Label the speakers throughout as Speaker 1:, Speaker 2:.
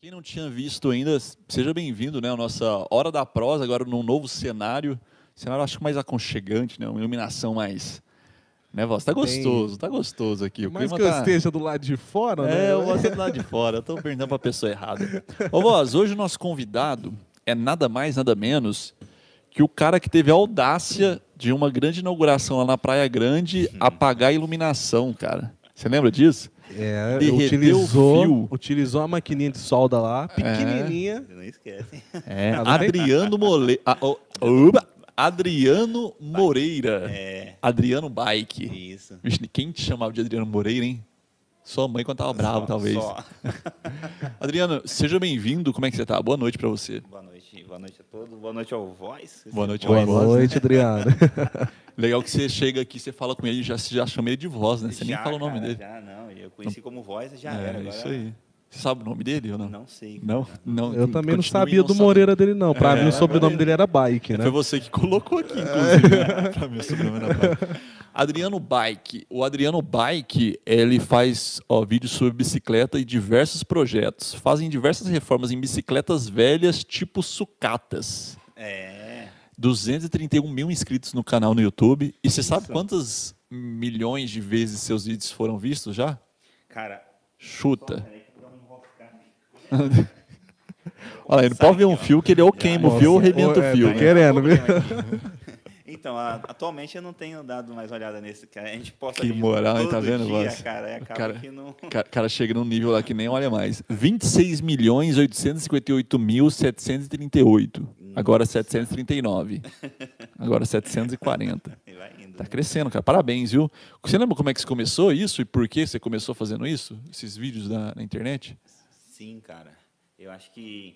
Speaker 1: Quem não tinha visto ainda, seja bem-vindo, né? A nossa Hora da Prosa, agora num novo cenário. Cenário acho que mais aconchegante, né? Uma iluminação mais. Né, Voz? Tá gostoso, tá gostoso aqui. O
Speaker 2: Mas que
Speaker 1: clima
Speaker 2: eu
Speaker 1: tá...
Speaker 2: esteja do lado de fora, né?
Speaker 1: É, eu vou ser do lado de fora. Eu tô perguntando pra pessoa errada. Ô, Voz, hoje o nosso convidado é nada mais, nada menos que o cara que teve a audácia de uma grande inauguração lá na Praia Grande apagar a iluminação, cara. Você lembra disso?
Speaker 2: É,
Speaker 1: Derreteu o fio.
Speaker 2: utilizou, É. utilizou a maquininha de solda lá, pequenininha.
Speaker 3: Não esquece.
Speaker 1: É,
Speaker 3: Ah,
Speaker 2: Tá vendo?
Speaker 1: Adriano Mole... a- o- oba! Adriano Moreira.
Speaker 3: É,
Speaker 1: Adriano Bike.
Speaker 3: isso.
Speaker 1: Vixe, quem te chamava de Adriano Moreira, hein? Sua mãe quando tava brava,
Speaker 3: Só-
Speaker 1: talvez.
Speaker 3: só.
Speaker 1: Adriano, seja bem-vindo. Como é que você tá? Boa noite pra você.
Speaker 3: Boa noite, boa noite a todos. Boa noite ao Voz.
Speaker 1: Boa noite,
Speaker 2: Boa
Speaker 1: Boa voz,
Speaker 2: noite, né? Adriano.
Speaker 1: Legal que você chega aqui, você fala com ele, já, já chama ele de voz, né? Você nem
Speaker 3: Já,
Speaker 1: fala o nome
Speaker 3: cara,
Speaker 1: dele.
Speaker 3: Já, não. Eu conheci como Voz e já
Speaker 1: é,
Speaker 3: era. Agora,
Speaker 1: isso aí. Você sabe o nome dele ou não?
Speaker 3: Não sei.
Speaker 1: Não? Não,
Speaker 2: Eu também
Speaker 1: continue
Speaker 2: não sabia do
Speaker 1: sabe.
Speaker 2: Moreira dele, não. Pra
Speaker 1: É,
Speaker 2: mim, o sobrenome dele era Bike, né?
Speaker 1: Foi você que colocou aqui, inclusive. né? pra mim, o sobrenome da Bike. Adriano Bike. O Adriano Bike, ele faz ó, vídeos sobre bicicleta e diversos projetos. Fazem diversas reformas em bicicletas velhas, tipo sucatas.
Speaker 3: É.
Speaker 1: 231 mil inscritos no canal no YouTube. E você sabe
Speaker 3: Isso.
Speaker 1: quantas milhões de vezes seus vídeos foram vistos já?
Speaker 3: Cara,
Speaker 2: né?
Speaker 1: Chuta.
Speaker 3: peraí que o programa não vai ficar.
Speaker 1: Olha, aí, não
Speaker 3: Sai
Speaker 1: pode ver um
Speaker 3: aqui, ó.
Speaker 1: fio que ele ou queima o
Speaker 2: Nossa,
Speaker 1: fio ou arrebenta
Speaker 2: é,
Speaker 1: o fio.
Speaker 2: tá
Speaker 1: né?
Speaker 2: querendo, viu?
Speaker 3: Então, a- atualmente eu não tenho dado mais olhada nesse, cara. A gente posta
Speaker 1: Que
Speaker 3: vídeo
Speaker 1: moral, hein?
Speaker 3: todo
Speaker 1: Tá vendo,
Speaker 3: dia,
Speaker 1: Voz?
Speaker 3: cara. E acaba
Speaker 1: Cara,
Speaker 3: que não...
Speaker 1: O cara, cara chega num nível lá que nem olha mais. 26 milhões 858 mil 738. Agora 739. Agora 740.
Speaker 3: E vai indo.
Speaker 1: Tá crescendo, cara. Parabéns, viu? Você lembra como é que você começou isso e por que você começou fazendo isso? Esses vídeos na, na internet?
Speaker 3: Sim, cara. Eu acho que...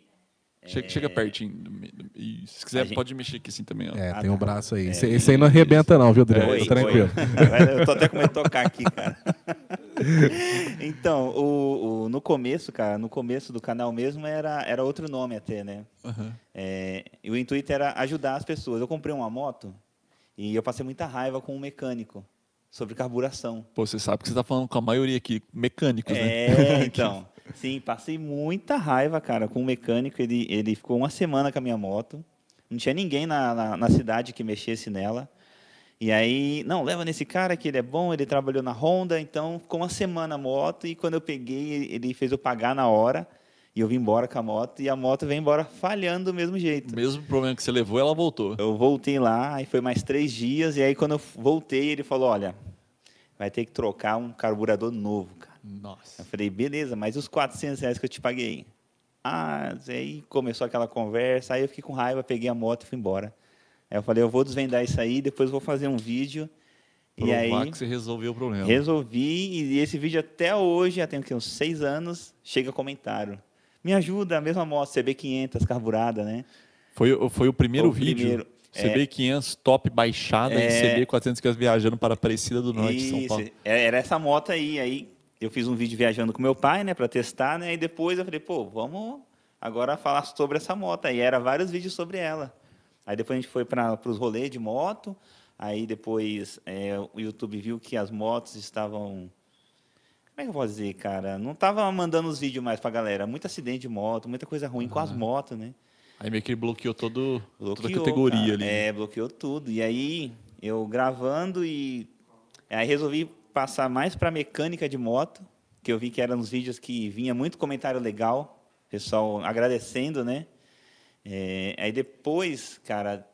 Speaker 1: Chega, chega pertinho. do me- do- e se quiser,
Speaker 3: É. A gente-
Speaker 1: pode mexer aqui assim também, ó.
Speaker 2: É,
Speaker 3: Ah,
Speaker 2: tem um
Speaker 3: tá.
Speaker 2: braço aí.
Speaker 3: É,
Speaker 2: Esse, esse aí não arrebenta, não, viu, Adriano?
Speaker 3: Oi,
Speaker 2: Fica É, tranquilo.
Speaker 3: oi. Eu tô até com medo de tocar aqui, cara. Então, o, o- no começo, cara, no começo do canal mesmo era, era outro nome até, né?
Speaker 1: Aham.
Speaker 3: É, e o intuito era ajudar as pessoas. Eu comprei uma moto e eu passei muita raiva com um mecânico sobre carburação.
Speaker 1: Pô, você sabe que você tá falando com a maioria aqui, mecânicos, né?
Speaker 3: É, então. Sim, passei muita raiva, cara, com o mecânico. Ele, ele ficou uma semana com a minha moto. Não tinha ninguém na, na, na cidade que mexesse nela. E aí, não, leva nesse cara que ele é bom, ele trabalhou na Honda, então ficou uma semana a moto. E quando eu peguei, ele- ele fez eu pagar na hora. E eu vim embora com a moto. E a moto veio embora falhando do mesmo
Speaker 1: O
Speaker 3: jeito.
Speaker 1: mesmo problema que você levou, ela voltou.
Speaker 3: Eu voltei lá, aí foi mais três dias, e aí quando eu voltei, ele falou, olha, vai ter que trocar um carburador novo, cara. Eu
Speaker 1: Nossa.
Speaker 3: falei, beleza, mas os 400 reais que eu te paguei? Ah, aí começou aquela conversa, aí eu fiquei com raiva, peguei a moto e fui embora. Aí eu falei, eu vou desvendar isso aí, depois vou fazer um vídeo. e
Speaker 1: Provar
Speaker 3: aí
Speaker 1: que você é um- resolveu o problema.
Speaker 3: resolvi, e esse vídeo até hoje, já tem o quê, uns seis anos, chega comentário. Me ajuda, a mesma moto, CB500, carburada, né?
Speaker 1: Foi, o- foi o primeiro
Speaker 3: O
Speaker 1: vídeo.
Speaker 3: primeiro,
Speaker 1: CB500 top baixada e
Speaker 3: É.
Speaker 1: CB400 viajando para Aparecida do Norte, São
Speaker 3: Isso,
Speaker 1: Paulo.
Speaker 3: é- Era essa moto aí. Aí eu fiz um vídeo viajando com meu pai, né, para testar, né? E depois eu falei, pô, vamos agora falar sobre essa moto. Aí era vários vídeos sobre ela. Aí depois a gente foi para os rolês de moto. Aí depois é, o YouTube viu que as motos estavam. Como é que eu posso dizer, cara? Não tava mandando os vídeos mais pra galera. Muito acidente de moto, muita coisa ruim com as motos, né?
Speaker 1: Aí meio que ele bloqueou todo, toda a
Speaker 3: Bloqueou,
Speaker 1: categoria
Speaker 3: cara.
Speaker 1: ali. né?
Speaker 3: É, bloqueou tudo. E aí, eu gravando e. Aí resolvi passar mais pra mecânica de moto, que eu vi que eram uns vídeos que vinha muito comentário legal, pessoal agradecendo, né? É, aí depois, cara,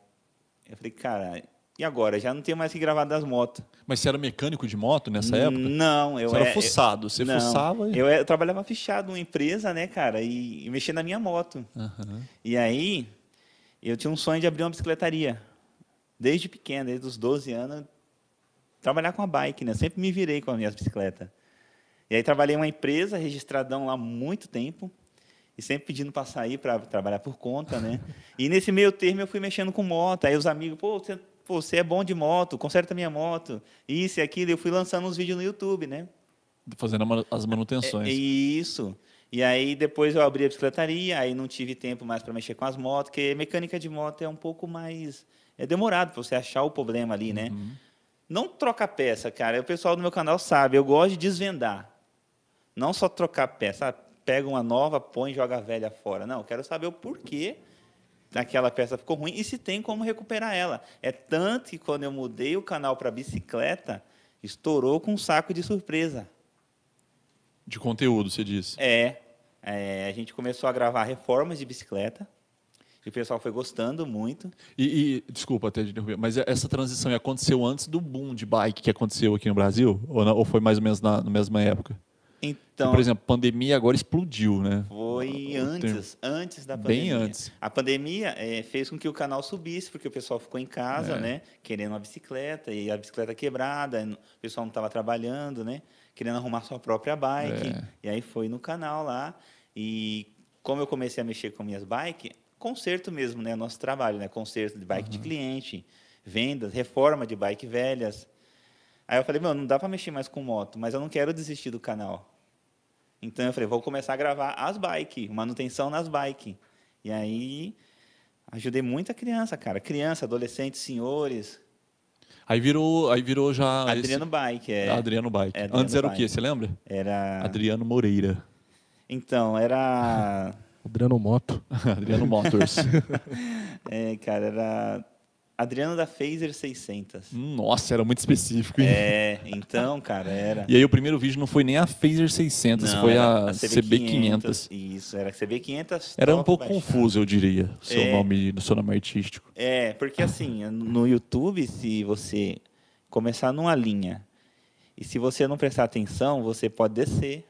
Speaker 3: eu falei, cara, e agora? Já não tenho mais que gravar das motos.
Speaker 1: Mas você era mecânico de moto nessa época?
Speaker 3: Não, Hum, eu
Speaker 1: você era
Speaker 3: é-
Speaker 1: fuçado. Você
Speaker 3: não,
Speaker 1: fuçava e...
Speaker 3: Eu, é- eu trabalhava fichado numa empresa, né, cara, e, e mexia na minha moto.
Speaker 1: Aham.
Speaker 3: E aí, eu tinha um sonho de abrir uma bicicletaria. Desde pequeno, desde os 12 anos, trabalhar com a bike, né? Sempre me virei com as minhas bicicletas. E aí trabalhei em uma empresa, registradão lá há muito tempo, e sempre pedindo para sair para trabalhar por conta, né? E nesse meio termo eu fui mexendo com moto, aí os amigos, pô, você, pô, você é bom de moto, conserta minha moto, isso e aquilo, e eu fui lançando uns vídeos no YouTube, né?
Speaker 1: Fazendo a manu- as manutenções.
Speaker 3: É, isso. E aí depois eu abri a bicicletaria, aí não tive tempo mais para mexer com as motos, porque mecânica de moto é um pouco mais é demorado para você achar o problema ali, né? Não troca peça, cara. O pessoal do meu canal sabe, eu gosto de desvendar. Não só trocar peça. Ah, pega uma nova, põe e joga a velha fora. Não, eu quero saber o porquê daquela peça ficou ruim e se tem como recuperar ela. É tanto que quando eu mudei o canal para bicicleta, estourou com um saco de surpresa.
Speaker 1: De conteúdo, você disse.
Speaker 3: É, é, a gente começou a gravar reformas de bicicleta. E o pessoal foi gostando muito.
Speaker 1: E, e desculpa até de interromper, mas essa transição aconteceu antes do boom de bike que aconteceu aqui no Brasil? Ou, não, ou foi mais ou menos na, na mesma época?
Speaker 3: Então,
Speaker 1: Porque, por exemplo, a pandemia agora explodiu, né?
Speaker 3: Foi
Speaker 1: O
Speaker 3: antes, antes da pandemia.
Speaker 1: Bem antes.
Speaker 3: A pandemia eh, fez com que o canal subisse, porque o pessoal ficou em casa,
Speaker 1: É.
Speaker 3: né? Querendo uma bicicleta, e a bicicleta quebrada, e o pessoal não estava trabalhando, né? Querendo arrumar sua própria bike.
Speaker 1: É.
Speaker 3: E aí foi no canal lá. E como eu comecei a mexer com minhas bikes, conserto mesmo, né? Nosso trabalho, né? Conserto de bike
Speaker 1: Uhum.
Speaker 3: de cliente, vendas, reforma de bike velhas. Aí eu falei, meu, não dá para mexer mais com moto, mas eu não quero desistir do canal. Então eu falei, vou começar a gravar as bike, manutenção nas bike. E aí ajudei muita criança, cara. Criança, adolescentes, senhores.
Speaker 1: Aí virou, aí virou já. Ah, esse-
Speaker 3: Adriano Bike, é.
Speaker 1: Adriano Bike.
Speaker 3: É, Adriano
Speaker 1: antes era o quê?
Speaker 3: Bike. Ah.
Speaker 1: Você lembra?
Speaker 3: Era.
Speaker 1: Adriano Moreira.
Speaker 3: Então, era.
Speaker 2: Adriano Moto.
Speaker 1: Adriano Motors.
Speaker 3: É, cara, era. Adriano da Phaser 600.
Speaker 1: Nossa, era muito específico. hein?
Speaker 3: É, então, cara, era.
Speaker 1: E aí o primeiro vídeo não foi nem a Phaser 600,
Speaker 3: Não,
Speaker 1: foi
Speaker 3: era
Speaker 1: a, CB500.
Speaker 3: Isso, era CB500.
Speaker 1: Era um
Speaker 3: top
Speaker 1: pouco
Speaker 3: baixada.
Speaker 1: confuso, eu diria, o seu
Speaker 3: É.
Speaker 1: nome, o seu nome artístico.
Speaker 3: É, porque assim, no YouTube, se você começar numa linha e se você não prestar atenção, você pode descer.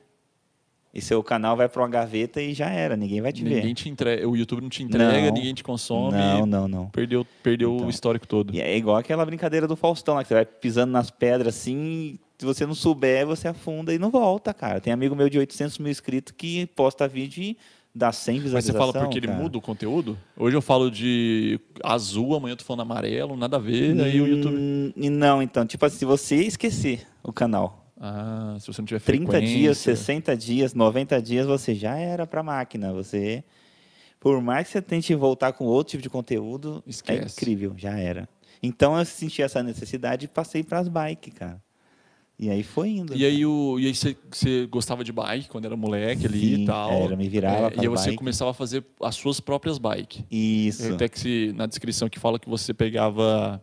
Speaker 3: E seu canal vai para uma gaveta e já era, ninguém vai te
Speaker 1: Ninguém
Speaker 3: ver.
Speaker 1: te entrega, o YouTube não te entrega,
Speaker 3: Não.
Speaker 1: ninguém te consome,
Speaker 3: Não, não, não.
Speaker 1: perdeu, perdeu o
Speaker 3: Então.
Speaker 1: histórico todo.
Speaker 3: E é igual aquela brincadeira do Faustão, lá, que você vai pisando nas pedras assim, e se você não souber, você afunda e não volta, cara. Tem amigo meu de 800 mil inscritos que posta vídeo e dá 100
Speaker 1: Mas você
Speaker 3: visualizações.
Speaker 1: fala porque ele muda o conteúdo? Hoje eu falo de azul, amanhã eu tô falando amarelo, nada a
Speaker 3: Hum.
Speaker 1: ver, aí o YouTube...
Speaker 3: E não, então, tipo assim, se você esquecer o canal,
Speaker 1: Ah, se você não tiver
Speaker 3: 30
Speaker 1: frequência.
Speaker 3: dias, 60 dias, 90 dias, você já era para máquina. Você, por mais que você tente voltar com outro tipo de conteúdo, é
Speaker 1: Esquece.
Speaker 3: incrível, já era. Então eu senti essa necessidade e passei para as bikes, cara. E aí foi indo.
Speaker 1: E aí, o, e aí você, você gostava de bike quando era moleque ali
Speaker 3: Sim,
Speaker 1: e tal. É,
Speaker 3: era, me virava
Speaker 1: e aí
Speaker 3: pra
Speaker 1: você
Speaker 3: bike.
Speaker 1: começava a fazer as suas próprias bikes.
Speaker 3: Isso.
Speaker 1: Até que se, na descrição que fala que você pegava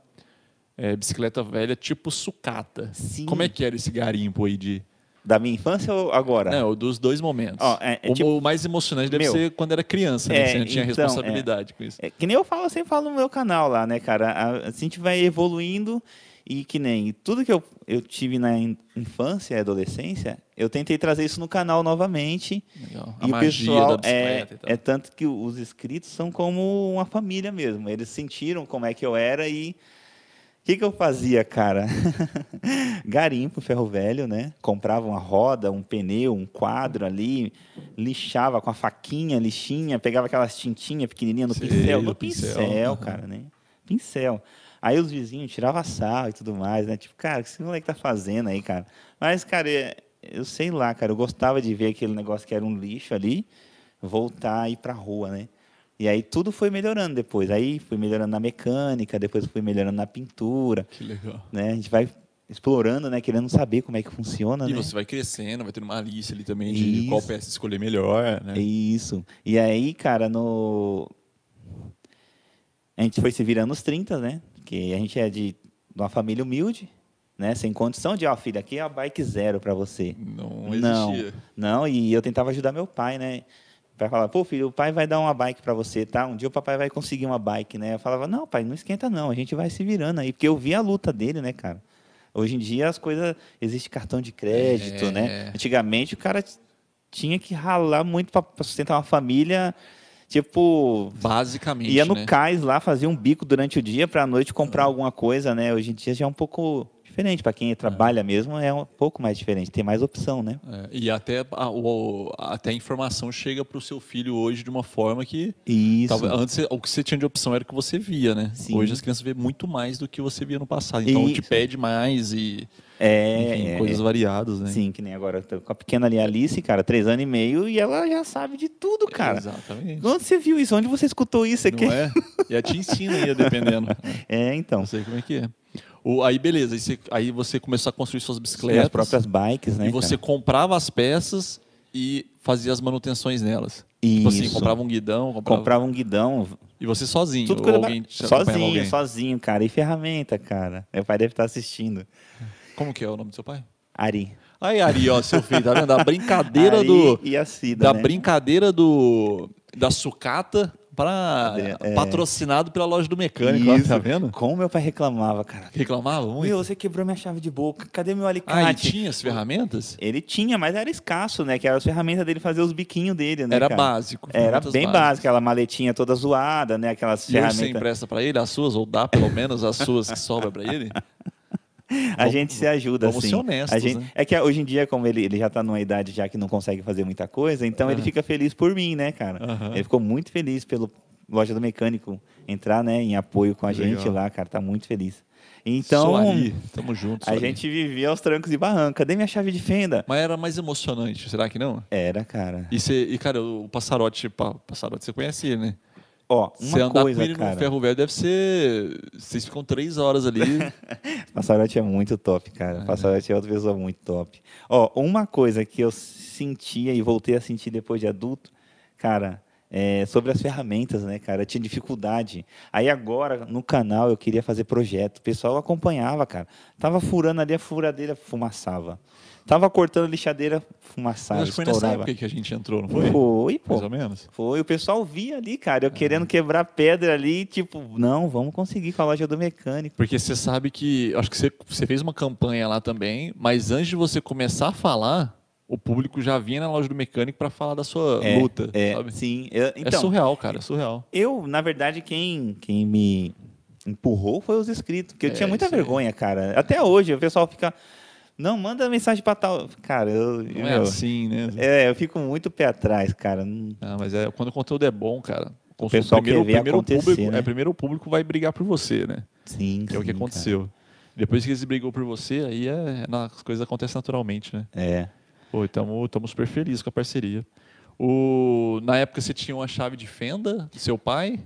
Speaker 1: é, bicicleta velha tipo sucata.
Speaker 3: Sim.
Speaker 1: Como é que era esse garimpo aí de.
Speaker 3: Da minha infância ou agora?
Speaker 1: Não, dos dois momentos.
Speaker 3: Ó, é- é
Speaker 1: o,
Speaker 3: tipo-
Speaker 1: o mais emocionante deve
Speaker 3: Meu.
Speaker 1: ser quando era criança, né?
Speaker 3: É,
Speaker 1: que você não tinha
Speaker 3: então,
Speaker 1: responsabilidade com isso.
Speaker 3: É, que nem eu falo, eu sempre falo no meu canal lá, né, cara? A, a gente vai evoluindo e que nem tudo que eu, eu tive na in- infância e adolescência, eu tentei trazer isso no canal novamente.
Speaker 1: Legal.
Speaker 3: e
Speaker 1: A
Speaker 3: o
Speaker 1: magia
Speaker 3: pessoal
Speaker 1: da bicicleta
Speaker 3: é,
Speaker 1: e tal.
Speaker 3: é tanto que os inscritos são como uma família mesmo. Eles sentiram como é que eu era e o que, que eu fazia, cara? Garimpo, ferro velho, né? Comprava uma roda, um pneu, um quadro ali, lixava com a faquinha, lixinha, pegava aquelas tintinhas pequenininhas no
Speaker 1: Sei,
Speaker 3: pincel.
Speaker 1: no
Speaker 3: No
Speaker 1: pincel,
Speaker 3: pincel,
Speaker 1: aham.
Speaker 3: cara, né? Pincel. Aí os vizinhos tiravam sarro e tudo mais, né? Tipo, cara, o que esse moleque tá fazendo aí, cara? Mas, cara, é- eu sei lá, cara, eu gostava de ver aquele negócio que era um lixo ali, voltar e ir pra rua, né? E aí tudo foi melhorando depois. Aí fui melhorando na mecânica, depois fui melhorando na pintura,
Speaker 1: Que legal.
Speaker 3: né? A gente vai explorando, né? Querendo saber como é que funciona,
Speaker 1: E
Speaker 3: né?
Speaker 1: você vai crescendo, vai tendo uma lista ali também de
Speaker 3: Isso.
Speaker 1: qual peça escolher melhor, né?
Speaker 3: É Isso. E aí, cara, no. A gente foi se virando nos 30, né? Porque a gente é de, de uma família humilde, né? Sem condição de, ó, filho, aqui é a bike zero pra você.
Speaker 1: Não
Speaker 3: Não.
Speaker 1: existia.
Speaker 3: Não, e eu tentava ajudar meu pai, né? O pai falava, pô, filho, o pai vai dar uma bike pra você, tá? Um dia o papai vai conseguir uma bike, né? Eu falava, não, pai, não esquenta não, a gente vai se virando aí. Porque eu vi a luta dele, né, cara? Hoje em dia as coisas... Existe cartão de crédito,
Speaker 1: É.
Speaker 3: né? Antigamente o cara t- tinha que ralar muito pra pra sustentar uma família, tipo...
Speaker 1: Basicamente,
Speaker 3: Ia no
Speaker 1: né? É.
Speaker 3: cais lá, fazia um bico durante o dia pra noite comprar alguma coisa, né? Hoje em dia já é um pouco diferente. Pra quem trabalha mesmo, é um pouco mais diferente. Tem mais opção, né?
Speaker 1: É, e até a, o- até a informação chega para o seu filho hoje de uma forma que
Speaker 3: Isso.
Speaker 1: talvez- antes o que você tinha de opção era o que você via, né?
Speaker 3: Sim.
Speaker 1: Hoje as crianças vê muito mais do que você via no passado. Então
Speaker 3: E-
Speaker 1: te pede mais e
Speaker 3: É,
Speaker 1: enfim,
Speaker 3: é,
Speaker 1: coisas variadas, né?
Speaker 3: Sim, que nem agora. eu tô com a pequena ali, a Alice, cara, três anos e meio, e ela já sabe de tudo, cara.
Speaker 1: Exatamente.
Speaker 3: Onde você viu isso? Onde você escutou isso? É,
Speaker 1: Não
Speaker 3: que-
Speaker 1: é? E a te ensina ainda, dependendo.
Speaker 3: é
Speaker 1: Não
Speaker 3: então.
Speaker 1: sei como é que é. O- aí beleza, aí você, aí você começou a construir suas
Speaker 3: Tem
Speaker 1: bicicletas.
Speaker 3: as próprias bikes, né?
Speaker 1: e você
Speaker 3: cara?
Speaker 1: comprava as peças e fazia as manutenções nelas.
Speaker 3: Isso.
Speaker 1: Tipo assim, comprava um guidão, comprava...
Speaker 3: Comprava um guidão,
Speaker 1: E você sozinho,
Speaker 3: tudo
Speaker 1: ou
Speaker 3: coisa
Speaker 1: alguém
Speaker 3: ba-
Speaker 1: te acompanhava
Speaker 3: Sozinho,
Speaker 1: alguém.
Speaker 3: sozinho, cara. E ferramenta, cara. Meu pai deve estar assistindo.
Speaker 1: Como que é o nome do seu pai?
Speaker 3: Ari.
Speaker 1: Aí, Ari, ó, seu filho, tá vendo? Da brincadeira
Speaker 3: Ari
Speaker 1: do...
Speaker 3: e a Cida,
Speaker 1: Da
Speaker 3: né?
Speaker 1: brincadeira do... Da sucata para
Speaker 3: É.
Speaker 1: patrocinado pela loja do mecânico, ó,
Speaker 3: Isso.
Speaker 1: tá vendo?
Speaker 3: Como meu pai reclamava, cara.
Speaker 1: Reclamava muito.
Speaker 3: Meu, você quebrou minha chave de boca. Cadê meu
Speaker 1: Ah, e
Speaker 3: alicate?
Speaker 1: tinha as ferramentas?
Speaker 3: Ele tinha, mas era escasso, né? Que era as ferramentas dele fazer os biquinhos dele, né,
Speaker 1: Era
Speaker 3: cara?
Speaker 1: básico.
Speaker 3: Era
Speaker 1: ferramentas
Speaker 3: bem
Speaker 1: básicas.
Speaker 3: básico, aquela maletinha toda zoada, né? Aquelas
Speaker 1: E hoje você
Speaker 3: ferramentas.
Speaker 1: empresta para ele as suas, ou dá pelo menos as suas que sobra para ele?
Speaker 3: A
Speaker 1: é Vamos-
Speaker 3: gente se ajuda,
Speaker 1: vamos
Speaker 3: assim.
Speaker 1: ser honestos,
Speaker 3: a gente...
Speaker 1: né?
Speaker 3: É que hoje em dia, como ele, ele já tá numa idade já que não consegue fazer muita coisa, então ele fica feliz por mim, né, cara?
Speaker 1: É. Aham.
Speaker 3: Ele ficou muito feliz pelo Loja do Mecânico entrar, né, em apoio com a
Speaker 1: Legal.
Speaker 3: gente lá, cara. Tá muito feliz. Então,
Speaker 1: Sou Ari, tamo junto.
Speaker 3: a
Speaker 1: sou Ari.
Speaker 3: gente vivia aos trancos e barrancos. Cadê minha chave de fenda?
Speaker 1: Mas era mais emocionante, será que não?
Speaker 3: Era, cara.
Speaker 1: E, cê- e, cara, o Passarote, pa- Passarote você conhece ele, né?
Speaker 3: Ó,
Speaker 1: Você
Speaker 3: uma
Speaker 1: andar
Speaker 3: coisa,
Speaker 1: com ele
Speaker 3: cara.
Speaker 1: no ferro velho deve ser. Vocês ficam três horas ali.
Speaker 3: Passarote é muito top, cara. Passarote é outra pessoa muito top. Ó, uma coisa que eu sentia e voltei a sentir depois de adulto, cara, é sobre as ferramentas, né, cara? Eu tinha dificuldade. Aí agora, no canal, eu queria fazer projeto. O pessoal acompanhava, cara. Tava furando ali a furadeira, fumaçava. Tava cortando a lixadeira, fumaçava,
Speaker 1: acho que foi nessa
Speaker 3: estourava.
Speaker 1: época que a gente entrou, não foi? É.
Speaker 3: Foi, pô.
Speaker 1: Mais ou menos.
Speaker 3: Foi, o pessoal via ali, cara, eu querendo quebrar pedra ali, tipo, não, vamos conseguir com a loja do mecânico.
Speaker 1: Porque você sabe que. Acho que você- você fez uma campanha lá também, mas antes de você começar a falar, o público já vinha na loja do mecânico para falar da sua
Speaker 3: É,
Speaker 1: luta.
Speaker 3: É,
Speaker 1: sabe?
Speaker 3: sim. eu-
Speaker 1: é
Speaker 3: então,
Speaker 1: surreal, cara, é surreal.
Speaker 3: eu, na verdade, quem, quem me empurrou foi os inscritos, porque eu
Speaker 1: É,
Speaker 3: tinha muita
Speaker 1: isso aí.
Speaker 3: vergonha, cara. Até hoje, o pessoal fica, não, manda mensagem pra tal. Cara, eu.
Speaker 1: Não é
Speaker 3: eu-
Speaker 1: assim, né?
Speaker 3: é, eu fico muito pé atrás, cara. Hum, Não-
Speaker 1: Ah, mas é, quando o conteúdo é bom, cara. O
Speaker 3: pessoal quer ver acontecer,
Speaker 1: público,
Speaker 3: né?
Speaker 1: é, primeiro o público vai brigar por você, né?
Speaker 3: Sim,
Speaker 1: Que é o que
Speaker 3: sim, cara.
Speaker 1: aconteceu. Depois que eles brigou por você, aí é, é na- as coisas acontecem naturalmente, né?
Speaker 3: É.
Speaker 1: Pô, estamos super felizes com a parceria. O, na época você tinha uma chave de fenda do seu pai.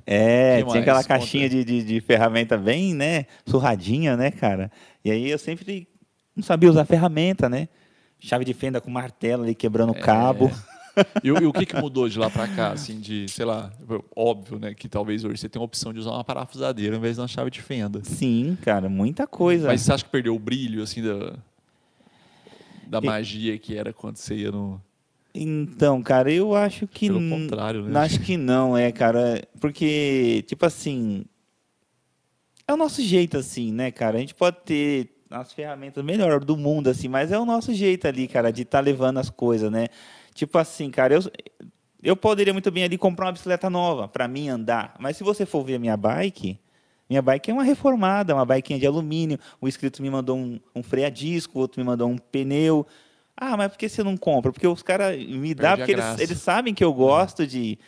Speaker 1: Que
Speaker 3: É, tinha
Speaker 1: mais?
Speaker 3: aquela
Speaker 1: Conta.
Speaker 3: caixinha de, de, de ferramenta bem, né, surradinha, né, cara? E aí eu sempre não sabia usar ferramenta, né? Chave de fenda com martelo ali quebrando
Speaker 1: É.
Speaker 3: o cabo.
Speaker 1: E, o- e o que, que mudou de lá pra cá, assim, de, sei lá, óbvio, né? Que talvez hoje você tenha a opção de usar uma parafusadeira ao invés de uma chave de fenda.
Speaker 3: Sim, cara, muita coisa.
Speaker 1: Mas você acha que perdeu o brilho, assim, da, da magia que era quando você ia no.
Speaker 3: Então, cara, eu acho que
Speaker 1: Pelo
Speaker 3: n-
Speaker 1: contrário, né?
Speaker 3: Acho que não, é, cara. Porque, tipo assim. É o nosso jeito, assim, né, cara? A gente pode ter as ferramentas melhor do mundo, assim, mas é o nosso jeito ali, cara, de estar levando as coisas, né? Tipo assim, cara, eu, eu poderia muito bem ali comprar uma bicicleta nova para mim andar. Mas se você for ver a minha bike, minha bike é uma reformada, uma biquinha de alumínio. O inscrito me mandou um, um freio a disco, o outro me mandou um pneu. Ah, mas por que você não compra? Porque os caras me dá,
Speaker 1: a
Speaker 3: porque eles,
Speaker 1: graça.
Speaker 3: eles sabem que eu gosto de.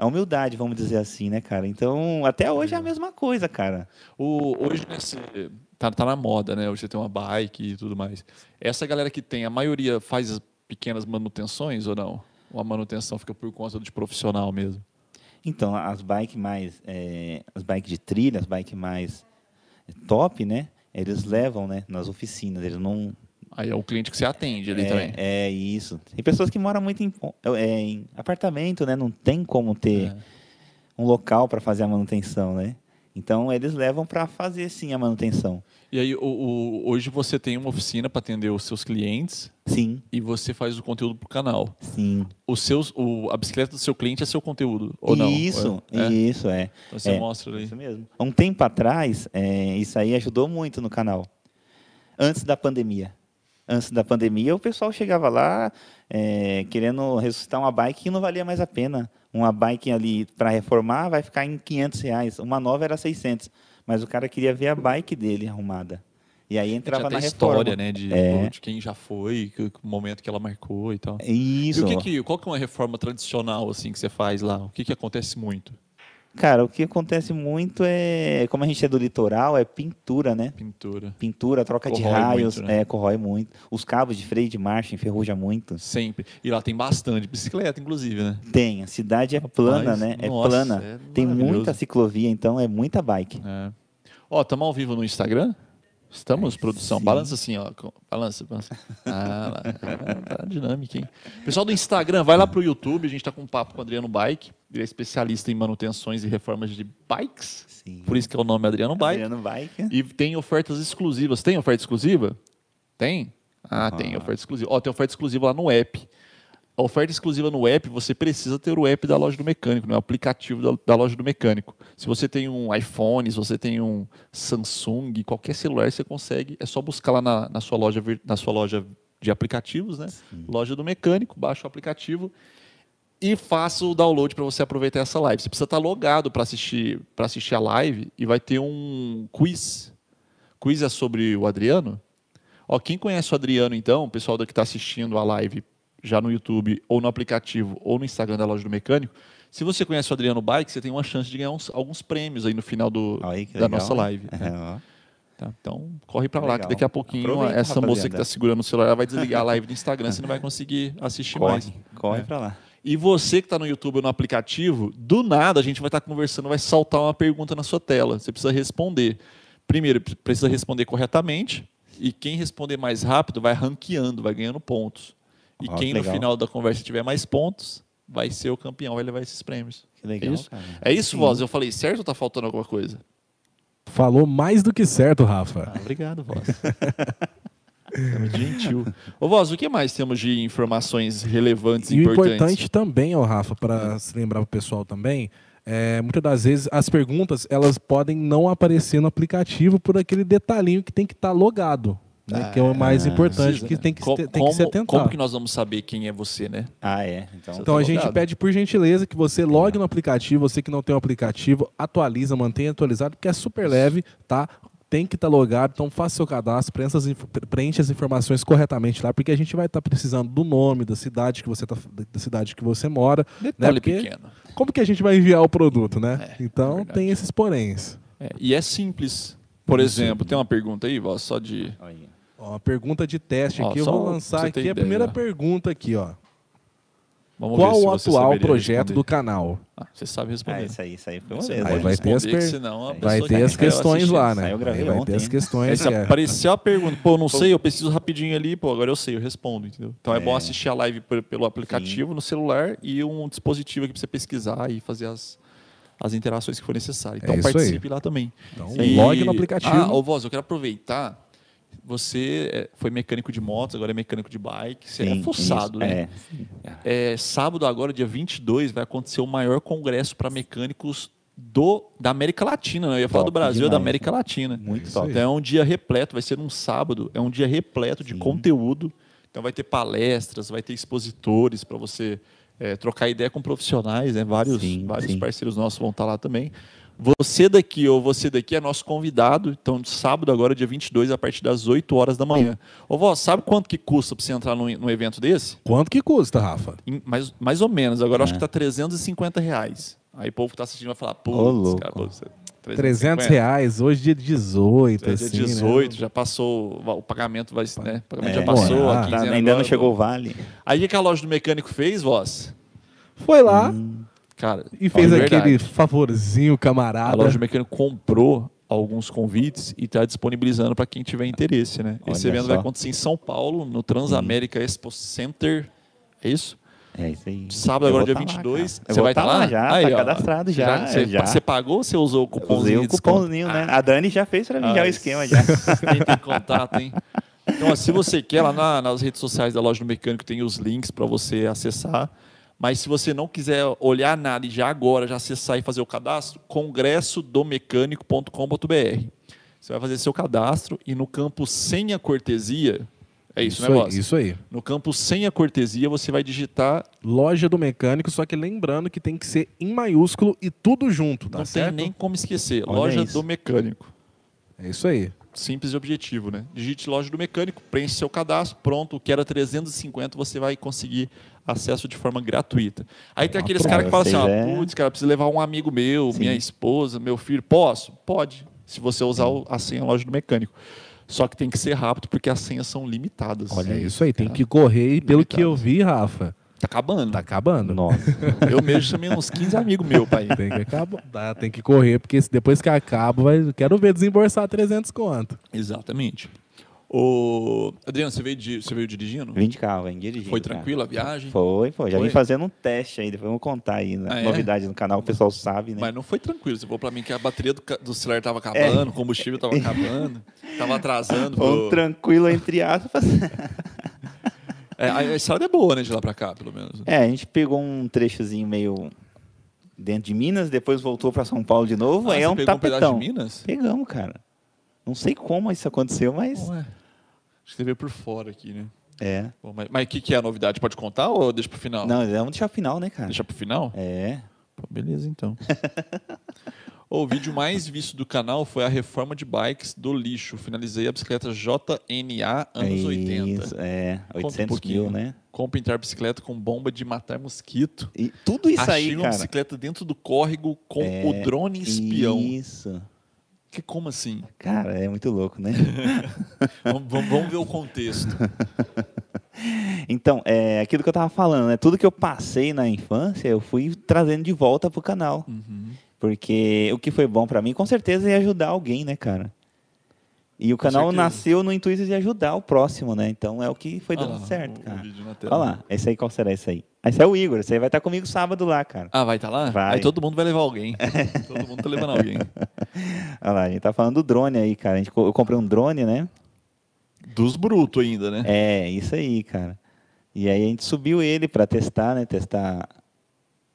Speaker 3: A humildade, vamos dizer assim, né, cara? Então, até hoje é a mesma coisa, cara.
Speaker 1: O, hoje, né, você- tá, tá na moda, né? Hoje você tem uma bike e tudo mais. Essa galera que tem, a maioria faz as pequenas manutenções ou não? Ou a manutenção fica por conta de profissional mesmo?
Speaker 3: Então, as bikes mais. eh, as bikes de trilha, as bikes mais top, né? Eles levam, né? Nas oficinas. Eles não,
Speaker 1: Aí é o cliente que você atende ali
Speaker 3: É,
Speaker 1: também.
Speaker 3: É isso. Tem pessoas que moram muito em, po- é, em apartamento, né? Não tem como ter
Speaker 1: É.
Speaker 3: um local para fazer a manutenção, né? Então eles levam para fazer sim a manutenção.
Speaker 1: E aí, o- o- hoje você tem uma oficina para atender os seus clientes
Speaker 3: Sim,
Speaker 1: e você faz o conteúdo pro canal.
Speaker 3: sim.
Speaker 1: Os seus, o, a bicicleta do seu cliente é seu conteúdo, ou não?
Speaker 3: isso,
Speaker 1: É? É?
Speaker 3: isso é.
Speaker 1: Então você
Speaker 3: é.
Speaker 1: mostra ali.
Speaker 3: Isso mesmo. Há Um tempo atrás, é, isso aí ajudou muito no canal. Antes da pandemia. Antes da pandemia, o pessoal chegava lá é, querendo ressuscitar uma bike que não valia mais a pena. Uma bike ali para reformar vai ficar em 500 reais. Uma nova era 600. Mas o cara queria ver a bike dele arrumada. E aí
Speaker 1: Tinha
Speaker 3: entrava
Speaker 1: até
Speaker 3: na
Speaker 1: história,
Speaker 3: reforma.
Speaker 1: né? De,
Speaker 3: É.
Speaker 1: de quem já foi, que- o momento que ela marcou e tal. né? E
Speaker 3: Isso.
Speaker 1: o que que, qual que é uma reforma tradicional assim que você faz lá? O que, que acontece muito?
Speaker 3: Cara, o que acontece muito é, como a gente é do litoral, é pintura, né?
Speaker 1: Pintura.
Speaker 3: pintura, troca de
Speaker 1: Corrói
Speaker 3: raios,
Speaker 1: muito, né?
Speaker 3: é, corrói muito. Os cabos de freio de marcha enferruja muito.
Speaker 1: Sempre. E lá tem bastante bicicleta, inclusive, né?
Speaker 3: Tem, a cidade é plana, né? É
Speaker 1: nossa,
Speaker 3: plana.
Speaker 1: é
Speaker 3: Tem
Speaker 1: maravilhoso.
Speaker 3: muita ciclovia, então é muita bike.
Speaker 1: É. Ó, tamo ao vivo no Instagram? Estamos, produção.
Speaker 3: sim.
Speaker 1: Balança assim, ó. Com- Balança, balança. Ah, lá. Ah, tá dinâmica, hein? Pessoal do Instagram, vai lá pro YouTube. A gente tá com um papo com o Adriano Bike. Ele é especialista em manutenções e reformas de bikes.
Speaker 3: Sim.
Speaker 1: Por isso que é o nome Adriano Bike.
Speaker 3: Adriano tá Bike.
Speaker 1: E tem ofertas exclusivas. Tem oferta exclusiva? Tem? Ah, tem
Speaker 3: Ah.
Speaker 1: oferta exclusiva. Ó, tem oferta exclusiva lá no app. A oferta exclusiva no app, você precisa ter o app da loja do mecânico, né? o aplicativo da, da loja do mecânico. Se você tem um iPhone, se você tem um Samsung, qualquer celular você consegue. É só buscar lá na, na sua, loja, vir- na sua loja de aplicativos, né? Loja do mecânico, baixa o aplicativo e faça o download para você aproveitar essa live. Você precisa estar logado para assistir, pra assistir a live e vai ter um quiz. Quiz é sobre o Adriano. Ó, quem conhece o Adriano, então, o pessoal da que está assistindo a live já no YouTube, ou no aplicativo, ou no Instagram da Loja do Mecânico, se você conhece o Adriano Bike, você tem uma chance de ganhar uns- alguns prêmios aí no final do,
Speaker 3: Olha aí que
Speaker 1: da
Speaker 3: legal,
Speaker 1: nossa
Speaker 3: hein?
Speaker 1: live. né?
Speaker 3: É, ó.
Speaker 1: Tá? Então, corre para lá,
Speaker 3: Legal.
Speaker 1: que daqui a pouquinho
Speaker 3: Aproveita,
Speaker 1: essa moça que
Speaker 3: rapaziada.
Speaker 1: está segurando o celular ela vai desligar a live do Instagram, você não vai conseguir assistir mais.
Speaker 3: Corre, corre
Speaker 1: É.
Speaker 3: pra lá.
Speaker 1: E você que está no YouTube ou no aplicativo, do nada a gente vai estar conversando, vai saltar uma pergunta na sua tela. Você precisa responder. Primeiro, pre- precisa responder corretamente. E quem responder mais rápido vai ranqueando, vai ganhando pontos. E
Speaker 3: Ó,
Speaker 1: quem
Speaker 3: que
Speaker 1: no
Speaker 3: legal.
Speaker 1: final da conversa tiver mais pontos, vai ser o campeão, vai levar esses prêmios.
Speaker 3: Que legal,
Speaker 1: é isso,
Speaker 3: cara.
Speaker 1: é isso Voz? Eu falei certo ou tá faltando alguma coisa?
Speaker 2: Falou mais do que certo, Rafa.
Speaker 1: obrigado, Voz. É gentil. Ô, Voz, o que mais temos de informações relevantes
Speaker 2: E o
Speaker 1: importantes?
Speaker 2: importante também, ó, Rafa, para se lembrar o pessoal também, é, muitas das vezes as perguntas elas podem não aparecer no aplicativo por aquele detalhinho que tem que estar logado, né, que é o mais importante,
Speaker 1: Ah, Precisa,
Speaker 2: que
Speaker 1: né?
Speaker 2: tem que,
Speaker 1: Co-
Speaker 2: se- tem
Speaker 1: como,
Speaker 2: que se atentar.
Speaker 1: Como que nós vamos saber quem é você, né?
Speaker 3: Ah, é. Então,
Speaker 2: Então a gente
Speaker 1: logado?
Speaker 2: pede por gentileza que você logue no aplicativo, você que não tem o aplicativo, atualiza, mantenha atualizado, porque é super leve, tá? Tem que estar logado, então faça seu cadastro, preencha as, inf- preencha as informações corretamente lá, porque a gente vai estar precisando do nome, da cidade que você tá, da cidade que você mora.
Speaker 1: Detalhe
Speaker 2: né? Porque
Speaker 1: pequeno.
Speaker 2: Como que a gente vai enviar o produto, né?
Speaker 1: É,
Speaker 2: então
Speaker 1: verdade.
Speaker 2: tem esses poréns.
Speaker 1: É, e é simples. Por exemplo, tem uma pergunta aí, Voz, só de.
Speaker 3: olha.
Speaker 2: Ó, uma pergunta de teste
Speaker 1: Ó,
Speaker 2: aqui, eu
Speaker 1: só um
Speaker 2: vou
Speaker 1: pra
Speaker 2: lançar
Speaker 1: você ter
Speaker 2: aqui a
Speaker 1: ideia.
Speaker 2: primeira pergunta aqui, ó.
Speaker 1: Vamos ver
Speaker 2: Qual
Speaker 1: se
Speaker 2: o
Speaker 1: você
Speaker 2: atual
Speaker 1: saberia
Speaker 2: projeto do
Speaker 1: responder.
Speaker 2: canal?
Speaker 1: Ah, você sabe
Speaker 3: Ah,
Speaker 1: responder.
Speaker 3: isso aí, isso aí foi uma
Speaker 1: Você
Speaker 3: beleza.
Speaker 1: pode
Speaker 2: Aí vai ter as
Speaker 1: responder, que
Speaker 2: per-
Speaker 1: senão a
Speaker 2: Vai
Speaker 1: pessoa
Speaker 2: ter
Speaker 1: já
Speaker 2: as
Speaker 1: caiu
Speaker 2: questões lá,
Speaker 1: assistindo.
Speaker 2: né?
Speaker 3: Saiu, eu gravei
Speaker 2: Aí vai
Speaker 3: ontem,
Speaker 2: ter as
Speaker 3: né?
Speaker 2: questões.
Speaker 1: Essa
Speaker 2: que é-
Speaker 1: apareceu a pergunta, pô, eu não sei, eu preciso rapidinho ali, pô, agora eu sei, eu respondo, entendeu? Então é,
Speaker 3: É.
Speaker 1: bom assistir a live pe- pelo aplicativo no celular e um dispositivo aqui pra você pesquisar e fazer as, as interações que for necessário. Então
Speaker 2: É isso aí.
Speaker 1: participe lá também.
Speaker 2: Então,
Speaker 1: E-
Speaker 2: log no aplicativo.
Speaker 1: Ah, ô Voz, eu quero aproveitar. Você é, foi mecânico de motos, agora é mecânico de bike. Você é
Speaker 3: Sim,
Speaker 1: forçado,
Speaker 3: isso,
Speaker 1: né?
Speaker 3: é.
Speaker 1: É, sábado agora, dia 22, vai acontecer o maior congresso para mecânicos do, da América Latina. Né? Eu ia falar
Speaker 3: Top
Speaker 1: do Brasil, é da
Speaker 3: demais,
Speaker 1: América Latina.
Speaker 3: Muito
Speaker 2: isso
Speaker 3: top.
Speaker 2: aí.
Speaker 1: Então é um dia repleto, vai ser num sábado, é um dia repleto de conteúdo. Então vai ter palestras, vai ter expositores para você é, trocar ideia com profissionais, né? Vários,
Speaker 3: Sim,
Speaker 1: vários
Speaker 3: sim.
Speaker 1: parceiros nossos vão estar lá também. Você daqui ou você daqui é nosso convidado. Então, de sábado agora, dia 22, a partir das 8 horas da manhã. Ô, vó, sabe quanto que custa para você entrar num, num evento desse?
Speaker 2: Quanto que custa, Rafa?
Speaker 1: Em- mais, mais ou menos. Agora eu
Speaker 3: É.
Speaker 1: acho que tá 350 reais. Aí o povo que tá assistindo vai falar, pô,
Speaker 3: Ô, louco.
Speaker 1: cara, pô, você-
Speaker 2: 300 reais, hoje é dia 18,
Speaker 1: Hoje é
Speaker 2: assim,
Speaker 1: dia 18, já passou, o pagamento vai, né? O pagamento já
Speaker 3: É,
Speaker 1: passou,
Speaker 2: tá,
Speaker 1: a
Speaker 3: Tá,
Speaker 1: quinzena
Speaker 3: ainda não
Speaker 1: agora,
Speaker 3: chegou
Speaker 1: pô.
Speaker 3: o vale.
Speaker 1: Aí o que que a loja do mecânico fez, voz?
Speaker 2: né? Foi lá
Speaker 1: Hum, Cara,
Speaker 2: e fez
Speaker 1: de verdade,
Speaker 2: aquele favorzinho,
Speaker 1: A
Speaker 2: camarada.
Speaker 1: loja do mecânico comprou alguns convites e está disponibilizando para quem tiver interesse, né? Esse
Speaker 3: Olha
Speaker 1: evento
Speaker 3: só.
Speaker 1: vai acontecer em São Paulo, no Transamérica Expo Center. É isso?
Speaker 3: É isso aí.
Speaker 1: Sábado,
Speaker 3: Eu
Speaker 1: agora,
Speaker 3: vou
Speaker 1: dia
Speaker 3: tá lá,
Speaker 1: 22.
Speaker 3: cara.
Speaker 1: você
Speaker 3: Eu vou
Speaker 1: vai estar
Speaker 3: tá
Speaker 1: lá?
Speaker 3: já,
Speaker 1: Aí,
Speaker 3: tá
Speaker 1: ó.
Speaker 3: cadastrado já.
Speaker 1: você,
Speaker 3: já.
Speaker 1: você pagou ou você usou o
Speaker 3: Usei
Speaker 1: cupãozinho?
Speaker 3: o
Speaker 1: de desconto?
Speaker 3: cupomzinho, né? A Dani já fez pra mim já é o
Speaker 1: Ah,
Speaker 3: esquema já.
Speaker 1: Nem tem contato, hein? Então, ó, se você quer, lá na- nas redes sociais da loja do mecânico tem os links para você acessar. Mas se você não quiser olhar nada e já agora já acessar e fazer o cadastro, congressodomecânico.com.br. Você vai fazer seu cadastro e no campo sem a cortesia, é isso, né,
Speaker 2: aí,
Speaker 1: boss?
Speaker 2: Isso aí.
Speaker 1: No campo sem a cortesia, você vai digitar.
Speaker 2: Loja do mecânico, só que lembrando que tem que ser em maiúsculo e tudo junto, tá
Speaker 1: não
Speaker 2: certo?
Speaker 1: tem nem como esquecer.
Speaker 3: Olha
Speaker 1: loja
Speaker 3: isso.
Speaker 1: do mecânico.
Speaker 2: É isso aí.
Speaker 1: simples e objetivo, né? Digite loja do mecânico, preenche seu cadastro, pronto, o que era 350, você vai conseguir acesso de forma gratuita. Aí tem aqueles
Speaker 3: pronto.
Speaker 1: caras que falam assim, ó,
Speaker 3: Ah, Vocês é-
Speaker 1: putz, cara, preciso levar um amigo meu, minha esposa, meu filho. Posso? Pode, se você usar o- a senha loja do mecânico. Só que
Speaker 2: É
Speaker 1: tem que ser rápido, porque as senhas são limitadas. É,
Speaker 2: Olha isso aí, tem que correr e pelo que eu vi, Rafa,
Speaker 1: Tá acabando.
Speaker 2: Tá acabando.
Speaker 3: Nossa.
Speaker 1: Eu mesmo chamei uns 15 amigos meus pra ir.
Speaker 2: Tem que acabar. Dá, tem que correr, porque se- depois que acaba, vai... quero ver desembolsar 300 conto.
Speaker 1: Exatamente. Ô, Adriano, você veio, de, você veio dirigindo?
Speaker 3: Vim de carro, hein? Dirigindo.
Speaker 1: Foi
Speaker 3: cara.
Speaker 1: tranquila a viagem?
Speaker 3: Foi, foi. Já
Speaker 1: Foi?
Speaker 3: vim fazendo um teste aí, depois vamos contar aí. né?
Speaker 1: Ah, é?
Speaker 3: Novidade no canal, o pessoal sabe, né? É.
Speaker 1: Mas não foi tranquilo. Você falou pra mim que a bateria do, ca- do celular tava acabando, o combustível tava acabando, tava atrasando.
Speaker 3: Foi um
Speaker 1: Pro...
Speaker 3: tranquilo, entre aspas.
Speaker 1: É, a a estrada é boa, né? De lá pra cá, pelo menos.
Speaker 3: é, a gente pegou um trechozinho meio dentro de Minas, depois voltou pra São Paulo de novo.
Speaker 1: Ah,
Speaker 3: aí
Speaker 1: você
Speaker 3: é um
Speaker 1: pegou um pedaço
Speaker 3: tapetão.
Speaker 1: de Minas?
Speaker 3: Pegamos, cara. Não sei como isso aconteceu, mas.
Speaker 1: Ué, é. acho que você veio por fora aqui, né?
Speaker 3: É.
Speaker 1: Bom, mas mas o que, que é a novidade? Pode contar ou deixa pro final?
Speaker 3: Não, vamos deixar o final, né, cara?
Speaker 1: Deixa pro final?
Speaker 3: É.
Speaker 1: Pô, beleza, então. o vídeo mais visto do canal foi a reforma de bikes do lixo. Finalizei a bicicleta JNA anos
Speaker 3: é
Speaker 1: 80.
Speaker 3: Isso, é.
Speaker 1: um
Speaker 3: 800
Speaker 1: pouquinho.
Speaker 3: mil, né?
Speaker 1: Como pintar bicicleta com bomba de matar mosquito.
Speaker 3: E tudo isso
Speaker 1: Achei um
Speaker 3: aí,
Speaker 1: uma
Speaker 3: cara.
Speaker 1: bicicleta dentro do córrego com
Speaker 3: É,
Speaker 1: o drone espião.
Speaker 3: Isso.
Speaker 1: Que como assim?
Speaker 3: Cara, é muito louco, né?
Speaker 1: vamos, vamos- vamos ver o contexto.
Speaker 3: Então, é aquilo que eu tava falando, né? Tudo que eu passei na infância, eu fui trazendo de volta pro canal.
Speaker 1: Uhum.
Speaker 3: Porque o que foi bom pra mim, com certeza, ia ajudar alguém, né, cara? E o
Speaker 1: Com
Speaker 3: canal
Speaker 1: certeza.
Speaker 3: nasceu no intuito de ajudar o próximo, né? Então é o que foi dando
Speaker 1: Olha lá, Ah,
Speaker 3: certo,
Speaker 1: o- o
Speaker 3: cara.
Speaker 1: vídeo na tela.
Speaker 3: Olha lá, esse aí qual será esse aí? Esse é o Igor, esse aí vai estar comigo sábado lá, cara.
Speaker 1: Ah, vai estar lá?
Speaker 3: Vai.
Speaker 1: Aí todo mundo vai levar alguém. todo mundo tá levando alguém.
Speaker 3: Olha lá, a gente tá falando do drone aí, cara. A gente, co- eu comprei um drone, né?
Speaker 1: Dos brutos ainda, né?
Speaker 3: É, isso aí, cara. E aí a gente subiu ele pra testar, né? Testar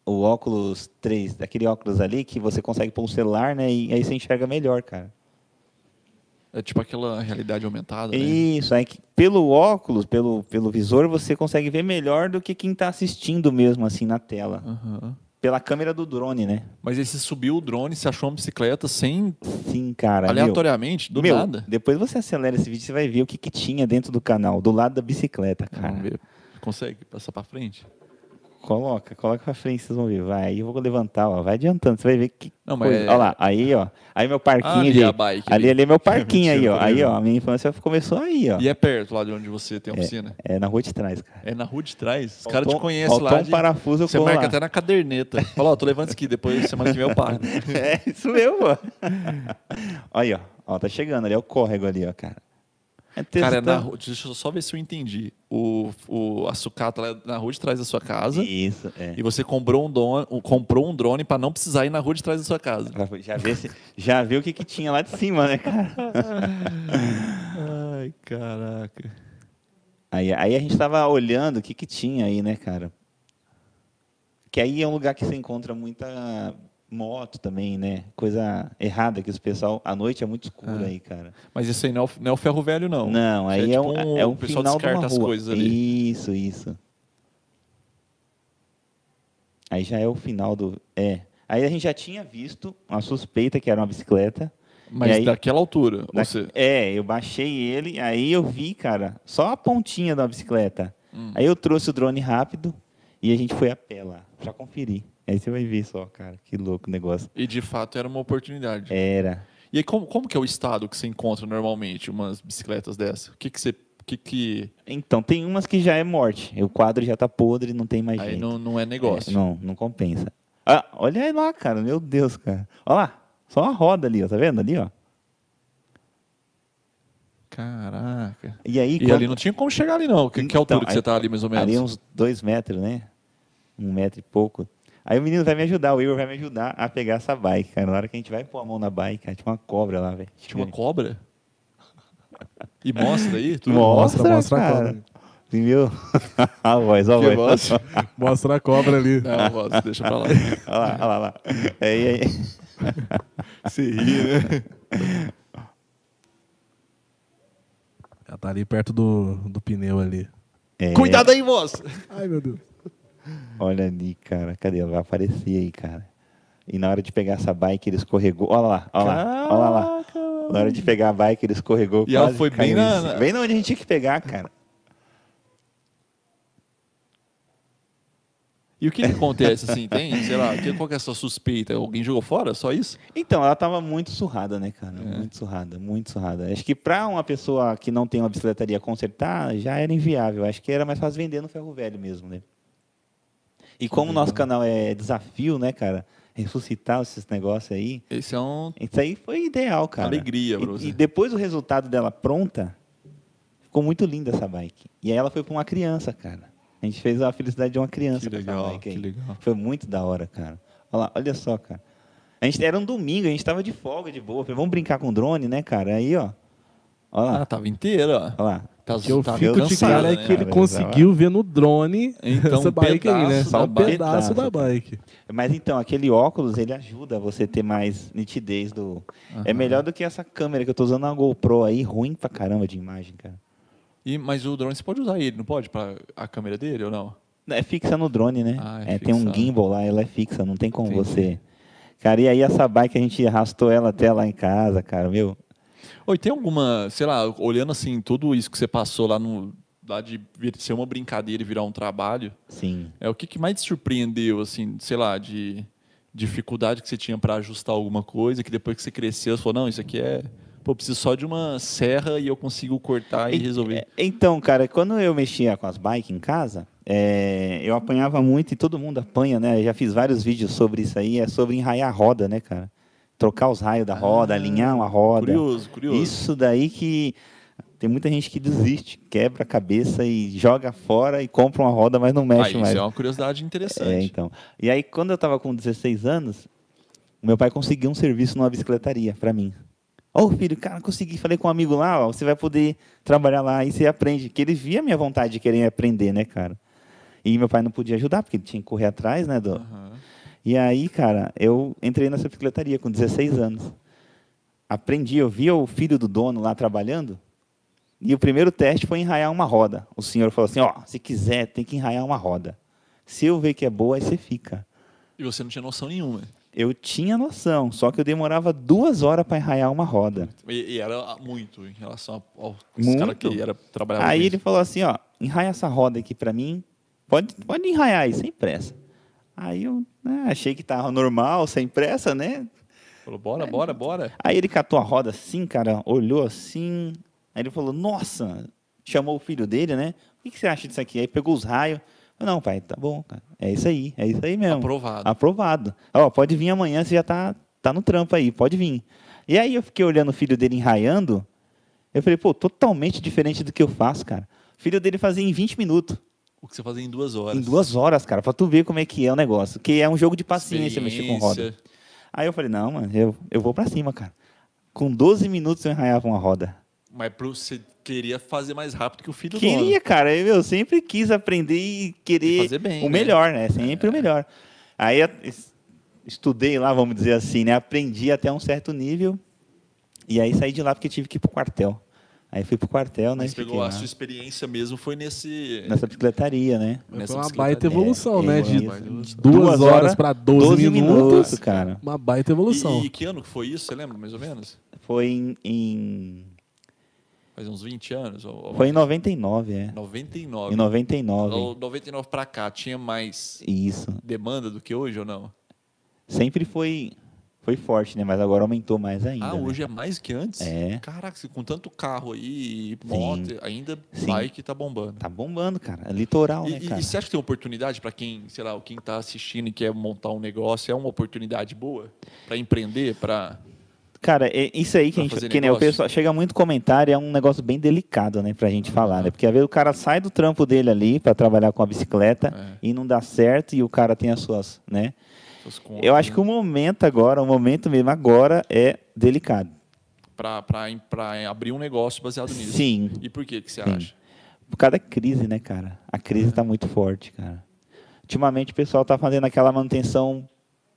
Speaker 3: o óculos 3, aquele óculos ali que você consegue pôr o celular, né? E aí você enxerga melhor, cara.
Speaker 1: É, tipo aquela realidade aumentada, né?
Speaker 3: Isso, é que pelo óculos, pelo, pelo visor, você consegue ver melhor do que quem tá assistindo mesmo, assim, na tela.
Speaker 1: Aham.
Speaker 3: Pela câmera do drone, né?
Speaker 1: Mas aí você subiu o drone, você achou uma bicicleta sem.
Speaker 3: Sim, cara. meu.
Speaker 1: aleatoriamente, do
Speaker 3: Meu,
Speaker 1: nada.
Speaker 3: Depois você acelera esse vídeo, você vai ver o que, que tinha dentro do canal, do lado da bicicleta,
Speaker 1: Vamos
Speaker 3: cara.
Speaker 1: ver. Consegue passar pra frente?
Speaker 3: Coloca, coloca pra frente, vocês vão ver. Vai, aí eu vou levantar, ó. Vai adiantando, você vai ver que.
Speaker 1: Não, mas
Speaker 3: coisa.
Speaker 1: é-
Speaker 3: Olha lá, aí, ó. Aí meu parquinho
Speaker 1: Ah, ali
Speaker 3: de-
Speaker 1: a bike
Speaker 3: Ali,
Speaker 1: ali.
Speaker 3: ali é meu parquinho aí, ó.
Speaker 1: Mentira,
Speaker 3: Aí,
Speaker 1: eu
Speaker 3: ó,
Speaker 1: vi.
Speaker 3: a minha infância começou aí, ó.
Speaker 1: E é perto lá de onde você tem a oficina?
Speaker 3: É na rua de trás, cara.
Speaker 1: É, na rua de trás? Os caras te
Speaker 3: Faltou-
Speaker 1: conhecem
Speaker 3: faltou
Speaker 1: lá.
Speaker 3: um
Speaker 1: de-
Speaker 3: parafuso, eu
Speaker 1: Você
Speaker 3: corro
Speaker 1: marca
Speaker 3: lá.
Speaker 1: até na caderneta. Fala, ó, tô levando isso aqui, depois semana que vem eu paro.
Speaker 3: É, isso mesmo, ó. Aí, ó. Ó, tá chegando ali, é o córrego ali, ó, cara. É
Speaker 1: Cara, é
Speaker 3: testando-
Speaker 1: na rua. Deixa eu só ver se eu entendi. O, o, a sucata lá é na rua de trás da sua casa. E,
Speaker 3: Isso, é.
Speaker 1: você comprou um, don- um- comprou um drone pra não precisar ir na rua de trás da sua casa.
Speaker 3: Pra- Já vê, se- já vê o que, que tinha lá de cima, né, cara?
Speaker 1: Ai, caraca.
Speaker 3: Aí, aí a gente tava olhando o que, que tinha aí, né, cara? Que aí é um lugar que você encontra muita moto também, né? Coisa errada que os pessoal. À noite é muito escuro aí, cara.
Speaker 1: Mas isso aí não é o, não é o ferro velho, não.
Speaker 3: Não,
Speaker 1: Ah. Isso
Speaker 3: aí é,
Speaker 1: tipo
Speaker 3: um, é um
Speaker 1: O pessoal
Speaker 3: final de
Speaker 1: descarta
Speaker 3: uma
Speaker 1: as
Speaker 3: rua.
Speaker 1: coisas ali.
Speaker 3: Isso, isso. Aí já é o final do. É. Aí a gente já tinha visto uma suspeita que era uma bicicleta.
Speaker 1: Mas
Speaker 3: E aí-
Speaker 1: daquela altura.
Speaker 3: Da-
Speaker 1: Ou seja,
Speaker 3: É, eu baixei ele, aí eu vi, cara, só a pontinha da bicicleta.
Speaker 1: Hum.
Speaker 3: Aí eu trouxe o drone rápido e a gente foi a pé lá, pra conferir. Aí você vai ver só, cara, que louco o negócio.
Speaker 1: e de fato era uma oportunidade.
Speaker 3: Era.
Speaker 1: E aí, como, como que é o estado que você encontra normalmente umas bicicletas dessas? O que que você... o Que que...
Speaker 3: Então, tem umas que já é morte. O quadro já tá podre, não tem mais
Speaker 1: Aí
Speaker 3: jeito.
Speaker 1: não, não é
Speaker 3: É,
Speaker 1: negócio.
Speaker 3: não, não compensa. Ah, olha aí lá, cara, meu Deus, cara. Olha lá, só uma roda ali, ó, tá vendo ali, ó?
Speaker 1: Caraca.
Speaker 3: E aí,
Speaker 1: E,
Speaker 3: quando-
Speaker 1: ali não tinha como chegar ali, não. Que, que altura
Speaker 3: Então,
Speaker 1: que você tá ali, mais ou menos?
Speaker 3: Ali uns dois metros, né? Um metro e pouco. Aí o menino vai me ajudar, o Igor vai me ajudar a pegar essa bike, cara. Na hora que a gente vai pôr a mão na bike, cara, tinha uma cobra lá, velho.
Speaker 1: Tinha uma cobra? E mostra aí? Tudo
Speaker 3: Mostra,
Speaker 2: Mostra,
Speaker 3: mostra,
Speaker 2: mostra a
Speaker 3: cara.
Speaker 2: cobra.
Speaker 3: Viu? a voz, ó a
Speaker 1: Que
Speaker 3: voz.
Speaker 1: mostra?
Speaker 2: Mostra a cobra ali.
Speaker 1: Não, mostra, deixa pra lá.
Speaker 3: Olha lá, olha lá, olha lá. É, Aí, aí.
Speaker 1: Você ri, né?
Speaker 2: Ela tá ali perto do, do pneu ali.
Speaker 3: É,
Speaker 1: Cuidado aí, moça!
Speaker 2: Ai, meu Deus.
Speaker 3: Olha ali, cara. Cadê? Ela vai aparecer aí, cara. E na hora de pegar essa bike, ele escorregou. Olha lá, olha lá, olha lá. Na hora de pegar a bike, ele escorregou.
Speaker 1: E ela
Speaker 3: quase
Speaker 1: foi bem
Speaker 3: caiu
Speaker 1: na-
Speaker 3: em cima.
Speaker 1: na-
Speaker 3: Bem na onde a gente tinha que pegar, cara.
Speaker 1: E o que, que acontece, assim, tem? Sei lá, que- qual que é a sua suspeita? Alguém jogou fora? Só isso?
Speaker 3: Então, ela tava muito surrada, né, cara?
Speaker 1: É.
Speaker 3: Muito surrada, muito surrada. Acho que pra uma pessoa que não tem uma bicicletaria consertar, já era inviável. Acho que era mais fácil vender no ferro velho mesmo, né? E como o
Speaker 1: então.
Speaker 3: nosso canal é desafio, né, cara? Ressuscitar esses negócios aí.
Speaker 1: Esse é um
Speaker 3: Isso aí foi ideal, cara.
Speaker 1: Alegria pra
Speaker 3: e,
Speaker 1: você.
Speaker 3: E depois do resultado dela pronta, ficou muito linda essa bike. E aí ela foi pra uma criança, cara. A gente fez a felicidade de uma
Speaker 1: Que
Speaker 3: criança com essa
Speaker 1: legal,
Speaker 3: bike aí.
Speaker 1: que legal.
Speaker 3: Foi muito da hora, cara. Olha lá, olha só, cara. A gente, era um domingo, a gente tava de folga, de boa. Falei, vamos brincar com drone, né, cara? Aí, ó. Olha
Speaker 1: Ah,
Speaker 3: lá,
Speaker 1: tava inteira, ó.
Speaker 3: olha lá.
Speaker 1: Tá,
Speaker 2: que eu
Speaker 1: tá
Speaker 2: fico de
Speaker 1: cansada,
Speaker 2: cara é
Speaker 1: né?
Speaker 2: que ele
Speaker 3: cara?
Speaker 2: conseguiu ver no drone
Speaker 1: Então,
Speaker 2: essa
Speaker 1: um
Speaker 2: bike aí, né?
Speaker 1: pedaço
Speaker 2: Só
Speaker 1: da
Speaker 2: um
Speaker 1: bike.
Speaker 2: pedaço da
Speaker 3: Pedaço, cara.
Speaker 2: bike.
Speaker 3: Mas então, aquele óculos, ele ajuda você ter mais nitidez do... É
Speaker 1: Aham.
Speaker 3: melhor do que essa câmera que eu tô usando na GoPro aí, ruim pra caramba de imagem, cara.
Speaker 1: E, mas o drone você pode usar ele, não pode? Pra a câmera dele ou não?
Speaker 3: É fixa no drone, né?
Speaker 1: Ah, é
Speaker 3: é, tem um
Speaker 1: fixado.
Speaker 3: gimbal lá, ela é fixa, não tem como
Speaker 1: Entendi.
Speaker 3: você. Cara, e aí essa bike a gente arrastou ela até lá em casa, cara, meu.
Speaker 1: Oi, tem alguma, sei lá, olhando assim, tudo isso que você passou lá no. Lá de vir- ser uma brincadeira e virar um trabalho,
Speaker 3: Sim.
Speaker 1: é o que, que mais te surpreendeu, assim, sei lá, de dificuldade que você tinha para ajustar alguma coisa, que depois que você cresceu, você falou, não, isso aqui é. Pô, eu preciso só de uma serra e eu consigo cortar e
Speaker 3: E-
Speaker 1: resolver.
Speaker 3: Então, cara, quando eu mexia com as bikes em casa, é, eu apanhava muito e todo mundo apanha, né? Eu já fiz vários vídeos sobre isso aí, é sobre enraiar a roda, né, cara? Trocar os raios da roda,
Speaker 1: Ah,
Speaker 3: alinhar uma roda.
Speaker 1: Curioso, curioso.
Speaker 3: Isso daí que tem muita gente que desiste, quebra a cabeça e joga fora e compra uma roda, mas não
Speaker 1: Ah,
Speaker 3: mexe
Speaker 1: isso
Speaker 3: mais.
Speaker 1: é uma curiosidade interessante.
Speaker 3: É, então. E aí, quando eu tava com 16 anos, o meu pai conseguiu um serviço numa bicicletaria pra mim. Ô, filho, cara, consegui. Falei com um amigo lá, ó, você vai poder trabalhar lá e você aprende. Que ele via a minha vontade de querer aprender, né, cara? E meu pai não podia ajudar, porque ele tinha que correr atrás, né, do...
Speaker 1: Aham.
Speaker 3: E aí, cara, eu entrei nessa bicicletaria com 16 anos. Aprendi, eu via o filho do dono lá trabalhando. E o primeiro teste foi enraiar uma roda. O senhor falou assim: ó, se quiser, tem que enraiar uma roda. Se eu ver que é boa, aí você fica.
Speaker 1: E você não tinha noção nenhuma.
Speaker 3: Eu tinha noção, só que eu demorava duas horas para enraiar uma roda.
Speaker 1: E, e era ah, muito em relação ao
Speaker 3: Muito.
Speaker 1: cara que era trabalhava
Speaker 3: Aí
Speaker 1: com
Speaker 3: ele falou assim, ó, enraia essa roda aqui pra mim. Pode, pode enraiar aí, sem pressa. Aí eu né, achei que tava normal, sem pressa, né?
Speaker 1: isso. Falou, bora, bora, bora.
Speaker 3: Aí ele catou a roda assim, cara, olhou assim. Aí ele falou, nossa, chamou o filho dele, né? O que, que você acha disso aqui? Aí pegou os raios. Eu, Não, pai, tá bom, cara. É isso aí, é isso aí mesmo.
Speaker 1: Aprovado.
Speaker 3: Aprovado. Ó, pode vir amanhã, você já tá, tá no trampo aí, pode vir. E aí eu fiquei olhando o filho dele enraiando. Eu falei, pô, totalmente diferente do que eu faço, cara. O filho dele fazia em 20 minutos.
Speaker 1: O que você fazia em duas horas.
Speaker 3: Em duas horas, cara, pra tu ver como é que é o negócio. Que é um jogo de paciência mexer com roda.
Speaker 1: Experiência.
Speaker 3: Aí eu falei, não, mano, eu, eu vou pra cima, cara. Com 12 minutos eu enraiava uma roda.
Speaker 1: Mas pro, você queria fazer mais rápido que o filho do dono.
Speaker 3: Queria, né? cara. Eu, eu sempre quis aprender e querer
Speaker 1: E fazer bem,
Speaker 3: o
Speaker 1: né?
Speaker 3: melhor, né? Sempre o melhor. Aí eu es- estudei lá, vamos dizer assim, né? Aprendi até um certo nível. E aí saí de lá porque tive que ir pro quartel. Aí fui pro quartel, né?
Speaker 1: Mas
Speaker 3: Fiquei
Speaker 1: pegou
Speaker 3: lá
Speaker 1: a sua experiência mesmo, foi nesse.
Speaker 3: Nessa bicicletaria, né?
Speaker 2: Mas
Speaker 1: Nessa
Speaker 2: Foi uma
Speaker 1: bicicleta-
Speaker 2: baita evolução,
Speaker 3: é,
Speaker 2: né?
Speaker 3: é
Speaker 2: De
Speaker 3: isso.
Speaker 2: duas,
Speaker 3: Duas
Speaker 2: horas
Speaker 3: horas,
Speaker 2: para 12, minutos.
Speaker 3: cara.
Speaker 2: Uma baita evolução.
Speaker 1: E, e que ano que foi isso? Você lembra mais ou menos?
Speaker 3: Foi em, em-
Speaker 1: Faz uns 20 anos? Ou, ou
Speaker 3: foi em 99, é.
Speaker 1: 99.
Speaker 3: Em 99.
Speaker 1: Ou 99 pra cá, tinha mais
Speaker 3: Isso.
Speaker 1: demanda do que hoje ou não?
Speaker 3: Sempre foi, foi forte, né? Mas agora aumentou mais ainda.
Speaker 1: ah,
Speaker 3: né?
Speaker 1: hoje é mais que antes?
Speaker 3: É.
Speaker 1: Caraca, se com tanto carro aí, moto, ainda
Speaker 3: Sim.
Speaker 1: bike tá bombando.
Speaker 3: Tá bombando, cara. É litoral, né,
Speaker 1: E, é- e-
Speaker 3: cara?
Speaker 1: e você acha que tem oportunidade para quem, sei lá, quem tá assistindo e quer montar um negócio? É uma oportunidade boa para empreender, para
Speaker 3: Cara, é isso aí que,
Speaker 1: Pra
Speaker 3: a gente,
Speaker 1: fazer
Speaker 3: que né, o
Speaker 1: negócio?
Speaker 3: pessoal chega muito comentário, é um negócio bem delicado, né, pra gente falar, né? Porque às vezes o cara sai do trampo dele ali pra trabalhar com a bicicleta
Speaker 1: É.
Speaker 3: e não dá certo e o cara tem as suas, né?
Speaker 1: seus contos,
Speaker 3: Eu acho que o momento agora, o momento mesmo agora é delicado.
Speaker 1: para abrir um negócio baseado nisso.
Speaker 3: Sim,
Speaker 1: E por que que você
Speaker 3: Sim.
Speaker 1: acha?
Speaker 3: por causa da crise, né, cara? A crise tá muito forte, cara. Ultimamente o pessoal tá fazendo aquela manutenção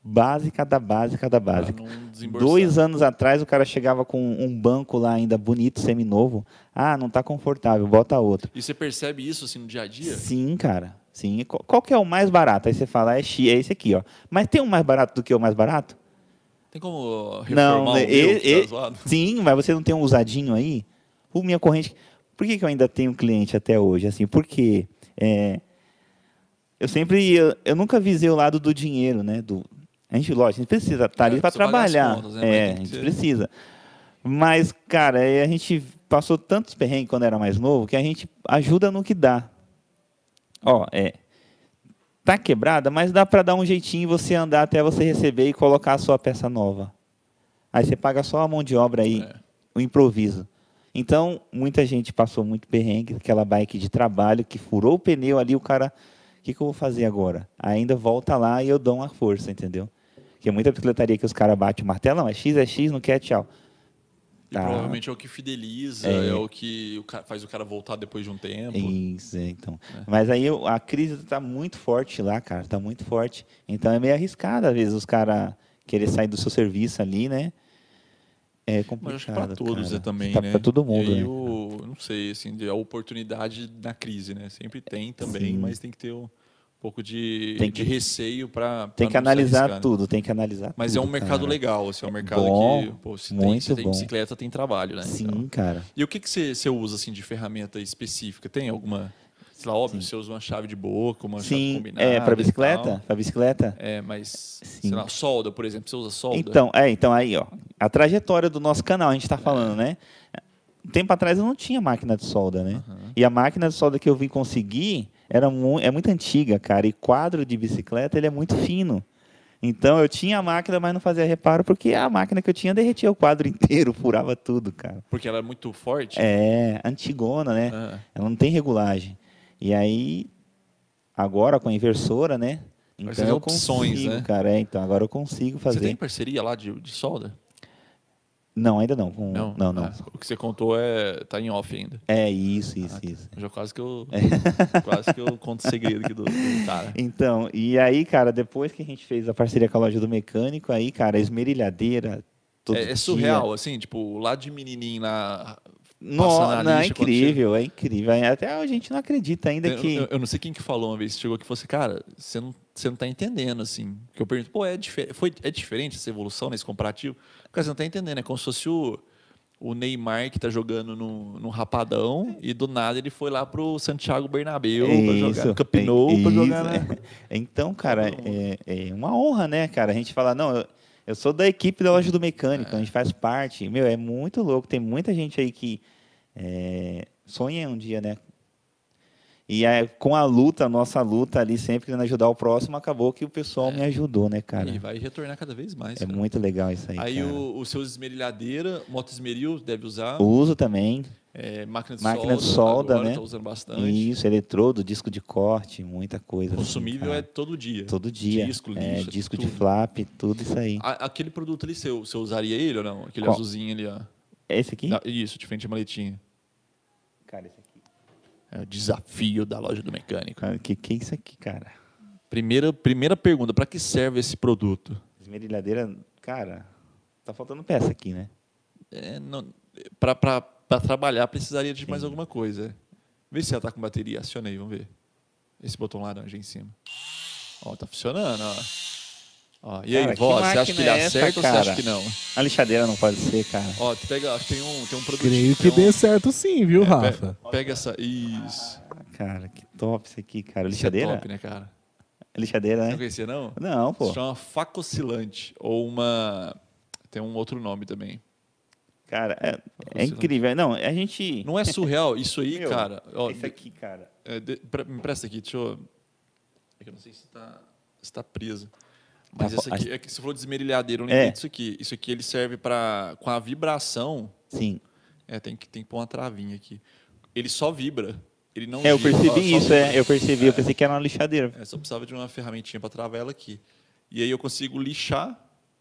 Speaker 3: básica da básica da
Speaker 1: Pra
Speaker 3: básica.
Speaker 1: não desembolsar.
Speaker 3: Dois anos atrás o cara chegava com um banco lá ainda bonito, seminovo. Ah, não tá confortável, bota outro.
Speaker 1: E você percebe isso assim no dia a dia?
Speaker 3: Sim, cara. Sim. Qual- Qual que é o mais barato? Aí você fala, é, X, é esse aqui, ó. Mas tem um mais barato do que o mais barato?
Speaker 1: Tem como uh, reformar
Speaker 3: Não,
Speaker 1: o
Speaker 3: né?
Speaker 1: meu, que
Speaker 3: E-
Speaker 1: tá
Speaker 3: e-
Speaker 1: zoado?
Speaker 3: Sim, mas você não tem um usadinho aí? O minha corrente. Por que, que eu ainda tenho cliente até hoje? Assim, porque é, eu sempre. Eu, eu nunca visei o lado do dinheiro, né? Do, a gente, lógico, a gente precisa estar ali
Speaker 1: É,
Speaker 3: para
Speaker 1: precisa pagar as
Speaker 3: trabalhar.
Speaker 1: contas, né? Mas
Speaker 3: É,
Speaker 1: tem
Speaker 3: a
Speaker 1: que
Speaker 3: gente
Speaker 1: ser-
Speaker 3: precisa. Mas, cara, é, a gente passou tantos perrengues quando era mais novo que a gente ajuda no que dá. Ó, é. tá quebrada, mas dá para dar um jeitinho e você andar até você receber e colocar a sua peça nova. Aí você paga só a mão de obra aí,
Speaker 1: É.
Speaker 3: o improviso. Então, muita gente passou muito perrengue, aquela bike de trabalho que furou o pneu ali, o cara, o que, que eu vou fazer agora? Ainda volta lá e eu dou uma força, entendeu? Porque muita bicicletaria que os caras batem o martelo, não, é X, é X, não quer, tchau.
Speaker 1: E
Speaker 3: Tá.
Speaker 1: provavelmente é o que fideliza, é,
Speaker 3: É.
Speaker 1: o que o ca- faz o cara voltar depois de um tempo.
Speaker 3: Isso, é, então. Mas aí eu- a crise tá muito forte lá, cara, tá muito forte. Então é meio arriscado, às vezes, os caras querer sair do seu serviço ali, né? É complicado.
Speaker 1: Mas acho que para todos
Speaker 3: cara.
Speaker 1: é também,
Speaker 3: tá
Speaker 1: né?
Speaker 3: Pra todo mundo.
Speaker 1: E aí
Speaker 3: né?
Speaker 1: o- eu não sei, assim, de- a oportunidade na crise, né? Sempre tem também,
Speaker 3: Sim.
Speaker 1: mas tem que ter um pouco de,
Speaker 3: Tem que-
Speaker 1: de receio para
Speaker 3: Tem que analisar tudo, tem que analisar
Speaker 1: né? Mas é
Speaker 3: tudo,
Speaker 1: um mercado
Speaker 3: cara.
Speaker 1: legal, assim, é um mercado
Speaker 3: bom,
Speaker 1: que, pô, se tem,
Speaker 3: muito
Speaker 1: se tem
Speaker 3: bom.
Speaker 1: bicicleta, tem trabalho, né?
Speaker 3: Sim,
Speaker 1: Então,
Speaker 3: cara.
Speaker 1: E o que que você você usa, assim, de ferramenta específica? Tem alguma, sei lá, óbvio, você usa uma chave de boca, uma chave
Speaker 3: Sim,
Speaker 1: combinada
Speaker 3: é,
Speaker 1: e
Speaker 3: para
Speaker 1: tal.
Speaker 3: bicicleta? Para bicicleta?
Speaker 1: É, mas,
Speaker 3: Sim.
Speaker 1: sei lá, solda, por exemplo, você usa solda?
Speaker 3: Então, é, então aí, ó. A trajetória do nosso canal, a gente tá falando, né? Um tempo atrás eu não tinha máquina de solda, né?
Speaker 1: É. Aham.
Speaker 3: E a máquina de solda que eu vim conseguir era mu é muito antiga, cara. E quadro de bicicleta, ele é muito fino. Então eu tinha a máquina, mas não fazia reparo, porque a máquina que eu tinha derretia o quadro inteiro, furava tudo, cara.
Speaker 1: Porque ela é muito forte?
Speaker 3: É, antigona, né?
Speaker 1: Ah,
Speaker 3: Ela não tem regulagem. E aí, agora com a inversora, né?
Speaker 1: Agora
Speaker 3: Então
Speaker 1: você tem
Speaker 3: eu
Speaker 1: opções,
Speaker 3: consigo,
Speaker 1: né?
Speaker 3: cara. É, então agora eu consigo
Speaker 1: Você
Speaker 3: fazer.
Speaker 1: tem parceria lá de, de solda?
Speaker 3: Não, ainda não. com- Não, não.
Speaker 1: Ah, o que você contou é tá em off ainda.
Speaker 3: É isso, isso,
Speaker 1: Ah, tá.
Speaker 3: isso.
Speaker 1: Já quase que eu
Speaker 3: É.
Speaker 1: quase que eu conto o segredo aqui do, do cara.
Speaker 3: Então, e aí, cara, depois que a gente fez a parceria com a loja do mecânico, aí, cara, esmerilhadeira. Todo
Speaker 1: É, é
Speaker 3: dia.
Speaker 1: surreal, assim, tipo, lá de menininho lá.
Speaker 3: Não,
Speaker 1: Passar na
Speaker 3: não, é
Speaker 1: lixa quando
Speaker 3: incrível, é incrível. Até a gente não acredita ainda
Speaker 1: Eu,
Speaker 3: que.
Speaker 1: eu- eu não sei quem que falou uma vez, chegou aqui e falou assim, cara, você não, você não tá entendendo, assim. Que eu pergunto, pô, é, dife- foi, é diferente essa evolução nesse comparativo? Cara, você não tá entendendo, é como se fosse o, o Neymar que tá jogando no, no Rapadão e do nada ele foi lá pro Santiago Bernabéu pra jogar no Camp Nou,
Speaker 3: é
Speaker 1: pra
Speaker 3: isso,
Speaker 1: jogar na-
Speaker 3: é. Então, cara,
Speaker 1: Todo
Speaker 3: é, é uma honra, né, cara? A gente fala, não, eu, eu sou da equipe da loja do mecânico,
Speaker 1: É.
Speaker 3: a gente faz parte. Meu, é muito louco. Tem muita gente aí que é, sonha um dia, né? E aí, com a luta, a nossa luta ali, sempre querendo ajudar o próximo, acabou que o pessoal me ajudou, né, cara?
Speaker 1: É. E vai retornar cada vez mais.
Speaker 3: É
Speaker 1: cara.
Speaker 3: muito legal isso aí.
Speaker 1: Aí
Speaker 3: cara.
Speaker 1: o, o seu esmerilhadeira, moto esmeril, deve usar.
Speaker 3: Uso também,
Speaker 1: é, máquina de
Speaker 3: máquina de
Speaker 1: solda,
Speaker 3: solda,
Speaker 1: agora
Speaker 3: né?
Speaker 1: tá usando bastante.
Speaker 3: isso, eletrodo, disco de corte, muita coisa. assim,
Speaker 1: Consumível
Speaker 3: cara.
Speaker 1: é todo dia.
Speaker 3: Todo dia.
Speaker 1: Disco,
Speaker 3: é,
Speaker 1: lixa,
Speaker 3: disco de
Speaker 1: tudo. Ah,
Speaker 3: flap, tudo isso aí.
Speaker 1: A- aquele produto ali, você, você usaria ele ou não? Aquele
Speaker 3: Qual?
Speaker 1: azulzinho ali, ó.
Speaker 3: É esse aqui?
Speaker 1: Da- isso, de frente à maletinha.
Speaker 3: Cara, esse aqui.
Speaker 1: É o desafio da loja do mecânico.
Speaker 3: Cara, que, que é isso aqui, cara?
Speaker 1: Primeira, primeira pergunta, para que serve esse produto?
Speaker 3: Esmerilhadeira, cara, tá faltando peça aqui, né?
Speaker 1: É, para trabalhar, precisaria de mais alguma coisa. Vê se ela tá com bateria. Aciona aí, vamos ver. Esse botão laranja em cima. Ó, tá funcionando, ó. Ó, e
Speaker 3: Cara,
Speaker 1: aí,
Speaker 3: que
Speaker 1: vó, você acha
Speaker 3: máquina
Speaker 1: que ele
Speaker 3: é essa,
Speaker 1: acerta ou você acha
Speaker 3: cara?
Speaker 1: que não?
Speaker 3: A lixadeira não pode ser, cara.
Speaker 1: Ó, tu pega, acho que tem um, tem um produtinho.
Speaker 2: Creio que
Speaker 1: tem um-
Speaker 2: dê certo sim, viu, Rafa?
Speaker 1: Pe- Pega essa. Isso.
Speaker 3: Ah, Cara, que top isso aqui, cara.
Speaker 1: Isso é
Speaker 3: Lixadeira?
Speaker 1: top, né, cara?
Speaker 3: Lixadeira,
Speaker 1: Não
Speaker 3: né?
Speaker 1: conhecia, não?
Speaker 3: Não, pô.
Speaker 1: Se chama facocilante. Ou uma. Tem um outro nome também. um
Speaker 3: Cara, é, é
Speaker 1: Fascinante.
Speaker 3: incrível. Não, a gente.
Speaker 1: um Não é surreal? Isso aí,
Speaker 3: Meu,
Speaker 1: cara. Ó,
Speaker 3: Esse aqui, cara.
Speaker 1: é, de- pre- me presta aqui, deixa eu. É que eu não sei se tá, se tá preso. Mas
Speaker 3: Tá,
Speaker 1: esse
Speaker 3: po-
Speaker 1: aqui, é que você falou de esmerilhadeira, eu lembrei
Speaker 3: É.
Speaker 1: disso aqui. Isso aqui ele serve para Com a vibração.
Speaker 3: Sim.
Speaker 1: É, tem que, tem que pôr uma travinha aqui. Ele só vibra. Ele não
Speaker 3: É, eu
Speaker 1: gira,
Speaker 3: percebi
Speaker 1: ó, só
Speaker 3: isso, é.
Speaker 1: vibra.
Speaker 3: Eu percebi, eu pensei que era uma lixadeira.
Speaker 1: É, só precisava de uma ferramentinha para travar ela aqui. E aí eu consigo lixar,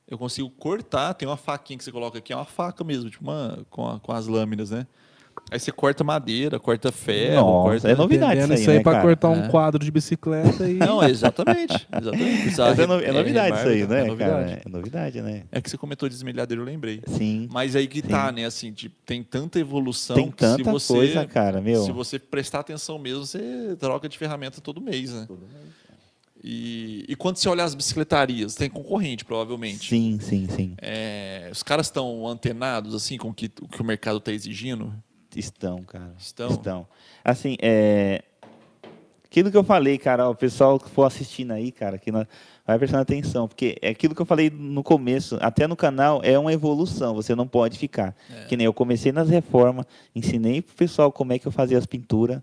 Speaker 1: eu consigo cortar. Tem uma faquinha que você coloca aqui, é uma faca mesmo, tipo uma, com, a- com as lâminas, né? Aí você corta madeira, corta ferro,
Speaker 3: Nossa,
Speaker 1: corta.
Speaker 3: é novidade isso
Speaker 2: Vendendo
Speaker 3: aí,
Speaker 2: isso aí
Speaker 3: né,
Speaker 2: pra
Speaker 3: cara?
Speaker 2: cortar um
Speaker 1: É.
Speaker 2: quadro de bicicleta e.
Speaker 1: Não, exatamente. exatamente. Precisava
Speaker 3: Mas é, no-
Speaker 1: re-
Speaker 3: é novidade isso aí,
Speaker 1: remarca,
Speaker 3: né,
Speaker 1: É novidade.
Speaker 3: cara? É novidade, né?
Speaker 1: É que você comentou de esmerilhadeiro, eu lembrei.
Speaker 3: Sim.
Speaker 1: Mas aí que tá, né? Assim, tipo, tem tanta evolução
Speaker 3: Tem
Speaker 1: que se
Speaker 3: tanta
Speaker 1: você.
Speaker 3: coisa, cara, meu.
Speaker 1: Se você prestar atenção mesmo, você troca de ferramenta todo mês, né?
Speaker 3: é.
Speaker 1: E, e quando você olha as bicicletarias, tem concorrente, provavelmente.
Speaker 3: Sim, sim, sim.
Speaker 1: É, os caras estão antenados assim com o que, o que o mercado está exigindo?
Speaker 3: Estão, cara.
Speaker 1: Estão?
Speaker 3: Estão. Assim, é... Aquilo que eu falei, cara, o pessoal que for assistindo aí, cara, que na- vai prestando atenção, porque é aquilo que eu falei no começo, até no canal, é uma evolução, você não pode ficar. Que nem eu comecei nas reformas, ensinei pro pessoal como é que eu fazia as pinturas,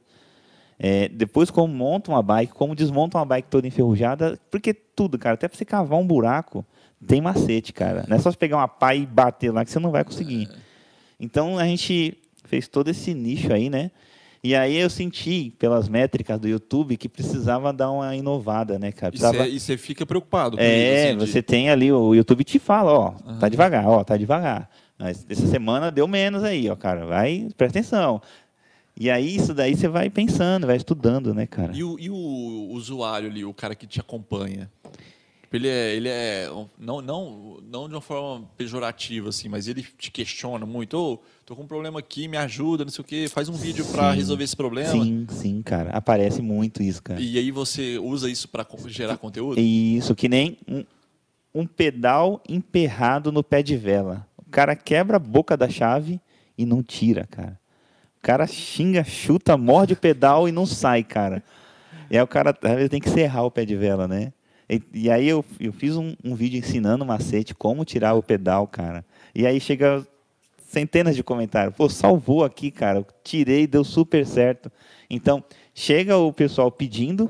Speaker 3: É, depois, como monta uma bike, como desmonta uma bike toda enferrujada, porque tudo, cara, até pra você cavar um buraco, tem macete, cara. Não é só você pegar uma pá e bater lá que você não vai conseguir. Então a gente fez todo esse nicho aí, né? E aí eu senti, pelas métricas do YouTube, que precisava dar uma inovada, né, cara? Precisava...
Speaker 1: E você fica preocupado com
Speaker 3: É,
Speaker 1: isso. assim, de-
Speaker 3: você tem ali, o YouTube te fala, ó, tá
Speaker 1: Aham.
Speaker 3: devagar, ó, tá devagar. Mas essa semana deu menos aí, ó, cara, vai, presta atenção. E aí, isso daí você vai pensando, vai estudando, né, cara?
Speaker 1: E o, e o usuário ali, o cara que te acompanha? Tipo, Ele é, ele é um- não, não, não de uma forma pejorativa, assim, mas ele te questiona muito. Ô, tô com um problema aqui, me ajuda, não sei o quê, faz um vídeo para
Speaker 3: Sim.
Speaker 1: resolver esse problema.
Speaker 3: Sim, é. sim, cara, aparece muito isso, cara.
Speaker 1: E aí você usa isso para gerar conteúdo?
Speaker 3: Isso, que nem um, um pedal emperrado no pé de vela. O cara quebra a boca da chave e não tira, cara. O cara xinga, chuta, morde o pedal e não sai, cara. E aí o cara às vezes, tem que serrar o pé de vela, né? E, e aí eu, eu fiz um, um vídeo ensinando o macete, como tirar o pedal, cara. E aí chega centenas de comentários. Pô, salvou aqui, cara. Eu Tirei, deu super certo. Então, chega o pessoal pedindo,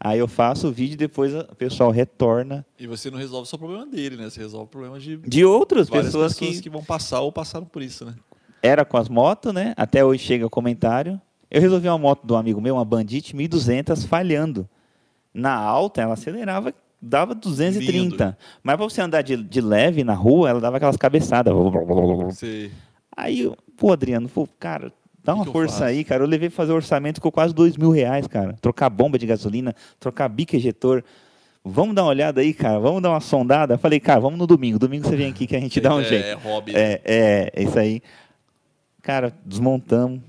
Speaker 3: aí eu faço o vídeo, depois o pessoal retorna.
Speaker 1: E você não resolve só o problema dele, né? Você resolve o problema de
Speaker 3: De outras
Speaker 1: várias
Speaker 3: pessoas,
Speaker 1: pessoas, que...
Speaker 3: que
Speaker 1: vão passar ou passaram por isso, né?
Speaker 3: era com as motos, né? Até hoje chega comentário. Eu resolvi uma moto de um amigo meu, uma Bandit 1200, falhando. Na alta, ela acelerava, dava 230. Mas pra você andar de, de leve na rua, ela dava aquelas cabeçadas.
Speaker 1: Você...
Speaker 3: Aí, eu- pô, Adriano, pô, cara, dá
Speaker 1: Que
Speaker 3: uma
Speaker 1: que eu
Speaker 3: força
Speaker 1: faço?
Speaker 3: aí, cara. Eu levei pra fazer orçamento com quase dois mil reais, cara. Trocar bomba de gasolina, trocar bico ejetor. Vamos dar uma olhada aí, cara. Vamos dar uma sondada. Eu Falei, cara, vamos no domingo. Domingo você vem aqui que a gente dá um
Speaker 1: é,
Speaker 3: jeito.
Speaker 1: É hobby. né?
Speaker 3: É, é, é isso aí. Cara, desmontamos.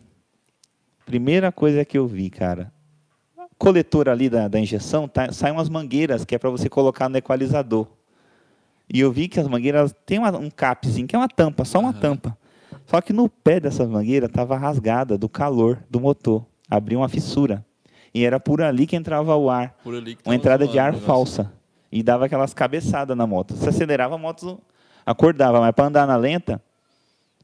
Speaker 3: Primeira coisa que eu vi, cara. Coletor ali da, da injeção, tá, saem umas mangueiras que é para você colocar no equalizador. E eu vi que as mangueiras têm uma- um capzinho, que é uma tampa, só uma
Speaker 1: Aham.
Speaker 3: tampa. Só que no pé dessa mangueira estava rasgada do calor do motor. Abriu uma fissura. E era por ali que entrava o ar
Speaker 1: Por ali que
Speaker 3: uma
Speaker 1: tava
Speaker 3: entrada de
Speaker 1: zoando né? o
Speaker 3: ar
Speaker 1: negócio.
Speaker 3: falsa. E dava aquelas cabeçadas na moto. Se acelerava, a moto acordava. Mas para andar na lenta,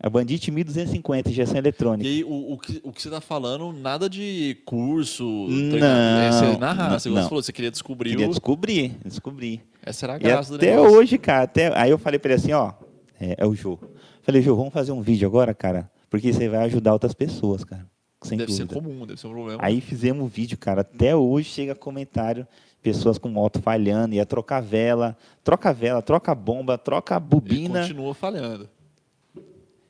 Speaker 3: a Bandit 1250, injeção
Speaker 1: E
Speaker 3: eletrônica.
Speaker 1: aí, o, o que, o que você tá falando, nada de curso,
Speaker 3: Não,
Speaker 1: treinamento, é, você na raça,
Speaker 3: não,
Speaker 1: igual
Speaker 3: não.
Speaker 1: você falou, você queria descobrir
Speaker 3: Queria
Speaker 1: o...
Speaker 3: descobrir, descobri.
Speaker 1: Essa era a
Speaker 3: E
Speaker 1: graça do
Speaker 3: até
Speaker 1: negócio.
Speaker 3: hoje, cara, até... aí eu falei para ele assim, ó, é, é o Jô. Falei, Jô, vamos fazer um vídeo agora, cara? Porque você vai ajudar outras pessoas, cara. Sem
Speaker 1: Deve ser
Speaker 3: dúvida.
Speaker 1: comum, deve ser um problema.
Speaker 3: Aí fizemos um vídeo, cara. Até hoje chega comentário, pessoas com moto falhando, ia trocar vela, troca vela, troca bomba, troca
Speaker 1: e
Speaker 3: bobina.
Speaker 1: continua falhando.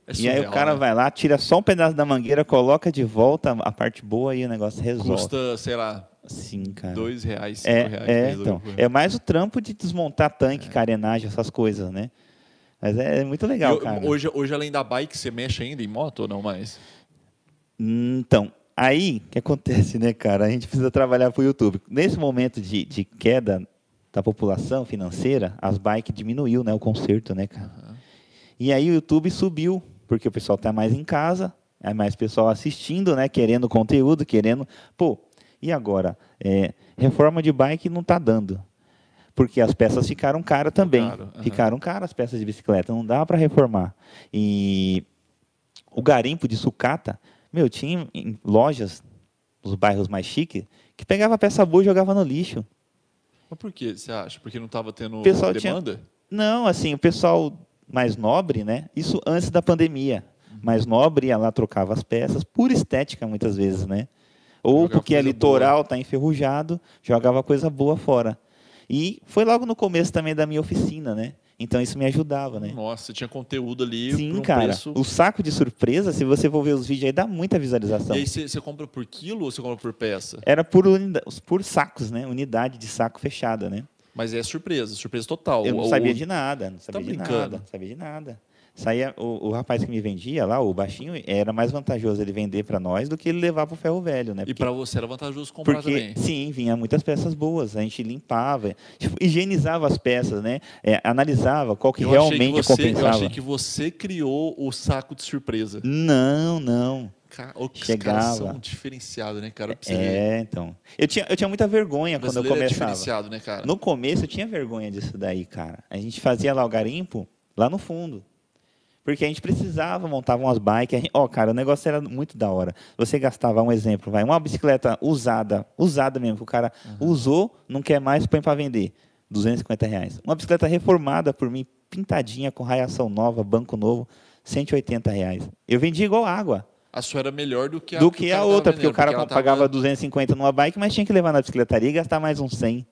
Speaker 1: É
Speaker 3: E aí o
Speaker 1: surreal,
Speaker 3: cara
Speaker 1: né?
Speaker 3: vai lá, tira só um pedaço da mangueira, coloca de volta a parte boa e o negócio resolve.
Speaker 1: Custa, sei lá,
Speaker 3: Sim, cara.
Speaker 1: dois reais, cinco
Speaker 3: é,
Speaker 1: reais. pra
Speaker 3: é,
Speaker 1: resolver o
Speaker 3: então.
Speaker 1: problema. É.
Speaker 3: É mais o trampo de desmontar tanque, carenagem, essas coisas, né? Mas é, é muito legal,
Speaker 1: E o-
Speaker 3: cara.
Speaker 1: hoje, hoje, além da bike, você mexe ainda em moto ou não mais?
Speaker 3: Hum, Então, aí o que acontece, né, cara? A gente precisa trabalhar pro YouTube. Nesse momento de, de queda da população financeira, as bikes diminuiu, né? O conserto, né, cara? E aí o YouTube subiu, porque o pessoal tá mais em casa, é mais pessoal assistindo, né? Querendo conteúdo, querendo. Pô, e agora? É, reforma de bike não tá dando. Porque as peças ficaram caras também.
Speaker 1: Ficaram, aham.
Speaker 3: Ficaram caras as peças de bicicleta, não dá para reformar. E o garimpo de sucata, meu, tinha em lojas nos bairros mais chiques que pegava peça boa e jogava no lixo.
Speaker 1: Mas por que você acha? Porque não tava tendo
Speaker 3: O pessoal tinha-
Speaker 1: demanda?
Speaker 3: Não, assim, o pessoal mais nobre, né? Isso antes da pandemia. Mais nobre ia lá, trocava as peças, por estética muitas vezes, né? Ou
Speaker 1: Jogava
Speaker 3: porque é
Speaker 1: coisa
Speaker 3: litoral, tá enferrujado, jogava coisa boa fora. E foi logo no começo também da minha oficina, né? Então isso me ajudava, né?
Speaker 1: Nossa, tinha conteúdo ali por
Speaker 3: Sim,
Speaker 1: um
Speaker 3: cara.
Speaker 1: preço...
Speaker 3: O saco de surpresa, se você for ver os vídeos aí, dá muita
Speaker 1: E
Speaker 3: visualização.
Speaker 1: aí você você compra por quilo ou você compra por peça?
Speaker 3: Era por, unida- por sacos, né? Unidade de saco fechada, né?
Speaker 1: Mas é surpresa, surpresa total.
Speaker 3: Eu não
Speaker 1: O- o-
Speaker 3: sabia de nada, não sabia
Speaker 1: tá
Speaker 3: de
Speaker 1: brincando?
Speaker 3: nada, não sabia de nada. Saía, o, o rapaz que me vendia lá, o baixinho, era mais vantajoso ele vender para nós do que ele levar para o ferro velho, né?
Speaker 1: E para você era vantajoso comprar
Speaker 3: porque
Speaker 1: também.
Speaker 3: sim, vinha muitas peças boas, a gente limpava, tipo, higienizava as peças, né? É, analisava qual que
Speaker 1: eu achei
Speaker 3: realmente
Speaker 1: que você, eu
Speaker 3: compensava.
Speaker 1: achei que você criou o saco de surpresa.
Speaker 3: Não, não.
Speaker 1: Ca- Ô, que Os
Speaker 3: Chegava.
Speaker 1: caras são diferenciados, né, cara? Pra você ver.
Speaker 3: É, então. Eu tinha, eu tinha muita vergonha
Speaker 1: O
Speaker 3: quando eu
Speaker 1: brasileiro é
Speaker 3: começava.
Speaker 1: diferenciado, né, cara?
Speaker 3: No começo eu tinha vergonha disso daí, cara. A gente fazia lá o garimpo, lá no fundo. Porque a gente precisava montar umas bikes. Ó, cara, o negócio era muito da hora. Você gastava, um exemplo, vai, uma bicicleta usada, usada mesmo, que o cara usou, não quer mais, põe para vender. 250 reais. Uma bicicleta reformada por mim, pintadinha, com raiação nova, banco novo, 180 reais. Eu vendi igual água
Speaker 1: A sua era melhor do que a
Speaker 3: do
Speaker 1: o
Speaker 3: que
Speaker 1: cara
Speaker 3: a
Speaker 1: tava
Speaker 3: outra, porque
Speaker 1: vendendo,
Speaker 3: o cara
Speaker 1: ela tava-
Speaker 3: pagava 250 numa bike, mas tinha que levar na bicicletaria e gastar mais uns 100.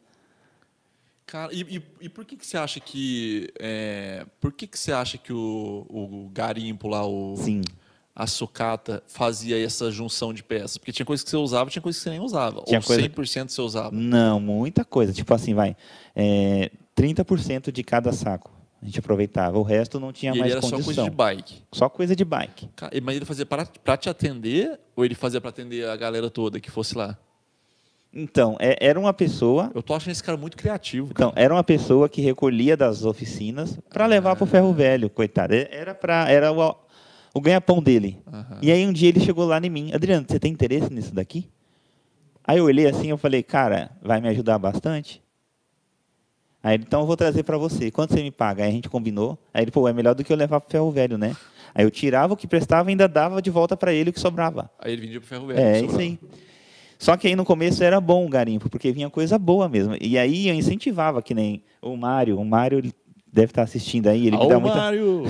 Speaker 1: Cara, e, e- e por que, que você acha que. é, por que, que você acha que o, o garimpo lá, o,
Speaker 3: Sim.
Speaker 1: a sucata, fazia essa junção de peças? Porque tinha coisa que você usava, tinha coisa que você nem usava.
Speaker 3: Tinha
Speaker 1: ou
Speaker 3: coisa-
Speaker 1: 100% você usava.
Speaker 3: Não, muita coisa. Tipo assim, vai. É, 30% de cada saco a gente aproveitava. O resto não tinha
Speaker 1: e ele
Speaker 3: mais
Speaker 1: era
Speaker 3: condição.
Speaker 1: só coisa de bike.
Speaker 3: Só coisa de bike.
Speaker 1: Ca- e- Mas ele fazia para, pra te atender ou ele fazia pra atender a galera toda que fosse lá?
Speaker 3: Então, é- era uma pessoa.
Speaker 1: Eu tô achando esse cara muito criativo.
Speaker 3: Então, era uma pessoa que recolhia das oficinas para levar para
Speaker 1: Ah.
Speaker 3: o ferro velho, coitado. É- Era para era o, o ganha-pão dele.
Speaker 1: Aham.
Speaker 3: E aí um dia ele chegou lá em mim, Adriano, você tem interesse nisso daqui? Aí eu olhei assim, eu falei, cara, vai me ajudar bastante. Aí ele, então eu vou trazer para você. Quanto você me paga? Aí a gente combinou. Aí ele, pô, é melhor do que eu levar pro ferro velho, né? Aí eu tirava o que prestava e ainda dava de volta para ele o que sobrava.
Speaker 1: Aí ele vendia pro ferro velho.
Speaker 3: É,
Speaker 1: sobrava.
Speaker 3: isso aí. Só que aí no começo era bom o garimpo, porque vinha coisa boa mesmo. E aí eu incentivava, que nem o Mário. O Mário ele deve estar assistindo aí.
Speaker 2: Ah,
Speaker 3: Ele que
Speaker 1: Alô,
Speaker 3: dá muita...
Speaker 1: Mário!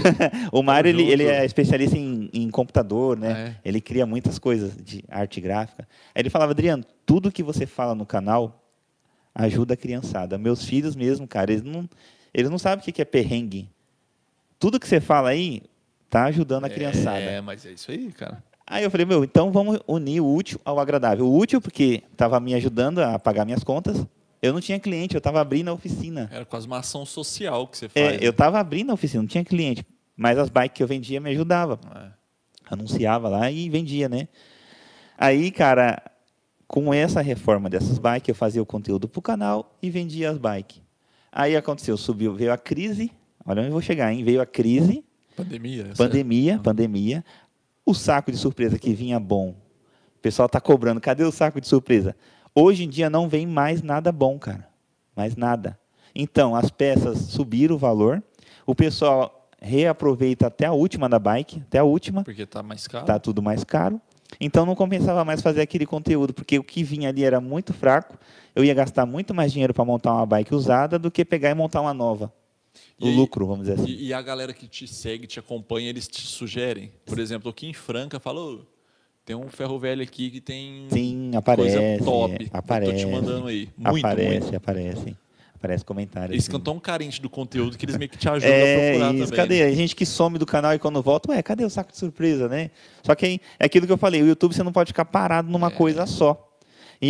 Speaker 3: O Mário ele,
Speaker 1: junto.
Speaker 3: ele é especialista em, em computador, né?
Speaker 1: Ah,
Speaker 3: Ele cria muitas coisas de arte gráfica. Aí ele falava, Adriano, tudo que você fala no canal ajuda a criançada. Meus filhos mesmo, cara, eles não, eles não sabem o que que é perrengue. Tudo que você fala aí tá ajudando a criançada.
Speaker 1: É, mas é isso aí, cara.
Speaker 3: Aí eu falei, meu, então vamos unir o útil ao agradável. O útil, porque estava me ajudando a pagar minhas contas. Eu não tinha cliente, eu estava abrindo a oficina.
Speaker 1: Era quase uma ação social que você
Speaker 3: É,
Speaker 1: faz.
Speaker 3: eu
Speaker 1: né?
Speaker 3: estava abrindo a oficina, não tinha cliente. Mas as bikes que eu vendia me ajudava.
Speaker 1: É.
Speaker 3: Anunciava lá e vendia, né? Aí, cara, com essa reforma dessas bikes, eu fazia o conteúdo pro canal e vendia as bikes. Aí aconteceu, subiu, veio a crise. Olha onde eu vou chegar, hein? Veio a crise.
Speaker 1: Pandemia. é essa-
Speaker 3: Pandemia, pandemia. O saco de surpresa que vinha bom. O pessoal tá cobrando. Cadê o saco de surpresa? Hoje em dia não vem mais nada bom, cara. Mais nada. Então, as peças subiram o valor. O pessoal reaproveita até a última da bike, até a última.
Speaker 1: Porque tá mais caro.
Speaker 3: Tá tudo mais caro. Então não compensava mais fazer aquele conteúdo, porque o que vinha ali era muito fraco. Eu ia gastar muito mais dinheiro para montar uma bike usada do que pegar e montar uma nova.
Speaker 1: E
Speaker 3: O
Speaker 1: aí-
Speaker 3: lucro, vamos dizer assim.
Speaker 1: E, e a galera que te segue, te acompanha, eles te sugerem. Por exemplo, aqui em Franca falou: tem um ferro velho aqui que tem
Speaker 3: Sim, aparece.
Speaker 1: coisa top.
Speaker 3: Aparece.
Speaker 1: Eu tô te mandando aí. Muito,
Speaker 3: aparece,
Speaker 1: muito.
Speaker 3: aparece. Aparece comentário.
Speaker 1: Eles
Speaker 3: assim.
Speaker 1: ficam tão carentes do conteúdo que eles meio que te ajudam a
Speaker 3: É,
Speaker 1: procurar
Speaker 3: isso,
Speaker 1: também. né?
Speaker 3: cadê? A gente que some do canal e quando volta, ué, cadê o saco de surpresa, né? Só que aí, é aquilo que eu falei, o YouTube você não pode ficar parado
Speaker 1: É.
Speaker 3: numa coisa só. E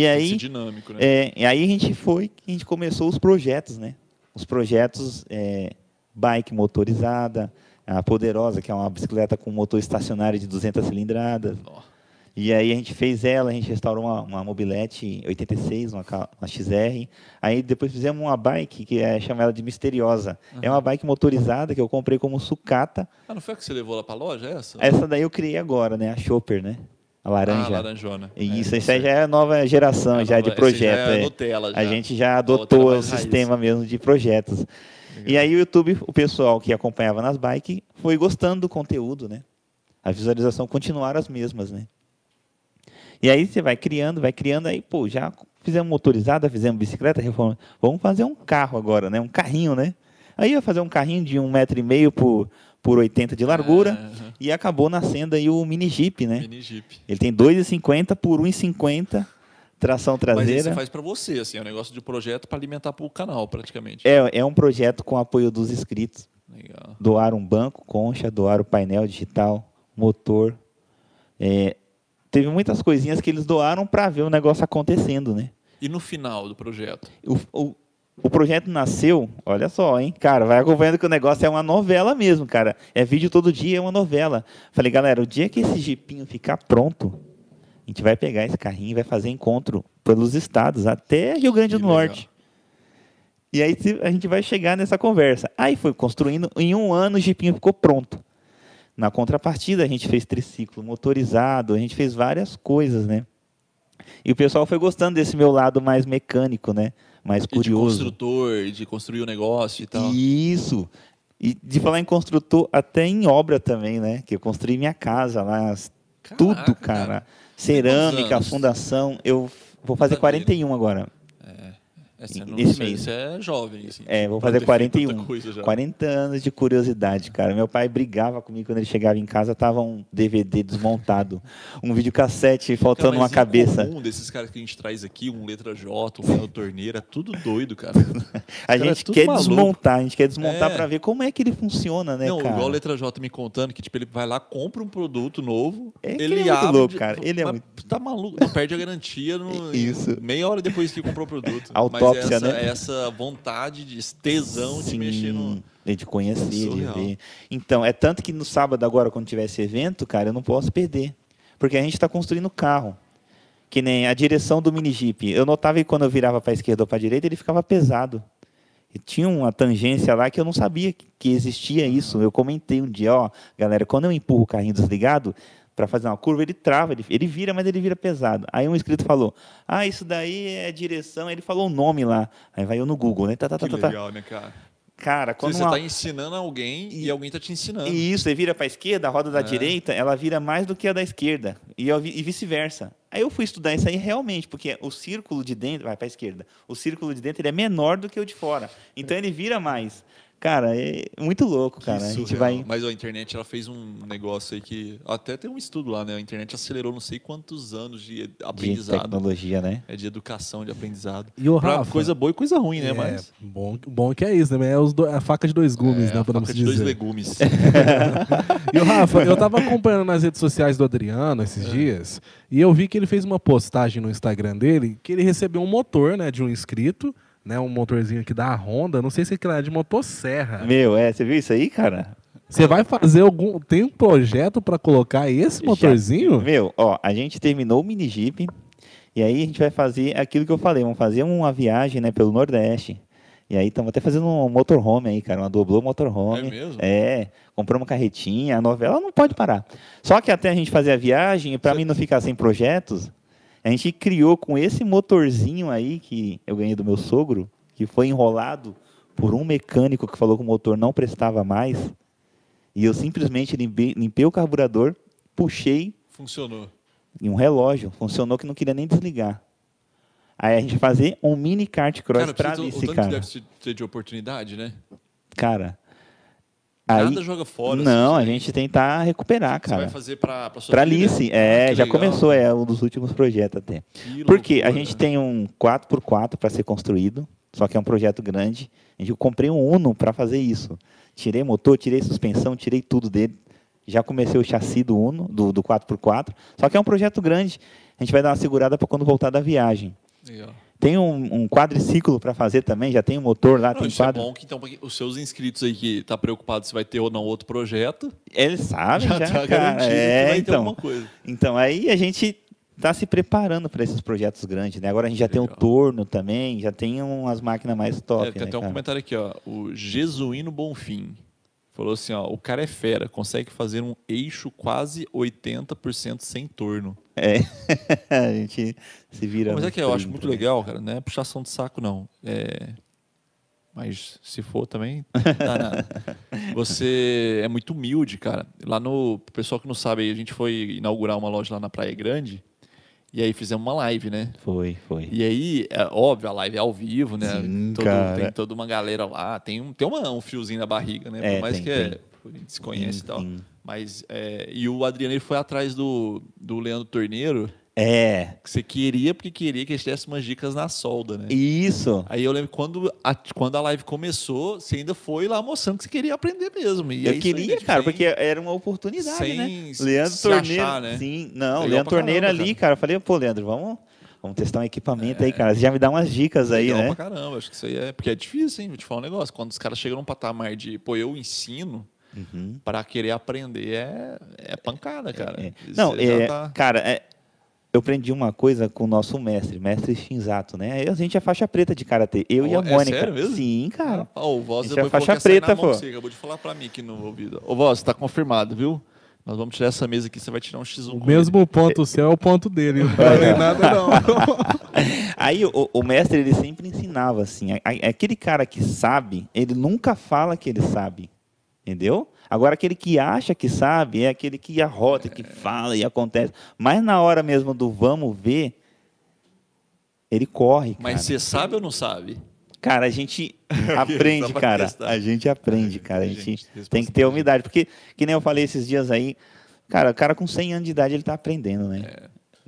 Speaker 1: Tem que ser
Speaker 3: aí,
Speaker 1: dinâmico, né?
Speaker 3: é, e aí a gente foi, a gente começou os projetos, né? Os projetos é, bike motorizada, a Poderosa, que é uma bicicleta com motor estacionário de 200 cilindradas.
Speaker 1: Ó.
Speaker 3: E aí a gente fez ela, a gente restaurou uma, uma mobilete 86, uma, K- uma XR. Aí depois fizemos uma bike que é chamada de Misteriosa. É uma bike motorizada que eu comprei como sucata.
Speaker 1: Ah, não foi a que você levou lá pra loja, é essa?
Speaker 3: Essa é daí eu criei agora, né? A Chopper, né? A
Speaker 1: Ah,
Speaker 3: laranja.
Speaker 1: laranjona.
Speaker 3: Isso,
Speaker 1: É,
Speaker 3: isso aí já é a nova geração,
Speaker 1: É,
Speaker 3: já
Speaker 1: nova-
Speaker 3: de
Speaker 1: esse
Speaker 3: projeto.
Speaker 1: já é
Speaker 3: é.
Speaker 1: Nutella, já.
Speaker 3: A gente
Speaker 1: outra
Speaker 3: já
Speaker 1: era
Speaker 3: adotou o
Speaker 1: mais raiz.
Speaker 3: sistema mesmo de projetos. E aí o YouTube, o pessoal que acompanhava nas bikes, foi gostando do conteúdo, né? A visualização continuaram as mesmas, né? E aí você vai criando, vai criando, aí, pô, já fizemos motorizada, fizemos bicicleta, reforma. Vamos fazer um carro agora, né? Um carrinho, né? Aí ia fazer um carrinho de um metro e meio por, por 80 de largura.
Speaker 1: É, Aham.
Speaker 3: E acabou nascendo aí o mini jeep, né?
Speaker 1: Mini Jeep.
Speaker 3: Ele tem 2,50 por 1,50, tração
Speaker 1: Mas isso
Speaker 3: traseira.
Speaker 1: você faz pra você, assim, é um negócio de projeto pra alimentar pro canal, praticamente.
Speaker 3: É, é um projeto com apoio dos inscritos.
Speaker 1: Legal.
Speaker 3: Doar um banco, concha, doar o painel digital, motor. É, teve muitas coisinhas que eles doaram para ver o negócio acontecendo, né?
Speaker 1: E no final do projeto?
Speaker 3: O, o, o projeto nasceu, olha só, hein? Cara, vai acompanhando que o negócio é uma novela mesmo, cara. É vídeo todo dia, é uma novela. Falei, galera, o dia que esse jipinho ficar pronto, a gente vai pegar esse carrinho e vai fazer encontro pelos estados, até Rio Grande do
Speaker 1: Que legal.
Speaker 3: Norte. E aí se- a gente vai chegar nessa conversa. Aí foi construindo, em um ano o jipinho ficou pronto. Na contrapartida, a gente fez triciclo motorizado, a gente fez várias coisas, né? E o pessoal foi gostando desse meu lado mais mecânico, né? Mais
Speaker 1: E de
Speaker 3: curioso.
Speaker 1: construtor, de construir o negócio e tal.
Speaker 3: Isso. E de falar em construtor, até em obra também, né? Que eu construí minha casa lá, as- tudo,
Speaker 1: Caraca,
Speaker 3: cara.
Speaker 1: cara. Quantos
Speaker 3: Cerâmica,
Speaker 1: anos?
Speaker 3: fundação. Eu vou fazer
Speaker 1: Maneiro.
Speaker 3: 41 agora.
Speaker 1: É, você não,
Speaker 3: Esse
Speaker 1: isso, aí,
Speaker 3: mês.
Speaker 1: você é jovem, assim.
Speaker 3: É, vou
Speaker 1: pra
Speaker 3: fazer
Speaker 1: ter feito
Speaker 3: 41.
Speaker 1: tanta coisa já.
Speaker 3: 40 anos de curiosidade, cara. Meu pai brigava comigo quando ele chegava em casa, tava um DVD desmontado, um videocassete
Speaker 1: Cara,
Speaker 3: faltando
Speaker 1: mas
Speaker 3: uma
Speaker 1: em
Speaker 3: cabeça.
Speaker 1: comum desses caras que a gente traz aqui, um letra J, um Léo Torneira, tudo doido, cara.
Speaker 3: A
Speaker 1: Cara, é
Speaker 3: gente
Speaker 1: tudo
Speaker 3: quer
Speaker 1: maluco.
Speaker 3: desmontar, a gente quer desmontar
Speaker 1: É.
Speaker 3: pra ver como é que ele funciona, né,
Speaker 1: não,
Speaker 3: cara?
Speaker 1: igual o letra J me contando que tipo ele vai lá, compra um produto novo,
Speaker 3: É que
Speaker 1: ele
Speaker 3: ele é muito
Speaker 1: abre,
Speaker 3: louco, cara, ele é
Speaker 1: mas tá maluco, não perde a garantia no,
Speaker 3: Isso.
Speaker 1: meia hora depois que comprou o produto. Mas é
Speaker 3: Autópsia,
Speaker 1: essa,
Speaker 3: né?
Speaker 1: essa vontade de esse tesão de
Speaker 3: Sim,
Speaker 1: mexer no
Speaker 3: e de conhecer, de
Speaker 1: Surreal.
Speaker 3: ver. Então, é tanto que no sábado agora, quando tiver esse evento, cara, eu não posso perder. Porque a gente está construindo carro. Que nem a direção do mini Jeep. Eu notava que quando eu virava para a esquerda ou para a direita, ele ficava pesado. E tinha uma tangência lá que eu não sabia que- que existia isso. Eu comentei um dia, ó, galera, quando eu empurro o carrinho desligado para fazer uma curva, ele trava, ele, ele vira, mas ele vira pesado. Aí um inscrito falou: "Ah, isso daí é direção". Ele falou o nome lá. Aí vai eu no Google, né? Tá, tá, tá,
Speaker 1: que
Speaker 3: tá, tá.
Speaker 1: legal, né, cara?
Speaker 3: Cara,
Speaker 1: Você tá
Speaker 3: quando
Speaker 1: está
Speaker 3: uma-
Speaker 1: ensinando alguém e,
Speaker 3: E-
Speaker 1: alguém está te ensinando.
Speaker 3: e isso, você vira para a esquerda, a roda da
Speaker 1: É.
Speaker 3: direita, ela vira mais do que a da esquerda. E, eu vi- e vice-versa. Aí eu fui estudar isso aí realmente, porque o círculo de dentro, vai para a esquerda, o círculo de dentro ele é menor do que o de fora. Então ele vira mais. Cara, é muito louco,
Speaker 1: Que
Speaker 3: cara. a gente
Speaker 1: surreal.
Speaker 3: vai.
Speaker 1: Mas ó, a internet ela fez um negócio aí que. Até tem um estudo lá, né? A internet acelerou não sei quantos anos de
Speaker 3: De
Speaker 1: aprendizado.
Speaker 3: tecnologia, né?
Speaker 1: é de educação, de aprendizado.
Speaker 2: E o
Speaker 1: Pra
Speaker 2: Rafa?
Speaker 1: coisa boa e coisa ruim, né?
Speaker 2: É,
Speaker 1: Mas.
Speaker 2: bom, bom que é isso, né? É os do- a faca de dois gumes,
Speaker 1: É,
Speaker 2: né?
Speaker 1: a
Speaker 2: Podemos
Speaker 1: faca de dois
Speaker 2: dizer.
Speaker 1: legumes.
Speaker 3: É,
Speaker 1: É
Speaker 2: E o Rafa, eu tava acompanhando nas redes sociais do Adriano
Speaker 1: É.
Speaker 2: esses dias, e eu vi que ele fez uma postagem no Instagram dele que ele recebeu um motor, né, de um inscrito, né? Um motorzinho aqui da Honda. Não sei se aquilo é de motosserra.
Speaker 3: Meu, é, você viu isso aí, cara?
Speaker 2: Você vai fazer algum. Tem um projeto pra colocar esse motorzinho?
Speaker 3: Meu, ó, a gente terminou o mini Jeep e aí a gente vai fazer aquilo que eu falei, vamos fazer uma viagem, né, pelo Nordeste. E aí estamos até fazendo um motorhome aí, cara, uma doblô
Speaker 1: é
Speaker 3: motorhome.
Speaker 1: mesmo?
Speaker 3: É, compramos uma carretinha, a novela não pode parar. Só que até a gente fazer a viagem, para mim não ficar sem projetos, a gente criou com esse motorzinho aí que eu ganhei do meu sogro, que foi enrolado por um mecânico que falou que o motor não prestava mais. E eu simplesmente limpei, limpei o carburador, puxei
Speaker 1: Funcionou.
Speaker 3: em um relógio, funcionou que não queria nem desligar. Aí a gente vai fazer um mini kart cross
Speaker 1: Cara,
Speaker 3: pra
Speaker 1: precisa, o
Speaker 3: vice,
Speaker 1: tanto que
Speaker 3: cara.
Speaker 1: deve se- ter de oportunidade, né?
Speaker 3: Cara. Aí,
Speaker 1: Nada joga fora.
Speaker 3: não,
Speaker 1: assim,
Speaker 3: a gente tentar recuperar,
Speaker 1: Você vai
Speaker 3: cara.
Speaker 1: fazer pra, pra sua
Speaker 3: Para
Speaker 1: filha?
Speaker 3: Alice,
Speaker 1: Ah,
Speaker 3: é,
Speaker 1: que
Speaker 3: já
Speaker 1: legal.
Speaker 3: começou, é um dos últimos projetos até.
Speaker 1: Que
Speaker 3: Porque a
Speaker 1: loucura. né?
Speaker 3: gente tem um 4x4 para ser construído, só que é um projeto grande. Eu comprei um Uno para fazer isso. Tirei motor, tirei suspensão, tirei tudo dele. Já comecei o chassi do Uno, do, do 4x4. Só que é um projeto grande. A gente vai dar uma segurada para quando voltar da viagem.
Speaker 1: Legal.
Speaker 3: Tem um, um quadriciclo para fazer também, já tem um motor lá,
Speaker 1: Não,
Speaker 3: tem
Speaker 1: isso é
Speaker 3: quadro.
Speaker 1: bom que então, pra quem- os seus inscritos aí que tá preocupado se vai ter ou não outro projeto,
Speaker 3: Eles sabem,
Speaker 1: já
Speaker 3: já,
Speaker 1: tá
Speaker 3: cara.
Speaker 1: garantido né? que
Speaker 3: É,
Speaker 1: vai ter
Speaker 3: então.
Speaker 1: alguma coisa.
Speaker 3: Então, aí a gente está se preparando para esses projetos grandes, né? Agora a gente já tem
Speaker 1: Legal.
Speaker 3: o torno também, já tem umas máquinas mais top,
Speaker 1: É, tem
Speaker 3: né,
Speaker 1: até um
Speaker 3: cara?
Speaker 1: comentário aqui, ó. O Jesuíno Bonfim falou assim, ó. O cara é fera, consegue fazer um eixo quase 80% sem torno.
Speaker 3: É. a gente se vira.
Speaker 1: Mas é
Speaker 3: no
Speaker 1: que eu acho
Speaker 3: trinta,
Speaker 1: muito
Speaker 3: né?
Speaker 1: legal, cara. Não é puxação de saco, não. É... Mas se for também, dá nada. Você é muito humilde, cara. Lá no... pro Pessoal que não sabe, aí, a gente foi inaugurar uma loja lá na Praia Grande. E aí fizemos uma live, né?
Speaker 3: Foi, foi.
Speaker 1: E aí, é óbvio, a live é ao vivo, né?
Speaker 3: Sim,
Speaker 1: Todo-
Speaker 3: cara.
Speaker 1: Tem toda uma galera lá, tem um, tem uma- um fiozinho na barriga, né?
Speaker 3: É,
Speaker 1: Por mais
Speaker 3: tem, Uhum.
Speaker 1: que é, a gente se conhece e
Speaker 3: Sim,
Speaker 1: tal.
Speaker 3: sim.
Speaker 1: Mas, é, e o Adriano ele foi atrás do, do Leandro Torneiro,
Speaker 3: É,
Speaker 1: que você queria, porque queria que ele tivesse umas dicas na solda, né?
Speaker 3: isso.
Speaker 1: Aí eu lembro que quando a, quando a live começou, você ainda foi lá mostrando que você queria aprender mesmo. E é
Speaker 3: eu
Speaker 1: isso aí,
Speaker 3: queria,
Speaker 1: né?
Speaker 3: cara,
Speaker 1: Sem-
Speaker 3: porque era uma oportunidade,
Speaker 1: sem
Speaker 3: né?
Speaker 1: se-
Speaker 3: Leandro
Speaker 1: se
Speaker 3: Torneiro.
Speaker 1: achar, né?
Speaker 3: Sim, não,
Speaker 1: Legal
Speaker 3: Leandro
Speaker 1: pra
Speaker 3: Torneiro
Speaker 1: caramba, cara.
Speaker 3: ali,
Speaker 1: É.
Speaker 3: cara. Eu falei, pô, Leandro, vamos, vamos testar um equipamento aí, cara. Você já me dá umas dicas aí,
Speaker 1: Legal
Speaker 3: né?
Speaker 1: pra caramba, acho que isso aí é. Porque é difícil, hein? Vou te falar um negócio. Quando os caras chegam num patamar de, pô, eu ensino,
Speaker 3: Uhum.
Speaker 1: para querer aprender é, é pancada, cara.
Speaker 3: É.
Speaker 1: Você
Speaker 3: Não,
Speaker 1: já
Speaker 3: é,
Speaker 1: tá-
Speaker 3: cara, é, eu aprendi uma coisa com o nosso mestre, mestre Shinzato, né? Eu- A gente é faixa preta de karatê, eu e
Speaker 1: Ó,
Speaker 3: a
Speaker 1: é
Speaker 3: Mônica.
Speaker 1: sério mesmo?
Speaker 3: Sim, cara.
Speaker 1: Ah, o Voz
Speaker 3: Isso
Speaker 1: depois falou
Speaker 3: é faixa
Speaker 1: que ia sair na
Speaker 3: preta,
Speaker 1: mão,
Speaker 3: pô.
Speaker 1: Você acabou de falar para mim aqui no ouvido. Ô, Voz, tá confirmado, viu? Nós vamos tirar essa mesa aqui, você vai tirar um X1
Speaker 2: O
Speaker 1: com
Speaker 2: mesmo ponto seu é o ponto dele. Não falei nada, não.
Speaker 3: Aí o, o mestre ele sempre ensinava assim, a- a- aquele cara que sabe, ele nunca fala que ele sabe. Entendeu? Agora, aquele que acha que sabe é aquele que arrota, que fala e acontece. Mas na hora mesmo do vamos ver, ele corre. Cara.
Speaker 1: Mas você sabe ou não sabe?
Speaker 3: Cara, a gente aprende,
Speaker 1: Só pra
Speaker 3: cara.
Speaker 1: testar.
Speaker 3: A gente aprende, cara. A gente
Speaker 1: Gente,
Speaker 3: tem que ter humildade. Porque, que nem eu falei esses dias aí, cara, o cara com 100 anos de idade, ele tá aprendendo, né?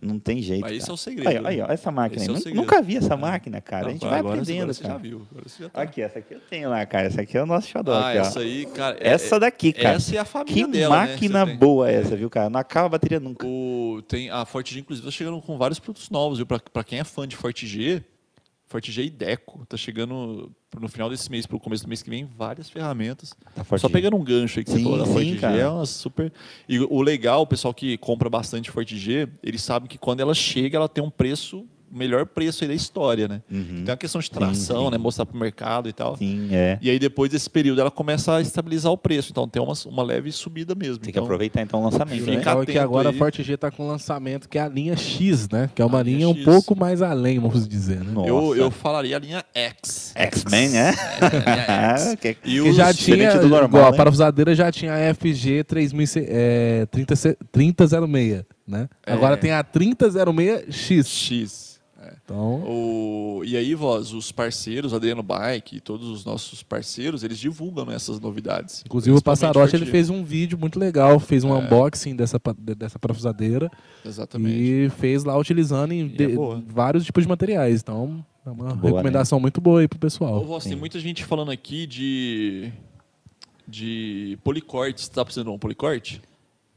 Speaker 3: Não tem jeito.
Speaker 1: É. Mas isso é
Speaker 3: cara.
Speaker 1: o segredo.
Speaker 3: Olha, olha, olha essa máquina.
Speaker 1: Esse é
Speaker 3: aí.
Speaker 1: o
Speaker 3: Nu-
Speaker 1: segredo.
Speaker 3: Nunca vi essa
Speaker 1: É.
Speaker 3: máquina, cara. a gente
Speaker 1: Não,
Speaker 3: vai
Speaker 1: agora você-
Speaker 3: aprendendo,
Speaker 1: agora Você já
Speaker 3: cara.
Speaker 1: viu. Agora você já tá.
Speaker 3: Aqui, essa aqui eu tenho lá, cara. Essa aqui é o nosso xodó.
Speaker 1: Ah,
Speaker 3: aqui, ó.
Speaker 1: essa aí, cara. é-
Speaker 3: Essa daqui, cara.
Speaker 1: Essa é a família
Speaker 3: Que
Speaker 1: dela, né,
Speaker 3: máquina
Speaker 1: você tem.
Speaker 3: boa é essa, viu, cara? Não acaba a bateria nunca.
Speaker 1: O, tem a Forte G, inclusive, tá chegando com vários produtos novos, viu? Pra, pra quem é fã de Forte G, Forte G e Deco. Tá chegando no final desse mês, pro começo do mês que vem, várias ferramentas.
Speaker 3: Tá forte.
Speaker 1: Só pegando um gancho aí que você
Speaker 3: Sim,
Speaker 1: falou da
Speaker 3: sim,
Speaker 1: Forte G,
Speaker 3: cara.
Speaker 1: é uma super. E o legal, o pessoal que compra bastante Forte G, eles sabem que quando ela chega, ela tem um preço, o melhor preço aí da história, né?
Speaker 3: Uhum.
Speaker 1: Tem uma questão de tração, né? Mostrar pro mercado e tal.
Speaker 3: Sim, é.
Speaker 1: E aí, depois desse período, ela começa a estabilizar o preço. Então, tem uma, uma leve subida mesmo.
Speaker 3: Tem que
Speaker 1: então,
Speaker 3: aproveitar então o lançamento,
Speaker 1: Fica
Speaker 3: né?
Speaker 2: Legal é que
Speaker 1: atento
Speaker 2: agora
Speaker 1: aí.
Speaker 2: a Forte G tá com um lançamento que é a linha X, né? Que é uma
Speaker 1: A linha
Speaker 2: linha um
Speaker 1: X.
Speaker 2: pouco mais além, vamos dizer, né?
Speaker 1: Eu,
Speaker 3: Nossa.
Speaker 1: eu falaria a linha X.
Speaker 3: X-Men, né?
Speaker 1: É,
Speaker 3: que-
Speaker 1: E
Speaker 2: Que
Speaker 1: os-
Speaker 2: já
Speaker 3: diferente
Speaker 2: tinha,
Speaker 3: do normal,
Speaker 2: ó, a
Speaker 3: né?
Speaker 2: parafusadeira já tinha a FG 3006, é, 30, 3006, né?
Speaker 1: É.
Speaker 2: Agora tem a 3006X.
Speaker 1: X.
Speaker 2: Então,
Speaker 1: O, e aí, voz, os parceiros, Adriano Bike e todos os nossos parceiros, eles divulgam né, essas novidades.
Speaker 2: inclusive o
Speaker 1: Principalmente
Speaker 2: Passarote ele
Speaker 1: Forte G. É.
Speaker 2: fez um vídeo muito legal, fez um unboxing dessa, pa- de- dessa parafusadeira
Speaker 1: Exatamente.
Speaker 2: e fez lá utilizando em
Speaker 1: é
Speaker 2: de-
Speaker 1: boa.
Speaker 2: vários tipos de materiais. Então, é uma
Speaker 3: Boa, né?
Speaker 2: recomendação muito boa aí pro pessoal.
Speaker 1: Ô, voz, tem muita gente falando aqui de. De policorte, você tá precisando de um policorte?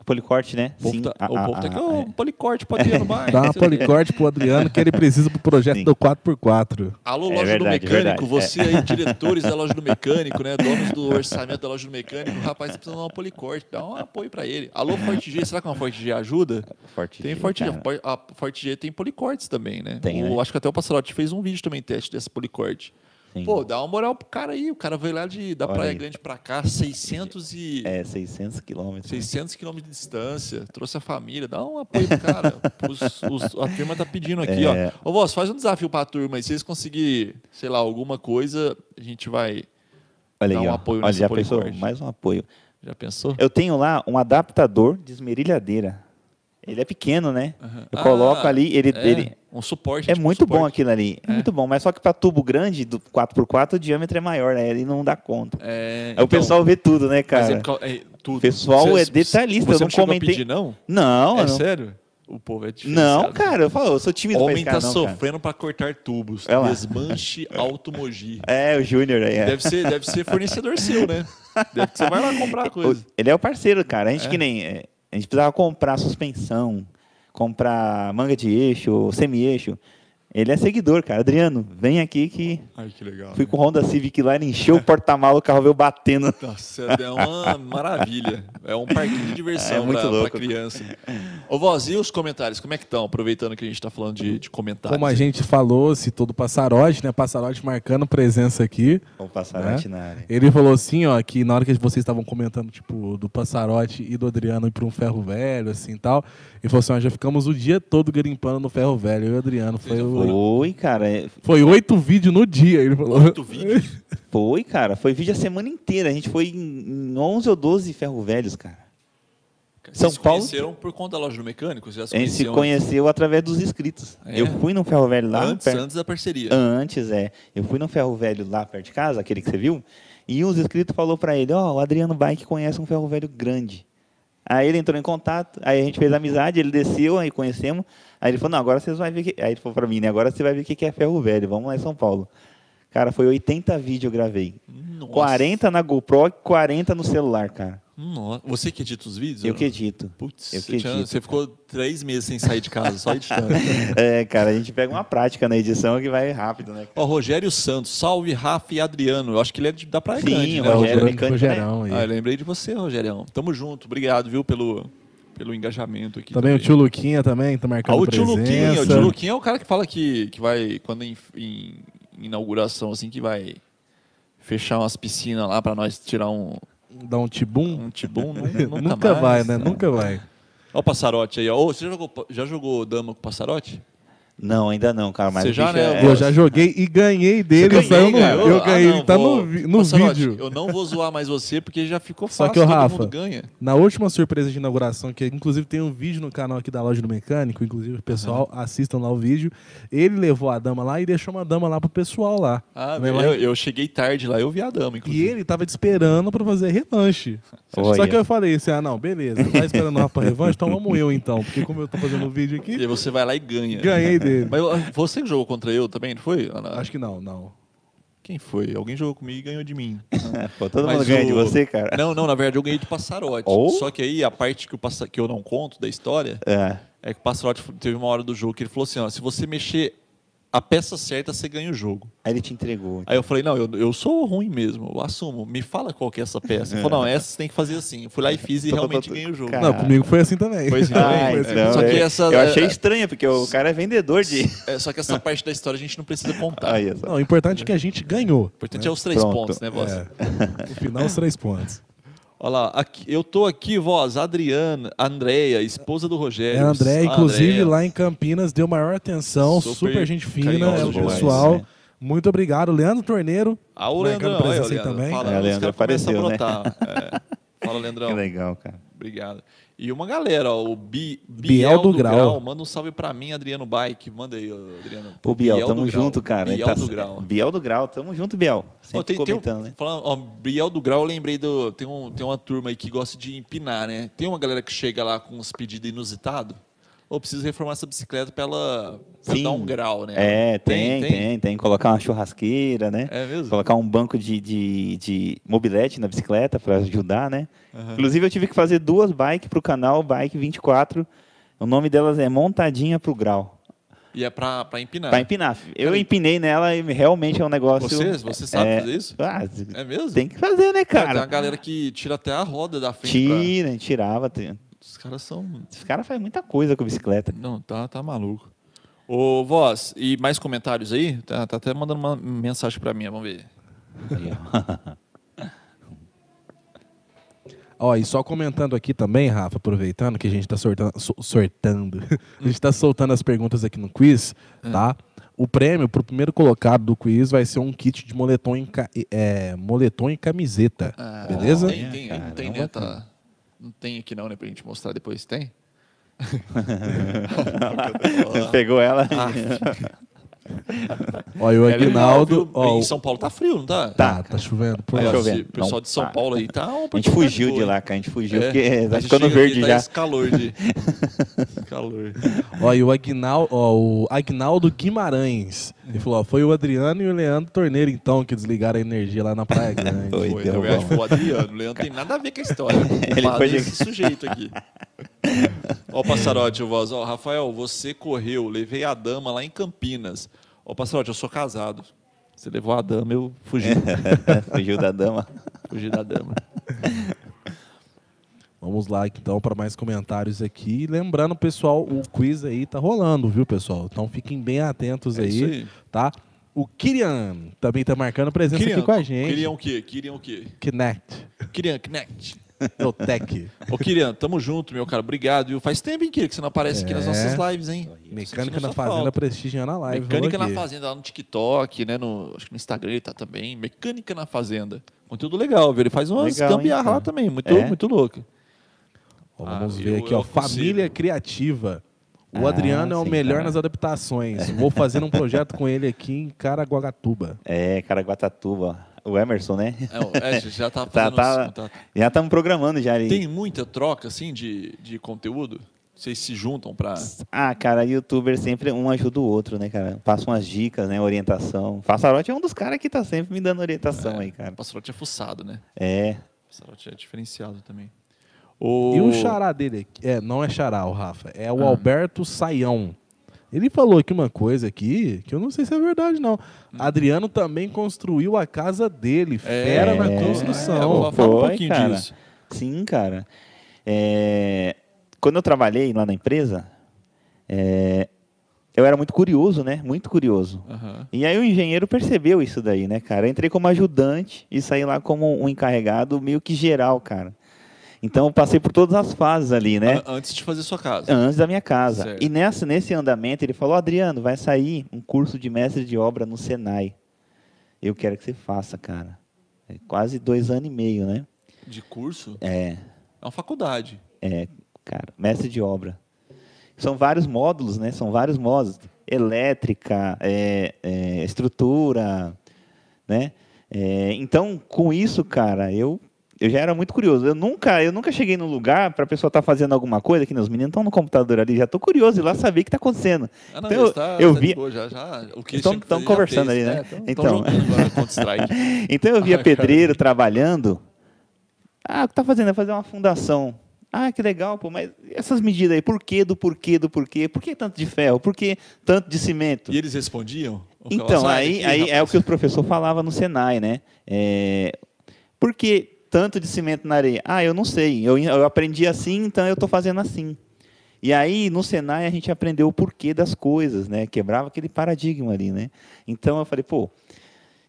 Speaker 3: Policorte, né?
Speaker 1: O povo tá,
Speaker 3: Ah,
Speaker 1: o
Speaker 3: ah,
Speaker 1: povo tá aqui,
Speaker 3: ah,
Speaker 1: ô,
Speaker 3: é.
Speaker 1: um policorte pra Adriano Bike.
Speaker 2: Dá uma
Speaker 1: não sei o quê.
Speaker 2: policorte pro Adriano que ele precisa pro projeto
Speaker 3: Sim.
Speaker 2: do 4x4.
Speaker 1: Alô,
Speaker 3: É
Speaker 1: loja
Speaker 3: verdade,
Speaker 1: do mecânico,
Speaker 3: verdade,
Speaker 1: você aí, diretores da loja do mecânico, né? Donos do orçamento da loja do mecânico, rapaz, você precisa dar uma policorte, dá um apoio pra ele. Alô, Forte G, será que uma Forte G ajuda?
Speaker 3: é, Forte
Speaker 1: Tem
Speaker 3: G,
Speaker 1: Forte G,
Speaker 3: cara.
Speaker 1: a Forte G tem policortes também, né?
Speaker 3: Tem,
Speaker 1: o,
Speaker 3: né?
Speaker 1: Acho que até o Passarote fez um vídeo também, teste desse policorte.
Speaker 3: Sim.
Speaker 1: Pô, dá uma moral pro cara aí, o cara veio lá de, da
Speaker 3: Olha
Speaker 1: Praia
Speaker 3: aí.
Speaker 1: Grande pra cá, 600 e...
Speaker 3: É, 600 quilômetros.
Speaker 1: 600 quilômetros de distância, trouxe a família, dá um apoio pro cara. Os- os- a turma tá pedindo aqui,
Speaker 3: É.
Speaker 1: ó. Ô, Voz, faz um desafio pra turma aí. Se vocês conseguirem, sei lá, alguma coisa, a gente vai.
Speaker 3: Olha
Speaker 1: Dá
Speaker 3: aí,
Speaker 1: um
Speaker 3: ó.
Speaker 1: apoio
Speaker 3: Olha,
Speaker 1: nessa
Speaker 3: já pensou?
Speaker 1: policorte.
Speaker 3: Mais um apoio.
Speaker 1: Já pensou?
Speaker 3: Eu tenho lá um adaptador de esmerilhadeira. Ele é pequeno, né?
Speaker 1: Aham.
Speaker 3: Eu coloco
Speaker 1: Ah,
Speaker 3: ali, ele
Speaker 1: é,
Speaker 3: ele
Speaker 1: um suporte.
Speaker 3: é
Speaker 1: tipo,
Speaker 3: muito
Speaker 1: suporte.
Speaker 3: bom aquilo ali. É.
Speaker 1: É.
Speaker 3: muito bom, mas só que para tubo grande do 4x4 o diâmetro é maior, né? Ele não dá conta.
Speaker 1: É,
Speaker 3: Aí o pessoal vê tudo, né, cara?
Speaker 1: tudo.
Speaker 3: o pessoal
Speaker 1: Vocês-
Speaker 3: é detalhista,
Speaker 1: Você
Speaker 3: eu não
Speaker 1: chegou a
Speaker 3: comentei.
Speaker 1: pedir, não?
Speaker 3: Não,
Speaker 1: é
Speaker 3: não.
Speaker 1: sério? O povo é diferenciado.
Speaker 3: Não, cara, eu falo, eu sou tímido
Speaker 1: O homem
Speaker 3: pra
Speaker 1: tá
Speaker 3: escalar, não, cara.
Speaker 1: sofrendo pra cortar tubos.
Speaker 3: Olha lá.
Speaker 1: Desmanche automogi.
Speaker 3: É, o Júnior aí. É.
Speaker 1: Deve ser, deve ser fornecedor seu, né? Deve que você vai lá comprar a coisa.
Speaker 3: Ele é o parceiro, cara. A gente
Speaker 1: É.
Speaker 3: que nem. é, A gente precisava comprar suspensão, comprar manga de eixo, semi-eixo. Ele é seguidor, cara. Adriano, vem aqui que
Speaker 1: Ai, que legal.
Speaker 3: fui com o Honda Civic lá, ele encheu o porta-mala, o carro veio batendo.
Speaker 1: Nossa, é uma maravilha. É um parquinho de diversão
Speaker 3: É muito
Speaker 1: pra, pra
Speaker 3: louco.
Speaker 1: criança. Ô, Voz, e os comentários? Como é que estão? Aproveitando que a gente tá falando de, de comentários.
Speaker 2: Como a gente falou, citou do Passarote, né? Passarote marcando presença aqui.
Speaker 3: Vamos passar
Speaker 2: Né?
Speaker 3: a na área.
Speaker 2: Ele falou assim, ó, que na hora que vocês estavam comentando, tipo, do Passarote e do Adriano ir pra um ferro velho, assim e tal. Ele falou assim, ó, já ficamos o dia todo garimpando no ferro velho. Eu e o Adriano. Foi,
Speaker 1: já
Speaker 2: o-
Speaker 3: Foi, cara. é-
Speaker 2: foi oito vídeos no dia, ele falou.
Speaker 1: Muito vídeo.
Speaker 3: Foi, cara. Foi vídeo a semana inteira. A gente foi em em 11 ou 12 ferro velhos, cara. São
Speaker 1: Vocês se
Speaker 3: Paulo-
Speaker 1: conheceram por conta da loja do mecânico? Vocês Já
Speaker 3: A gente se
Speaker 1: conheciam
Speaker 3: conheceu através dos inscritos.
Speaker 1: É?
Speaker 3: Eu fui no ferro velho lá.
Speaker 1: antes,
Speaker 3: perto-
Speaker 1: antes da parceria.
Speaker 3: Antes, é. Eu fui no ferro velho lá perto de casa, aquele que você viu, e uns inscritos falou pra ele, ó, o Adriano Bike conhece um ferro velho grande. Aí ele entrou em contato, aí a gente fez amizade, ele desceu, aí conhecemos. Aí ele falou, não, agora vocês vão ver que... Aí ele falou pra mim, né, agora você vai ver o que que é ferro velho, vamos lá em São Paulo. Cara, foi 80 vídeos eu gravei.
Speaker 1: Nossa.
Speaker 3: 40 na GoPro, 40 no celular, cara.
Speaker 1: Nossa. Você que edita os vídeos?
Speaker 3: Eu que edito.
Speaker 1: Putz,
Speaker 3: Eu
Speaker 1: você,
Speaker 3: que
Speaker 1: tinha-
Speaker 3: edito,
Speaker 1: você ficou três meses sem sair de casa, só editando.
Speaker 3: É, cara, a gente pega uma prática na edição que vai rápido, né?
Speaker 1: Ó, Rogério Santos, salve Rafa e Adriano. Eu acho que ele é de, da Praia
Speaker 3: Sim,
Speaker 1: Grande, né?
Speaker 2: É, o
Speaker 3: Rogério
Speaker 2: grande
Speaker 3: mecânico,
Speaker 2: Rogerão aí.
Speaker 1: Ah, eu lembrei de você, Rogério. Tamo junto. Obrigado, viu, pelo, pelo engajamento aqui.
Speaker 2: Também o tio Luquinha também, tá
Speaker 1: Ah,
Speaker 2: marcando
Speaker 1: o tio
Speaker 2: presença.
Speaker 1: Luquinha. O tio Luquinha é o cara que fala que, que vai, quando em, em inauguração, assim, que vai fechar umas piscinas lá pra nós tirar um,
Speaker 2: Dá um tibum.
Speaker 1: um tibum. nu-
Speaker 2: Nunca,
Speaker 1: Nunca,
Speaker 2: vai,
Speaker 1: mais,
Speaker 2: né? Nunca vai.
Speaker 1: Ó o passarote aí. ó. Ô, você já jogou, já jogou dama com passarote?
Speaker 3: Não, ainda não, cara. Mas
Speaker 1: Você
Speaker 3: o
Speaker 1: já,
Speaker 3: bicho
Speaker 1: né,
Speaker 3: é-
Speaker 1: Lu?
Speaker 2: eu já joguei e ganhei dele.
Speaker 1: ganhei,
Speaker 2: saiu no-
Speaker 1: ganhou?
Speaker 2: eu ganhei,
Speaker 1: Ah, não,
Speaker 2: ele tá
Speaker 1: vou-
Speaker 2: no, vi- no
Speaker 1: Passarotti,
Speaker 2: vídeo.
Speaker 1: Eu não vou zoar mais você porque já ficou fácil.
Speaker 2: Só que, ô,
Speaker 1: todo
Speaker 2: Rafa,
Speaker 1: mundo ganha.
Speaker 2: Na última surpresa de inauguração, que inclusive tem um vídeo no canal aqui da loja do mecânico, inclusive o pessoal assistam lá o vídeo. Ele levou a dama lá e deixou uma dama lá pro pessoal lá.
Speaker 1: Ah,
Speaker 2: né,
Speaker 1: eu,
Speaker 2: lá em-
Speaker 1: eu cheguei tarde lá, eu vi a dama,
Speaker 2: E
Speaker 1: inclusive.
Speaker 2: ele tava te esperando pra fazer revanche.
Speaker 3: Olha.
Speaker 2: Só que eu falei assim: ah, não, beleza, tá esperando nós pra revanche, então vamos eu então. Porque como eu tô fazendo o vídeo
Speaker 1: E
Speaker 2: aqui,
Speaker 1: aí você vai lá e ganha.
Speaker 2: ganhei dele.
Speaker 1: Mas eu- ah, você que jogou contra eu também, não foi? Ana?
Speaker 2: Acho que não, não.
Speaker 1: Quem foi? Alguém jogou comigo e ganhou de mim.
Speaker 3: Pô, todo
Speaker 1: Mas
Speaker 3: mundo ganha de
Speaker 1: o-
Speaker 3: você, cara.
Speaker 1: não, não, na verdade eu ganhei de passarote.
Speaker 3: Oh.
Speaker 1: Só que aí a parte que, o passa- que eu não conto da história
Speaker 3: É.
Speaker 1: é que o passarote teve uma hora do jogo que ele falou assim: ó, se você mexer a peça certa, você ganha o jogo.
Speaker 3: Aí ele te entregou.
Speaker 1: Aí eu falei, não, eu, eu sou ruim mesmo, eu assumo. Me fala qual que é essa peça. Ele falou, não, essa você tem que fazer assim. Eu fui lá e fiz e
Speaker 3: Tô, tô,
Speaker 1: realmente
Speaker 3: tô.
Speaker 1: ganhei o jogo.
Speaker 3: Então, tá Cara.
Speaker 2: Não, comigo foi assim também.
Speaker 1: Foi assim também?
Speaker 3: Ah,
Speaker 1: Foi
Speaker 2: assim.
Speaker 3: então,
Speaker 1: Só que
Speaker 3: é-
Speaker 1: essa-
Speaker 3: eu achei
Speaker 1: é-
Speaker 3: estranho, porque o cara é vendedor de.
Speaker 1: É, só que essa parte da história a gente não precisa contar.
Speaker 3: Ah. Aí, só.
Speaker 2: Não, o importante é que a gente ganhou.
Speaker 1: O importante é os três
Speaker 3: Pronto.
Speaker 1: pontos, né, Voz?
Speaker 2: É. No final, os três pontos.
Speaker 1: Olha lá, aqui- eu tô aqui, Voz, Adriana, Andréia, esposa do
Speaker 2: É,
Speaker 1: Rogério.
Speaker 2: a André,
Speaker 1: A
Speaker 2: inclusive,
Speaker 1: Andréia.
Speaker 2: lá em Campinas, deu maior atenção,
Speaker 1: Super
Speaker 2: super, gente fina,
Speaker 1: carinhoso
Speaker 2: é o
Speaker 1: demais,
Speaker 2: pessoal.
Speaker 3: né?
Speaker 2: Muito obrigado. Leandro Torneiro,
Speaker 1: Ah, o
Speaker 2: marcando
Speaker 1: Leandrão, olha,
Speaker 2: presença aí
Speaker 1: Leandro,
Speaker 2: também.
Speaker 1: fala,
Speaker 3: É,
Speaker 1: os
Speaker 3: Leandro
Speaker 1: caras começam
Speaker 3: apareceu, né?
Speaker 1: a brotar. É. Fala,
Speaker 3: Que
Speaker 1: Leandrão.
Speaker 3: legal, cara.
Speaker 1: Obrigado. E uma galera, ó, o Bi,
Speaker 2: Biel do Grau.
Speaker 1: Manda um salve pra mim, Adriano Bike. Manda aí, ó, Adriano.
Speaker 3: Ô, Biel, tamo
Speaker 1: do Grau.
Speaker 3: junto, cara. Ele
Speaker 1: Biel
Speaker 3: tá-
Speaker 1: do Grau.
Speaker 3: Biel do Grau, tamo junto, Biel. Sempre
Speaker 1: Ó, tem, tem um-
Speaker 3: comentando, né?
Speaker 1: falando, ó, Biel do Grau, eu lembrei do. Tem, um, tem uma turma aí que gosta de empinar, né? Tem uma galera que chega lá com uns pedidos inusitados. Ou preciso reformar essa bicicleta pra ela pra
Speaker 3: Sim.
Speaker 1: dar um grau, né?
Speaker 3: É, tem, tem, tem, Colocar uma churrasqueira, né?
Speaker 1: É mesmo?
Speaker 3: Colocar um banco de, de, de mobilete na bicicleta para ajudar, né?
Speaker 1: Aham.
Speaker 3: Inclusive, eu tive que fazer duas bikes pro canal Bike 24. O nome delas é Montadinha pro Grau.
Speaker 1: E é pra, pra empinar.
Speaker 3: Pra empinar. Eu
Speaker 1: Cara,
Speaker 3: empinei nela e realmente é um negócio.
Speaker 1: Você, você sabe
Speaker 3: é,
Speaker 1: fazer isso?
Speaker 3: Ah,
Speaker 1: É mesmo?
Speaker 3: tem que fazer,
Speaker 1: Cara,
Speaker 3: né,
Speaker 1: tem
Speaker 3: cara?
Speaker 1: uma galera que tira até a roda da frente. pra-
Speaker 3: Tira, tirava. tem-
Speaker 1: Os caras são.
Speaker 3: Os caras fazem muita coisa com bicicleta.
Speaker 1: Não, tá, tá maluco. Ô, Voz, e mais comentários aí? Tá, tá até mandando uma mensagem pra mim, vamos ver.
Speaker 2: É. Ó, e só comentando aqui também, Rafa, aproveitando que a gente tá sortando, so- sortando. a gente tá soltando as perguntas aqui no quiz,
Speaker 1: É.
Speaker 2: tá? O prêmio pro primeiro colocado do quiz vai ser um kit de moletom e, ca- e- é, moletom e camiseta,
Speaker 1: É.
Speaker 2: beleza?
Speaker 1: Ah, Tem, tem, não tem, né?
Speaker 3: Caramba,
Speaker 1: Tá... Não tem aqui não, né? Pra gente mostrar depois. Tem?
Speaker 3: Pegou ela.
Speaker 1: Ah,
Speaker 2: Ó, e o
Speaker 1: É legal,
Speaker 2: Aguinaldo,
Speaker 1: viu?
Speaker 2: ó,
Speaker 1: em São Paulo tá frio, não tá?
Speaker 2: tá, tá chovendo por
Speaker 1: Aí, ó,
Speaker 2: lá.
Speaker 3: Deixa eu ver.
Speaker 1: se O pessoal
Speaker 3: Não,
Speaker 1: de São
Speaker 3: tá.
Speaker 1: Paulo aí tá uma
Speaker 3: A gente
Speaker 1: oportunidade
Speaker 3: fugiu de
Speaker 1: boa,
Speaker 3: lá,
Speaker 1: hein?
Speaker 3: cara. A gente fugiu porque
Speaker 1: É,
Speaker 3: tá
Speaker 1: a gente
Speaker 3: ficando
Speaker 1: chega aqui,
Speaker 3: verde
Speaker 1: tá
Speaker 3: já.
Speaker 1: Esse calor de. esse calor.
Speaker 2: Ó, e o Agnaldo, ó, o Agnaldo Guimarães. Ele falou, ó, foi o Adriano e o Leandro Torneiro, então, que desligaram a energia lá na Praia Grande.
Speaker 3: Foi.
Speaker 1: Foi,
Speaker 3: deu
Speaker 1: na verdade,
Speaker 3: bom.
Speaker 1: foi o Adriano. O Leandro tem nada a ver com a história.
Speaker 3: Ele
Speaker 1: Ele
Speaker 3: foi de-
Speaker 1: esse sujeito aqui. Ó, o Passarote, o voz. Ó, Rafael, você correu, levei a dama lá em Campinas. Ó, Passarote, eu sou casado. Você levou a dama, eu fugi.
Speaker 3: Fugiu da dama.
Speaker 1: fugi da dama.
Speaker 2: Vamos lá, então, para mais comentários aqui. E Lembrando, pessoal, o quiz aí tá rolando, viu, pessoal? Então fiquem bem atentos
Speaker 1: É
Speaker 2: aí,
Speaker 1: isso aí.
Speaker 2: tá? O Kirian também tá marcando presença aqui com a gente.
Speaker 1: Queriam o quê? Queriam o quê?
Speaker 2: Kinect.
Speaker 1: Queriam Connect.
Speaker 2: Eu Tech.
Speaker 1: Ô, Kirian, tamo junto, meu cara. Obrigado. viu? faz tempo, hein, Kirian, que você não aparece aqui nas
Speaker 2: É.
Speaker 1: nossas lives, hein?
Speaker 2: Mecânica
Speaker 1: Sentindo
Speaker 2: na
Speaker 1: sua
Speaker 2: Fazenda
Speaker 1: falta.
Speaker 2: prestigiando a live.
Speaker 1: Mecânica
Speaker 2: rolou
Speaker 1: na
Speaker 2: aqui.
Speaker 1: Fazenda, lá no TikTok, né? No, acho que no Instagram ele tá também. Mecânica na Fazenda. Conteúdo legal, viu? Ele faz umas
Speaker 3: Legal, hein,
Speaker 1: gambiarra
Speaker 3: cara?
Speaker 1: lá também, muito,
Speaker 3: É?
Speaker 1: muito louco.
Speaker 2: Ó, vamos
Speaker 1: Ah,
Speaker 2: ver
Speaker 1: eu-
Speaker 2: aqui,
Speaker 1: eu
Speaker 2: ó.
Speaker 1: consigo.
Speaker 2: Família Criativa. O
Speaker 3: Ah,
Speaker 2: Adriano é o
Speaker 3: sim,
Speaker 2: melhor
Speaker 3: cara.
Speaker 2: nas adaptações. Vou fazer um projeto com ele aqui em Caraguagatuba.
Speaker 3: É, cara, Guatatuba. O Emerson, né?
Speaker 1: É, é, já tá
Speaker 3: Tá,
Speaker 1: fazendo
Speaker 3: tá-
Speaker 1: os contatos.
Speaker 3: já estamos programando já ali.
Speaker 1: Tem muita troca, assim, de, de conteúdo? Vocês se juntam pra...
Speaker 3: Ah, cara, youtuber sempre um ajuda o outro, né, cara? Passa umas dicas, né? Orientação. Passarote é um dos caras que tá sempre me dando orientação aí, cara.
Speaker 1: O Passarote é fuçado, né?
Speaker 3: É.
Speaker 1: O Passarote é diferenciado também. O...
Speaker 2: E um o xará dele aqui, é, não é xará o Rafa, é o
Speaker 1: Ah.
Speaker 2: Alberto Saião. Ele falou aqui uma coisa aqui que eu não sei se é verdade não. Adriano também construiu a casa dele, fera na
Speaker 3: é,
Speaker 2: construção.
Speaker 1: É, fala um
Speaker 3: Foi,
Speaker 1: pouquinho
Speaker 3: cara.
Speaker 1: disso.
Speaker 3: Sim, cara. É, Quando eu trabalhei lá na empresa, é, eu era muito curioso, né? Muito curioso.
Speaker 1: Aham.
Speaker 3: E aí o engenheiro percebeu isso daí, né, cara? Eu entrei como ajudante e saí lá como um encarregado meio que geral, cara. Então eu passei por todas as fases ali, né?
Speaker 1: An- Antes de fazer sua casa.
Speaker 3: Antes da minha casa.
Speaker 1: Ah. Certo.
Speaker 3: E nessa, nesse andamento ele falou, Adriano, vai sair um curso de mestre de obra no Senai. Eu quero que você faça, cara. É quase dois anos e meio, né?
Speaker 1: De curso?
Speaker 3: É,
Speaker 1: É uma faculdade.
Speaker 3: cara, mestre de obra. São vários módulos, né? São vários módulos. Elétrica, é, é, estrutura, né? É, então, com isso, cara, eu, eu já era muito curioso. Eu nunca, eu nunca cheguei num lugar para a pessoa estar fazendo alguma coisa, que nem os meninos estão no computador ali, já tô curioso e lá saber o que está acontecendo.
Speaker 1: Ah, não,
Speaker 3: Então,
Speaker 1: eles tá-
Speaker 3: eu
Speaker 1: tá de
Speaker 3: vi-
Speaker 1: boa, já, já, o que eles
Speaker 3: Então,
Speaker 1: tinham que
Speaker 3: tão
Speaker 1: fazer já
Speaker 3: conversando
Speaker 1: fez,
Speaker 3: ali, né?
Speaker 1: Tão- tão
Speaker 3: Então.
Speaker 1: jogando agora Counter-Strike.
Speaker 3: Então eu
Speaker 1: Ah,
Speaker 3: via
Speaker 1: cara.
Speaker 3: pedreiro trabalhando. Ah, o que tá fazendo? É fazer uma fundação. Ah, que legal, pô, mas essas medidas aí, por quê, do porquê, do porquê? Por que tanto de ferro? Por que tanto de cimento?
Speaker 1: E eles respondiam? Ou assim, "Ah, ficava,
Speaker 3: Então,
Speaker 1: "Sai
Speaker 3: aí,
Speaker 1: daqui,
Speaker 3: aí é o
Speaker 1: rapaz."
Speaker 3: que o professor falava no Senai, né? É, por que tanto de cimento na areia? Ah, eu não sei. Eu, eu aprendi assim, então eu estou fazendo assim. E aí, no Senai, a gente aprendeu o porquê das coisas, né? Quebrava aquele paradigma ali, né? Então eu falei, pô,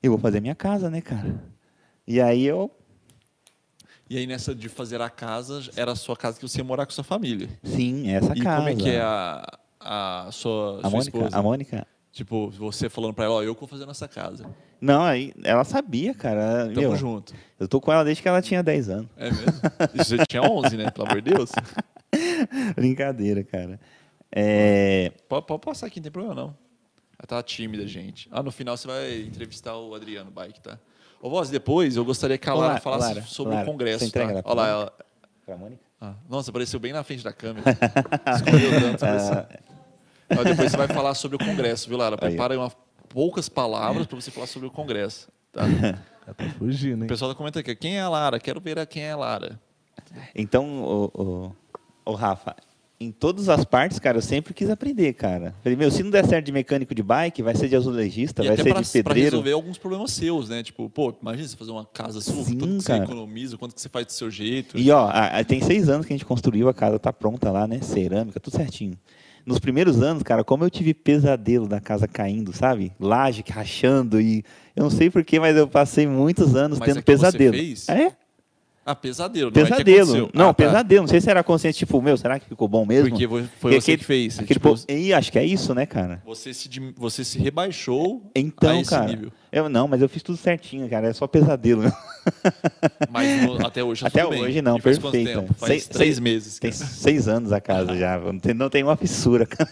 Speaker 3: eu vou fazer minha casa, né, cara? E aí eu.
Speaker 1: E aí nessa de fazer a casa, era a sua casa que você ia morar com sua família.
Speaker 3: Sim, essa
Speaker 1: E
Speaker 3: Tá casa.
Speaker 1: como é que é a, a sua,
Speaker 3: a
Speaker 1: sua
Speaker 3: Mônica?
Speaker 1: esposa?
Speaker 3: A Mônica?
Speaker 1: Tipo, você falando pra ela, ó, eu que vou fazer nessa casa.
Speaker 3: Não, aí ela sabia, cara.
Speaker 1: Tamo
Speaker 3: Meu,
Speaker 1: junto.
Speaker 3: eu tô com ela desde que ela tinha 10 anos.
Speaker 1: É mesmo? E Você tinha 11, né? Pelo amor de Deus.
Speaker 3: Brincadeira, cara. É.
Speaker 1: Pode, pode passar aqui, não tem problema não. Ela tá tímida, gente. Ah, no final você vai entrevistar o Adriano Bike, tá? Ô, Voz, depois eu gostaria que a
Speaker 3: Ô,
Speaker 1: Lara
Speaker 3: Lara,
Speaker 1: falasse
Speaker 3: Lara,
Speaker 1: sobre
Speaker 3: Lara,
Speaker 1: o Congresso.
Speaker 3: você entrega
Speaker 1: tá?
Speaker 3: ela pra
Speaker 1: Olha lá,
Speaker 3: ela?
Speaker 1: ela...
Speaker 3: Pra Mônica?
Speaker 1: Ah, nossa, apareceu bem na frente da câmera. Escondeu tanto. apareceu. Mas depois você vai falar sobre o Congresso, viu, Lara?
Speaker 3: Ah. Aí, ó.
Speaker 1: Prepara uma, poucas palavras para você falar sobre o Congresso. tá?
Speaker 2: Ela tá fugindo,
Speaker 1: O
Speaker 2: hein?
Speaker 1: pessoal tá comentando aqui. Quem é a Lara? Quero ver a quem é a Lara.
Speaker 3: Então, o, Rafa, em todas as partes, cara, eu sempre quis aprender, cara. Falei, meu, se não der certo de mecânico de bike, vai ser de azulejista,
Speaker 1: e
Speaker 3: Então vai
Speaker 1: até pra,
Speaker 3: ser de
Speaker 1: pra
Speaker 3: pedreiro.
Speaker 1: resolver alguns problemas seus, né? Tipo, pô, imagina você fazer uma casa sua,
Speaker 3: Sim,
Speaker 1: quanto que você
Speaker 3: cara.
Speaker 1: economiza, quanto que você faz do seu jeito.
Speaker 3: E ó, a- a- tem seis anos que a gente construiu, a casa tá pronta lá, né? Cerâmica, tudo certinho. Nos primeiros anos, cara, como eu tive pesadelo da casa caindo, sabe? Laje rachando e. Eu não sei porquê, mas eu passei muitos anos
Speaker 1: Mas
Speaker 3: tendo
Speaker 1: é que você
Speaker 3: pesadelo.
Speaker 1: fez?
Speaker 3: É?
Speaker 1: Ah, pesadelo. não é que
Speaker 3: Pesadelo.
Speaker 1: aconteceu.
Speaker 3: Não,
Speaker 1: Ah, tá.
Speaker 3: pesadelo. Não sei se era consciente, tipo, meu, será que ficou bom mesmo?
Speaker 1: Porque foi
Speaker 3: E
Speaker 1: você
Speaker 3: aquele-
Speaker 1: que fez.
Speaker 3: Aquele
Speaker 1: tipo,
Speaker 3: povo- Ih, acho que é isso, né, cara?
Speaker 1: você, se, dim- você se rebaixou a
Speaker 3: Então,
Speaker 1: esse
Speaker 3: cara.
Speaker 1: nível.
Speaker 3: Eu não, mas eu fiz tudo certinho, cara. É só pesadelo.
Speaker 1: Mas no- até hoje tá
Speaker 3: Até
Speaker 1: tudo bem.
Speaker 3: hoje não,
Speaker 1: E faz quanto
Speaker 3: perfeito.
Speaker 1: tempo? Faz
Speaker 3: Seis-
Speaker 1: três
Speaker 3: seis-
Speaker 1: meses.
Speaker 3: Tem
Speaker 1: cara.
Speaker 3: seis anos a casa já. Não tem, não tem uma fissura. cara.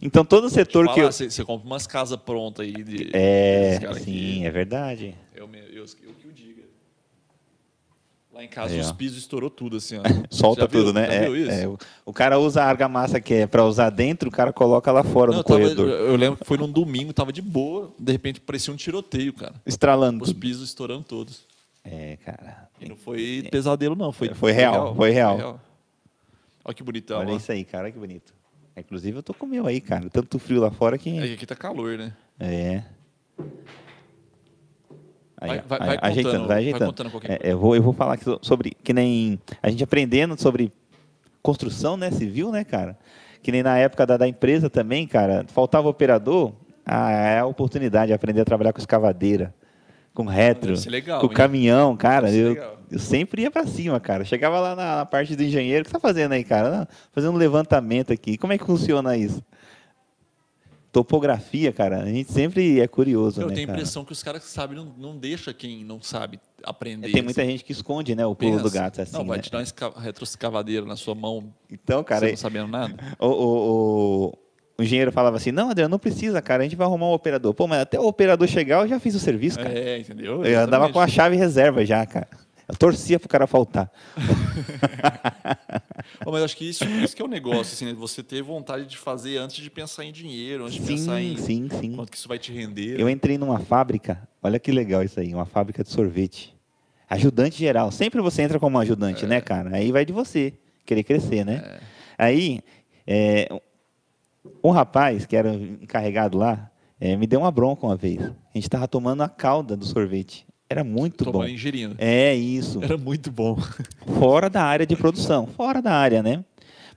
Speaker 3: então todo setor que
Speaker 1: Fala,
Speaker 3: eu.
Speaker 1: você, você compra umas casas prontas aí de.
Speaker 3: É,
Speaker 1: desses caras
Speaker 3: sim,
Speaker 1: que-
Speaker 3: é verdade.
Speaker 1: Eu, me- eu, eu que o diga. Lá em casa
Speaker 3: Aí,
Speaker 1: os
Speaker 3: ó.
Speaker 1: pisos estourou tudo assim, ó.
Speaker 3: Solta
Speaker 1: Já viu?
Speaker 3: tudo, né?
Speaker 1: Já
Speaker 3: É,
Speaker 1: viu isso?
Speaker 3: é, o- o cara usa a argamassa que é pra usar dentro, o cara coloca lá fora
Speaker 1: Não,
Speaker 3: no
Speaker 1: eu, tava-
Speaker 3: corredor.
Speaker 1: eu lembro que foi num domingo, tava de boa, de repente parecia um tiroteio, cara.
Speaker 3: Estralando.
Speaker 1: Os
Speaker 3: tudo.
Speaker 1: pisos estourando todos.
Speaker 3: É, cara.
Speaker 1: E não foi pesadelo, não. Foi,
Speaker 3: É, Foi real, foi real.
Speaker 1: Olha que bonitão.
Speaker 3: Olha
Speaker 1: ó.
Speaker 3: isso aí, cara, que bonito. Inclusive eu tô com o meu aí, cara. Tanto frio lá fora que.
Speaker 1: É que aqui tá calor, né?
Speaker 3: É. Aí,
Speaker 1: Vai- vai-
Speaker 3: aí,
Speaker 1: vai
Speaker 3: ajeitando,
Speaker 1: contando, vai
Speaker 3: vai ajeitando.
Speaker 1: contando um qualquer
Speaker 3: É, eu, vou, eu vou falar aqui so- sobre, que nem a gente aprendendo sobre construção né, civil, né, cara? Que nem na época da, da empresa também, cara, faltava operador, ah, é a oportunidade de aprender a trabalhar com escavadeira, com retro,
Speaker 1: ser é legal,
Speaker 3: com
Speaker 1: hein?
Speaker 3: caminhão, cara.
Speaker 1: Deve ser
Speaker 3: Eu,
Speaker 1: legal.
Speaker 3: eu sempre ia pra cima, cara. Chegava lá na, na parte do engenheiro, o que você tá fazendo aí, cara? "Não, fazendo um levantamento aqui. Como é que funciona isso? Topografia, cara, a gente sempre é curioso,
Speaker 1: Eu
Speaker 3: né,
Speaker 1: tenho a
Speaker 3: cara?
Speaker 1: impressão que os caras que sabem não, não deixa quem não sabe aprender.
Speaker 3: É, tem muita gente que esconde, né, o pulo
Speaker 1: Pensa.
Speaker 3: do gato, assim,
Speaker 1: Não, vai
Speaker 3: né?
Speaker 1: te dar uma esca- retroescavadeira na sua mão,
Speaker 3: Então, cara,
Speaker 1: você não sabendo nada.
Speaker 3: o, o- o- o engenheiro falava assim, não, Adriano, não precisa, cara, a gente vai arrumar um operador. Pô, mas até o operador chegar, eu já fiz o serviço, cara.
Speaker 1: É, entendeu?
Speaker 3: eu andava
Speaker 1: Exatamente.
Speaker 3: com a chave reserva já, cara. Eu torcia pro cara faltar.
Speaker 1: Ô, mas eu acho que isso, isso que é o negócio, assim, né? Você ter vontade de fazer antes de pensar em dinheiro, antes de pensar
Speaker 3: Sim,
Speaker 1: em
Speaker 3: sim, sim.
Speaker 1: quanto que isso vai te render.
Speaker 3: Eu entrei numa fábrica, olha que legal isso aí, uma fábrica de sorvete. Ajudante geral. Sempre você entra como ajudante, né, cara? Aí vai de você querer crescer, né? Aí, é, um rapaz que era encarregado lá é, me deu uma bronca uma vez. A gente estava tomando a calda do sorvete. Era muito
Speaker 1: tomando
Speaker 3: bom.
Speaker 1: ingerina.
Speaker 3: É isso.
Speaker 1: Era muito bom.
Speaker 3: Fora da área de produção. Fora da área, né?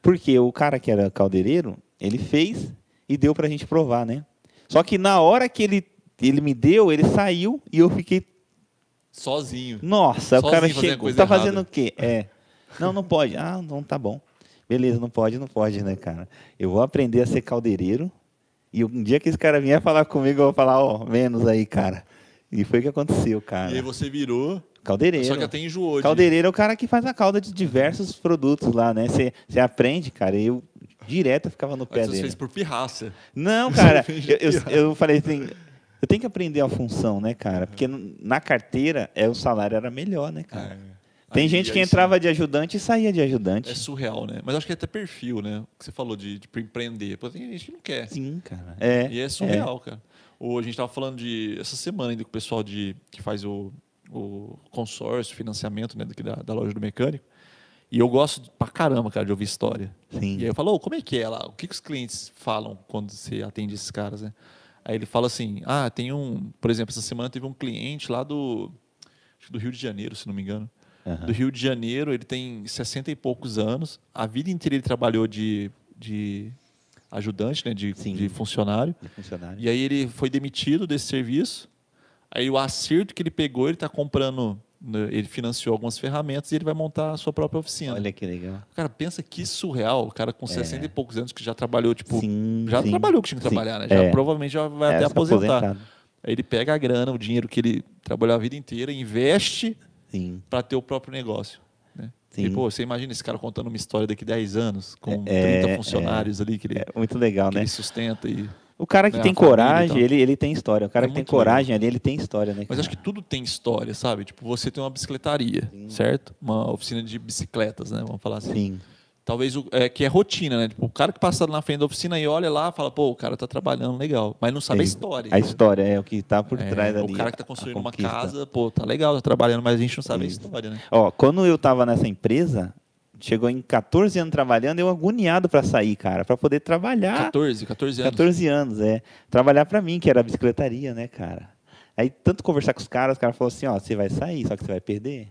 Speaker 3: Porque o cara que era caldeireiro, ele fez e deu pra gente provar, né? Só que na hora que ele, ele me deu, ele saiu e eu fiquei.
Speaker 1: Sozinho.
Speaker 3: Nossa,
Speaker 1: Sozinho
Speaker 3: o cara
Speaker 1: fazendo
Speaker 3: chegou.
Speaker 1: coisa
Speaker 3: Tá
Speaker 1: errada."
Speaker 3: fazendo o quê? É. Não, não pode. Ah, não tá bom. Beleza, não pode, não pode, né, cara? Eu vou aprender a ser caldeireiro e um dia que esse cara vier falar comigo, eu vou falar, ó, menos aí, cara. E foi o que aconteceu, cara.
Speaker 1: E aí você virou.
Speaker 3: Caldeireiro.
Speaker 1: Só que até enjoou. de-
Speaker 3: Caldeireiro é o cara que faz a calda de diversos produtos lá, né? Você você aprende, cara. Eu direto ficava no pé
Speaker 1: Mas você
Speaker 3: dele.
Speaker 1: fez por pirraça.
Speaker 3: Não, cara,
Speaker 1: fez
Speaker 3: eu, eu,
Speaker 1: piada.
Speaker 3: eu falei assim, eu tenho que aprender a função, né, cara? Porque n- na carteira é, o salário era melhor, né, cara? Tem
Speaker 1: É, Aí,
Speaker 3: gente que
Speaker 1: aí,
Speaker 3: entrava de ajudante e saía de
Speaker 1: sim. É
Speaker 3: ajudante.
Speaker 1: surreal, né? Mas acho que é até perfil, né? O que você falou de, de empreender. Pô, tem gente que não quer.
Speaker 3: Sim, cara. É.
Speaker 1: assim, E é surreal, cara. O, a gente tava falando de. Essa semana ainda com o pessoal de, que faz o, o consórcio, financiamento, né? Daqui da, da loja do mecânico. E eu gosto de- pra caramba, cara, de ouvir história.
Speaker 3: Sim.
Speaker 1: E aí eu falo, "Ô, como é que é lá? O que, que os clientes falam quando você atende esses caras, né? Aí ele fala assim, ah, tem um... Por exemplo, essa semana teve um cliente lá do... acho que do Rio de Janeiro, se não me engano.
Speaker 3: Aham.
Speaker 1: Do Rio de Janeiro, ele tem 60 e poucos anos. A vida inteira ele trabalhou de, de ajudante, né? De,
Speaker 3: Sim.
Speaker 1: de funcionário.
Speaker 3: De funcionário.
Speaker 1: E é aí ele foi demitido desse serviço. Aí o acerto que ele pegou, ele está comprando... né, Ele financiou algumas ferramentas e ele vai montar a sua própria oficina.
Speaker 3: Olha que legal.
Speaker 1: Cara, pensa que surreal. O cara com 60 e poucos anos que já trabalhou, tipo.
Speaker 3: sim,
Speaker 1: já
Speaker 3: sim.
Speaker 1: trabalhou o que tinha que
Speaker 3: Sim.
Speaker 1: trabalhar, né? Já,
Speaker 3: É.
Speaker 1: Provavelmente já vai
Speaker 3: É,
Speaker 1: até
Speaker 3: só
Speaker 1: aposentar.
Speaker 3: aposentado.
Speaker 1: Aí ele pega a grana, o dinheiro que ele trabalhou a vida inteira, investe
Speaker 3: Sim.
Speaker 1: para ter o próprio negócio. Né?
Speaker 3: Sim.
Speaker 1: E, pô, você imagina esse cara contando uma história daqui 10 anos, com
Speaker 3: É,
Speaker 1: 30 funcionários ali que ele,
Speaker 3: É muito legal,
Speaker 1: que
Speaker 3: né?
Speaker 1: ele sustenta. E...
Speaker 3: O cara que
Speaker 1: né, a
Speaker 3: tem
Speaker 1: família e
Speaker 3: coragem,
Speaker 1: tal.
Speaker 3: ele, ele tem história. O cara
Speaker 1: É
Speaker 3: que tem
Speaker 1: muito legal.
Speaker 3: coragem ali, ele tem história, né?
Speaker 1: Mas
Speaker 3: cara?
Speaker 1: acho que tudo tem história, sabe? Tipo, você tem uma bicicletaria, certo? Uma oficina de bicicletas, né? Vamos falar assim.
Speaker 3: Sim.
Speaker 1: Talvez o, é, que é rotina, né? Tipo, o cara que passa na frente da oficina e olha lá e fala, pô, o cara tá trabalhando legal. Mas não sabe a
Speaker 3: Sim.
Speaker 1: tá história. né?
Speaker 3: A história é o que tá por
Speaker 1: É,
Speaker 3: trás ali.
Speaker 1: O cara que
Speaker 3: a-
Speaker 1: tá
Speaker 3: a
Speaker 1: construindo uma
Speaker 3: conquista.
Speaker 1: casa, pô, tá legal, tá trabalhando, mas a gente não sabe
Speaker 3: Isso.
Speaker 1: a história, né?
Speaker 3: Ó, quando eu tava nessa empresa, chegou em 14 anos trabalhando, eu agoniado pra sair, cara, pra poder trabalhar.
Speaker 1: 14, 14 anos.
Speaker 3: 14 anos, é. Trabalhar pra mim, que era bicicletaria, né, cara? Aí, tanto conversar com os caras, os caras falaram assim: ó, você vai sair, só que você vai perder.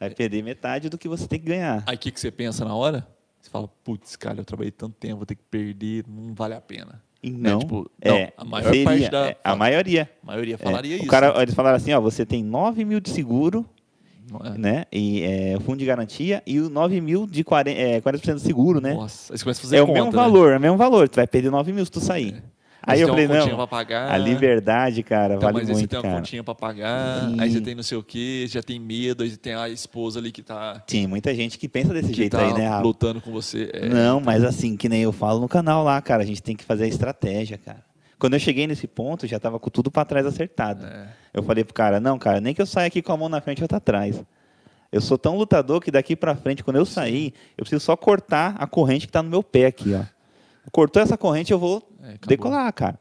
Speaker 3: Vai perder metade do que você tem que ganhar.
Speaker 1: É. Aí o que, que você pensa na hora? Você fala, putz, cara, eu trabalhei tanto tempo, vou ter que perder, não vale a pena.
Speaker 3: E
Speaker 1: né,
Speaker 3: não,
Speaker 1: tipo,
Speaker 3: é,
Speaker 1: não, a maior
Speaker 3: seria,
Speaker 1: parte da-
Speaker 3: é, a maioria.
Speaker 1: A maioria
Speaker 3: É,
Speaker 1: falaria
Speaker 3: o
Speaker 1: isso. né?
Speaker 3: cara, eles falaram assim, ó, você tem 9 mil de seguro,
Speaker 1: não é?
Speaker 3: né? E é, o fundo de garantia e o 9 mil de 40%, é, 40 do seguro, né?
Speaker 1: Nossa, aí você começa a fazer
Speaker 3: É o
Speaker 1: conta,
Speaker 3: mesmo
Speaker 1: né?
Speaker 3: valor, é o mesmo valor. Tu vai perder 9 mil se tu sair. Aí
Speaker 1: você
Speaker 3: eu
Speaker 1: tem
Speaker 3: falei,
Speaker 1: uma continha pra
Speaker 3: não,
Speaker 1: pagar,
Speaker 3: a liberdade, cara,
Speaker 1: Então,
Speaker 3: vale
Speaker 1: mas aí você
Speaker 3: muito,
Speaker 1: tem uma
Speaker 3: cara.
Speaker 1: continha pra pagar,
Speaker 3: Sim.
Speaker 1: aí você tem não sei o quê, já tem medo, aí tem a esposa ali que tá,
Speaker 3: Tem muita gente que pensa desse
Speaker 1: que
Speaker 3: jeito
Speaker 1: tá
Speaker 3: aí, né? Ah,
Speaker 1: lutando com você. É,
Speaker 3: Não, mas assim, que nem eu falo no canal lá, cara, a gente tem que fazer a estratégia, cara. Quando eu cheguei nesse ponto, eu já tava com tudo pra trás acertado.
Speaker 1: É.
Speaker 3: Eu falei pro cara, não, cara, nem que eu saia aqui com a mão na frente e outra atrás. Eu sou tão lutador que daqui pra frente, quando eu sair, eu preciso só cortar a corrente que tá no meu pé aqui, ó. Cortou essa corrente, eu vou
Speaker 1: É, acabou.
Speaker 3: decolar, cara.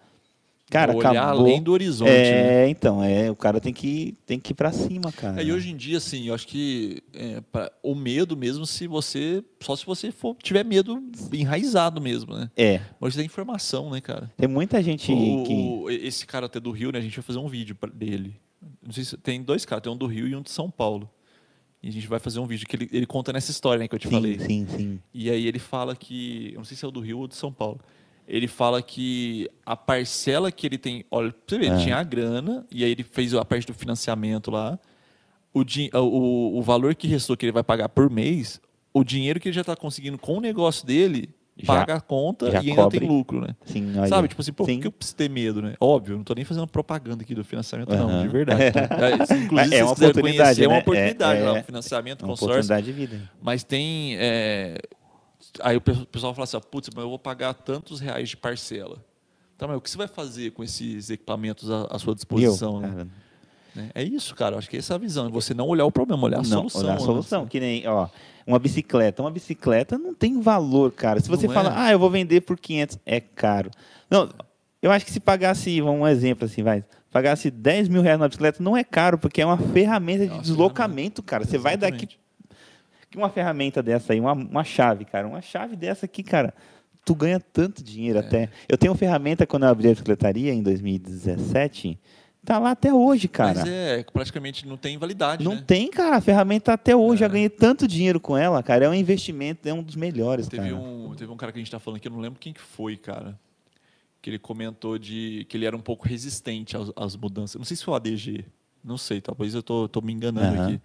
Speaker 3: Cara,
Speaker 1: olhar
Speaker 3: acabou.
Speaker 1: além do horizonte, né?
Speaker 3: é, então, é, o cara tem que, tem que ir pra cima, cara.
Speaker 1: É, e hoje em dia, assim, eu acho que é, pra- o medo mesmo, se você. Só se você for, tiver medo enraizado mesmo, né?
Speaker 3: É,
Speaker 1: Mas tem informação, né, cara?
Speaker 3: tem muita gente
Speaker 1: O-
Speaker 3: que...
Speaker 1: o- esse cara até do Rio, né? A gente vai fazer um vídeo pra- dele. Não sei se, tem dois caras, tem um do Rio e um de São Paulo. E a gente vai fazer um vídeo que ele, ele conta nessa história, né, que eu te
Speaker 3: Sim,
Speaker 1: falei.
Speaker 3: sim, sim.
Speaker 1: E aí ele fala que. Eu não sei se é o do Rio ou do São Paulo. Ele fala que a parcela que ele tem. Olha, pra você ver,
Speaker 3: É.
Speaker 1: ele tinha a grana, e aí ele fez a parte do financiamento lá. O, din- o- o, o valor que restou que ele vai pagar por mês, o dinheiro que ele já está conseguindo com o negócio dele,
Speaker 3: Já-
Speaker 1: paga a conta
Speaker 3: já
Speaker 1: e ainda
Speaker 3: cobre.
Speaker 1: tem lucro, né?
Speaker 3: Sim, olha.
Speaker 1: Sabe, tipo assim, pô,
Speaker 3: Sim.
Speaker 1: por que eu preciso ter medo, né? Óbvio, eu não tô nem fazendo propaganda aqui do financiamento, não,
Speaker 3: Aham.
Speaker 1: de verdade. tá? Inclusive, se
Speaker 3: É uma
Speaker 1: vocês quiserem
Speaker 3: oportunidade,
Speaker 1: conhecer, é
Speaker 3: né?
Speaker 1: uma
Speaker 3: É-
Speaker 1: oportunidade
Speaker 3: é-
Speaker 1: lá, o financiamento,
Speaker 3: É uma
Speaker 1: consórcio.
Speaker 3: oportunidade de vida.
Speaker 1: Mas tem. é, Aí o pe- o pessoal fala assim: ah, putz, mas eu vou pagar tantos reais de parcela. Tá, mas o que você vai fazer com esses equipamentos à, à sua
Speaker 3: E eu,
Speaker 1: disposição? né?
Speaker 3: cara,
Speaker 1: Né? É isso, cara. Eu acho que essa é a visão. é Você não olhar o problema, olhar a
Speaker 3: não,
Speaker 1: solução.
Speaker 3: olhar a
Speaker 1: né?
Speaker 3: solução, que nem, ó, uma bicicleta. Uma bicicleta não tem valor, cara. Se você
Speaker 1: Não é.
Speaker 3: fala, ah, eu vou vender por 500, é caro. Não, eu acho que se pagasse, vamos um exemplo assim, vai, pagasse 10 mil reais numa bicicleta, não é caro, porque é uma ferramenta de
Speaker 1: uma
Speaker 3: deslocamento, cara. Você vai daqui,
Speaker 1: Exatamente.
Speaker 3: uma ferramenta dessa aí, uma, uma chave, cara, uma chave dessa aqui, cara, tu ganha tanto
Speaker 1: É.
Speaker 3: dinheiro até. Eu tenho uma ferramenta quando eu abri a bicicletaria em 2017, tá lá até hoje, cara.
Speaker 1: Mas é, praticamente não tem validade.
Speaker 3: Não
Speaker 1: né? É.
Speaker 3: tem, cara. A ferramenta até hoje. Já ganhei tanto dinheiro com ela, cara. É um investimento, é um dos melhores,
Speaker 1: Teve
Speaker 3: cara.
Speaker 1: um, teve um cara que a gente tá falando aqui, eu não lembro quem que foi, cara. Que ele comentou de que ele era um pouco resistente às, às mudanças. Não sei se foi o ADG. Não sei, talvez eu tô, tô me enganando
Speaker 3: Aham.
Speaker 1: aqui.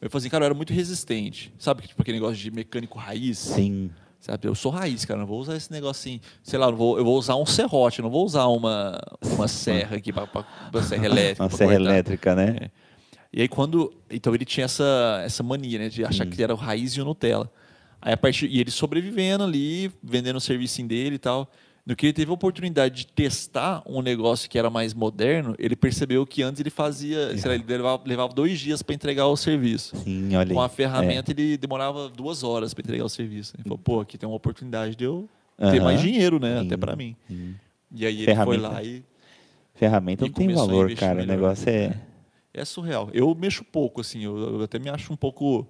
Speaker 1: Eu falei assim, cara, eu era muito resistente. Sabe, tipo aquele negócio de mecânico raiz?
Speaker 3: Sim.
Speaker 1: Sabe, eu sou raiz, cara, não vou usar esse negocinho. Sei lá, eu vou, eu vou usar um serrote, eu não vou usar uma, uma serra aqui, pra, pra, uma serra elétrica.
Speaker 3: Uma
Speaker 1: pra
Speaker 3: serra
Speaker 1: cortar.
Speaker 3: elétrica,
Speaker 1: É.
Speaker 3: né?
Speaker 1: E aí quando. Então ele tinha essa, essa mania, né? De
Speaker 3: Hum.
Speaker 1: achar que ele era o raiz e o Nutella. Aí a partir. E ele sobrevivendo ali, vendendo o serviço dele e tal. No que ele teve a oportunidade de testar um negócio que era mais moderno, ele percebeu que antes ele fazia. Sei lá, ele levava, levava dois dias para entregar o serviço.
Speaker 3: Sim, olha
Speaker 1: Com a
Speaker 3: aí. É.
Speaker 1: ferramenta, ele demorava duas horas para entregar o serviço. Ele falou, pô, aqui tem uma oportunidade de eu ter
Speaker 3: Aham.
Speaker 1: mais dinheiro, né? Até
Speaker 3: Sim,
Speaker 1: para mim.
Speaker 3: sim.
Speaker 1: E aí ele foi
Speaker 3: Ferramenta.
Speaker 1: lá e
Speaker 3: É, Ferramenta
Speaker 1: E
Speaker 3: não tem
Speaker 1: começou a
Speaker 3: valor,
Speaker 1: investir
Speaker 3: cara. O
Speaker 1: melhor.
Speaker 3: negócio é.
Speaker 1: É surreal. Eu mexo pouco, assim, eu, eu até me acho um pouco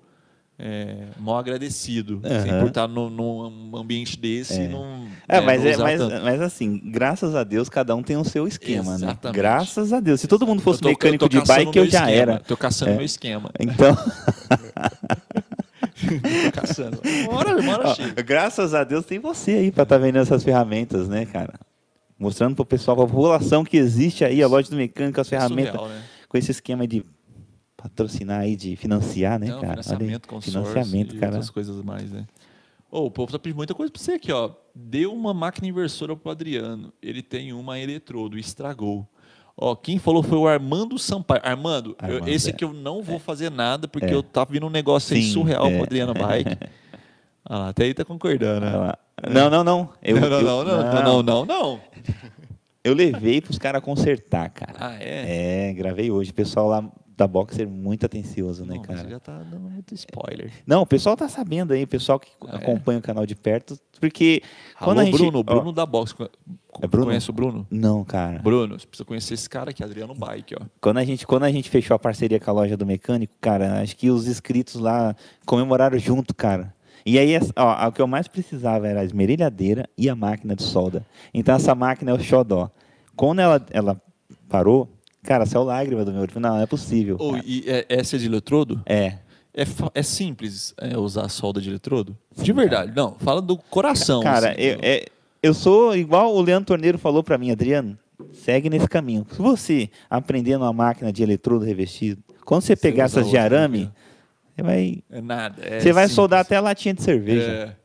Speaker 1: é, mal agradecido assim,
Speaker 3: Aham.
Speaker 1: por estar no- num ambiente desse e não.
Speaker 3: É,
Speaker 1: né,
Speaker 3: mas,
Speaker 1: não
Speaker 3: é,
Speaker 1: usar
Speaker 3: mas,
Speaker 1: tanto.
Speaker 3: mas assim, graças a Deus, cada um tem o seu esquema, né?
Speaker 1: Exatamente.
Speaker 3: Graças a Deus. Se todo mundo fosse
Speaker 1: Eu tô- eu tô
Speaker 3: mecânico de
Speaker 1: caçando
Speaker 3: bike, eu
Speaker 1: meu
Speaker 3: já
Speaker 1: esquema,
Speaker 3: era.
Speaker 1: Tô caçando
Speaker 3: É.
Speaker 1: meu esquema.
Speaker 3: Então,
Speaker 1: Tô caçando. Bora, bora,
Speaker 3: ó,
Speaker 1: chega.
Speaker 3: graças a Deus tem você aí pra estar tá vendendo essas ferramentas, né, cara? Mostrando pro pessoal, pra população que existe aí, a loja do mecânico, as ferramentas,
Speaker 1: Surreal, né?
Speaker 3: com esse esquema de patrocinar aí, de financiar, né,
Speaker 1: Não,
Speaker 3: cara? Olha aí,
Speaker 1: financiamento, consórcio
Speaker 3: financiamento,
Speaker 1: e
Speaker 3: cara.
Speaker 1: outras coisas mais, né? Ô, o povo tá pedindo muita coisa pra você aqui, ó. Deu uma máquina inversora pro Adriano. Ele tem uma eletrodo, estragou. Ó, quem falou foi o Armando Sampaio. Armando, eu-
Speaker 3: Armando,
Speaker 1: esse
Speaker 3: é.
Speaker 1: aqui eu não vou fazer nada, porque
Speaker 3: É.
Speaker 1: eu tá vindo um negócio aí
Speaker 3: Sim,
Speaker 1: surreal
Speaker 3: é.
Speaker 1: pro Adriano Bike. Ah, lá, até aí tá concordando,
Speaker 3: Olha
Speaker 1: né?
Speaker 3: lá. Ah, Não, não, não. Eu,
Speaker 1: não,
Speaker 3: eu-
Speaker 1: não, não, não, não, não, não.
Speaker 3: Eu levei pros caras consertar, cara.
Speaker 1: Ah, é?
Speaker 3: É, gravei hoje. O pessoal lá da Boxer muito atencioso, né,
Speaker 1: Não, mas
Speaker 3: cara?
Speaker 1: você já tá dando muito spoiler.
Speaker 3: Não, o pessoal tá sabendo aí, o pessoal que
Speaker 1: Ah, é?
Speaker 3: acompanha o canal de perto, porque quando
Speaker 1: Alô,
Speaker 3: a gente...
Speaker 1: Bruno,
Speaker 3: ó,
Speaker 1: Bruno da Box. Co-
Speaker 3: É Bruno?
Speaker 1: Conhece o Bruno?
Speaker 3: Não, cara.
Speaker 1: Bruno, você precisa conhecer esse cara aqui, Adriano Bike, ó.
Speaker 3: Quando a, gente, quando a gente fechou a parceria com a loja do mecânico, cara, acho que os inscritos lá comemoraram junto, cara. E aí, essa- ó, o que eu mais precisava era a esmerilhadeira e a máquina de solda. Então, essa máquina é o xodó. Quando ela, ela parou, cara, saiu lágrima do meu olho. Falei, Não, não é possível.
Speaker 1: Ou
Speaker 3: cara.
Speaker 1: e é- essa é de eletrodo?
Speaker 3: É.
Speaker 1: É, fa- é simples é, usar a solda de eletrodo? De verdade, não. Fala do coração.
Speaker 3: Cara,
Speaker 1: assim,
Speaker 3: eu,
Speaker 1: do-
Speaker 3: é- eu sou igual o Leandro Torneiro falou para mim, Adriano, segue nesse caminho. Se você aprender numa máquina de eletrodo revestido, quando você pegar
Speaker 1: usa
Speaker 3: essas de
Speaker 1: outra,
Speaker 3: arame,
Speaker 1: tranquilo.
Speaker 3: você vai,
Speaker 1: é nada. é
Speaker 3: você vai
Speaker 1: simples.
Speaker 3: soldar até a latinha de cerveja.
Speaker 1: É,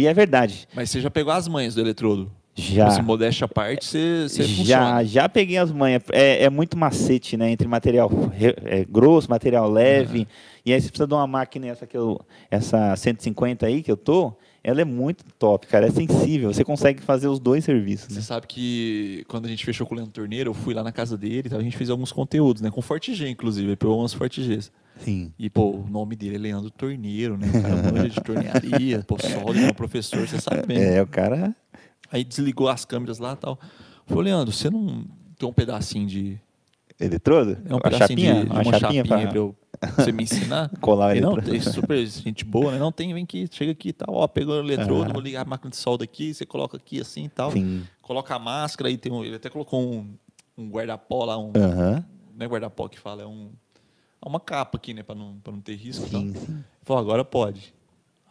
Speaker 3: E é verdade.
Speaker 1: mas você já pegou as manhas do eletrodo?
Speaker 3: Já.
Speaker 1: Se modéstia à parte, você, você
Speaker 3: Já,
Speaker 1: funciona.
Speaker 3: já peguei as manhas. É, é muito macete, né? Entre material re- é, grosso, material leve. E aí você precisa de uma máquina, essa que eu. Essa 150 aí que eu tô, ela é muito top, cara. É sensível. Você consegue fazer os dois serviços.
Speaker 1: Você
Speaker 3: né?
Speaker 1: sabe que quando a gente fechou com o Leandro Torneiro, eu fui lá na casa dele e tal, a gente fez alguns conteúdos, né? Com Forte G, inclusive. Ele pegou umas Forte Gs.
Speaker 3: Sim.
Speaker 1: E, pô, o nome dele é Leandro Torneiro, né? O cara manja de tornearia, pô, solda, é um professor, você sabe bem.
Speaker 3: É, o cara.
Speaker 1: Aí desligou as câmeras lá e tal. Falou, Leandro, você não tem um pedacinho de.
Speaker 3: Eletrodo?
Speaker 1: É um
Speaker 3: Uma
Speaker 1: pedacinho
Speaker 3: chapinha?
Speaker 1: de, de uma, chapinha, pra... eu, pra você me ensinar?
Speaker 3: colar o
Speaker 1: Ele, não,
Speaker 3: eletrodo.
Speaker 1: tem super gente boa, né? Não tem, vem aqui, chega aqui e tal, ó, pegou o eletrodo,
Speaker 3: Ah.
Speaker 1: vou ligar a máquina de solda aqui, você coloca aqui assim e tal.
Speaker 3: Sim.
Speaker 1: Coloca a máscara e tem um. Ele até colocou um, um guarda-pó lá, um.
Speaker 3: Aham.
Speaker 1: Não é guarda-pó que fala, é um. É uma capa aqui, né? Pra não, pra não ter risco e tal.
Speaker 3: Sim, sim.
Speaker 1: Ele falou, agora pode.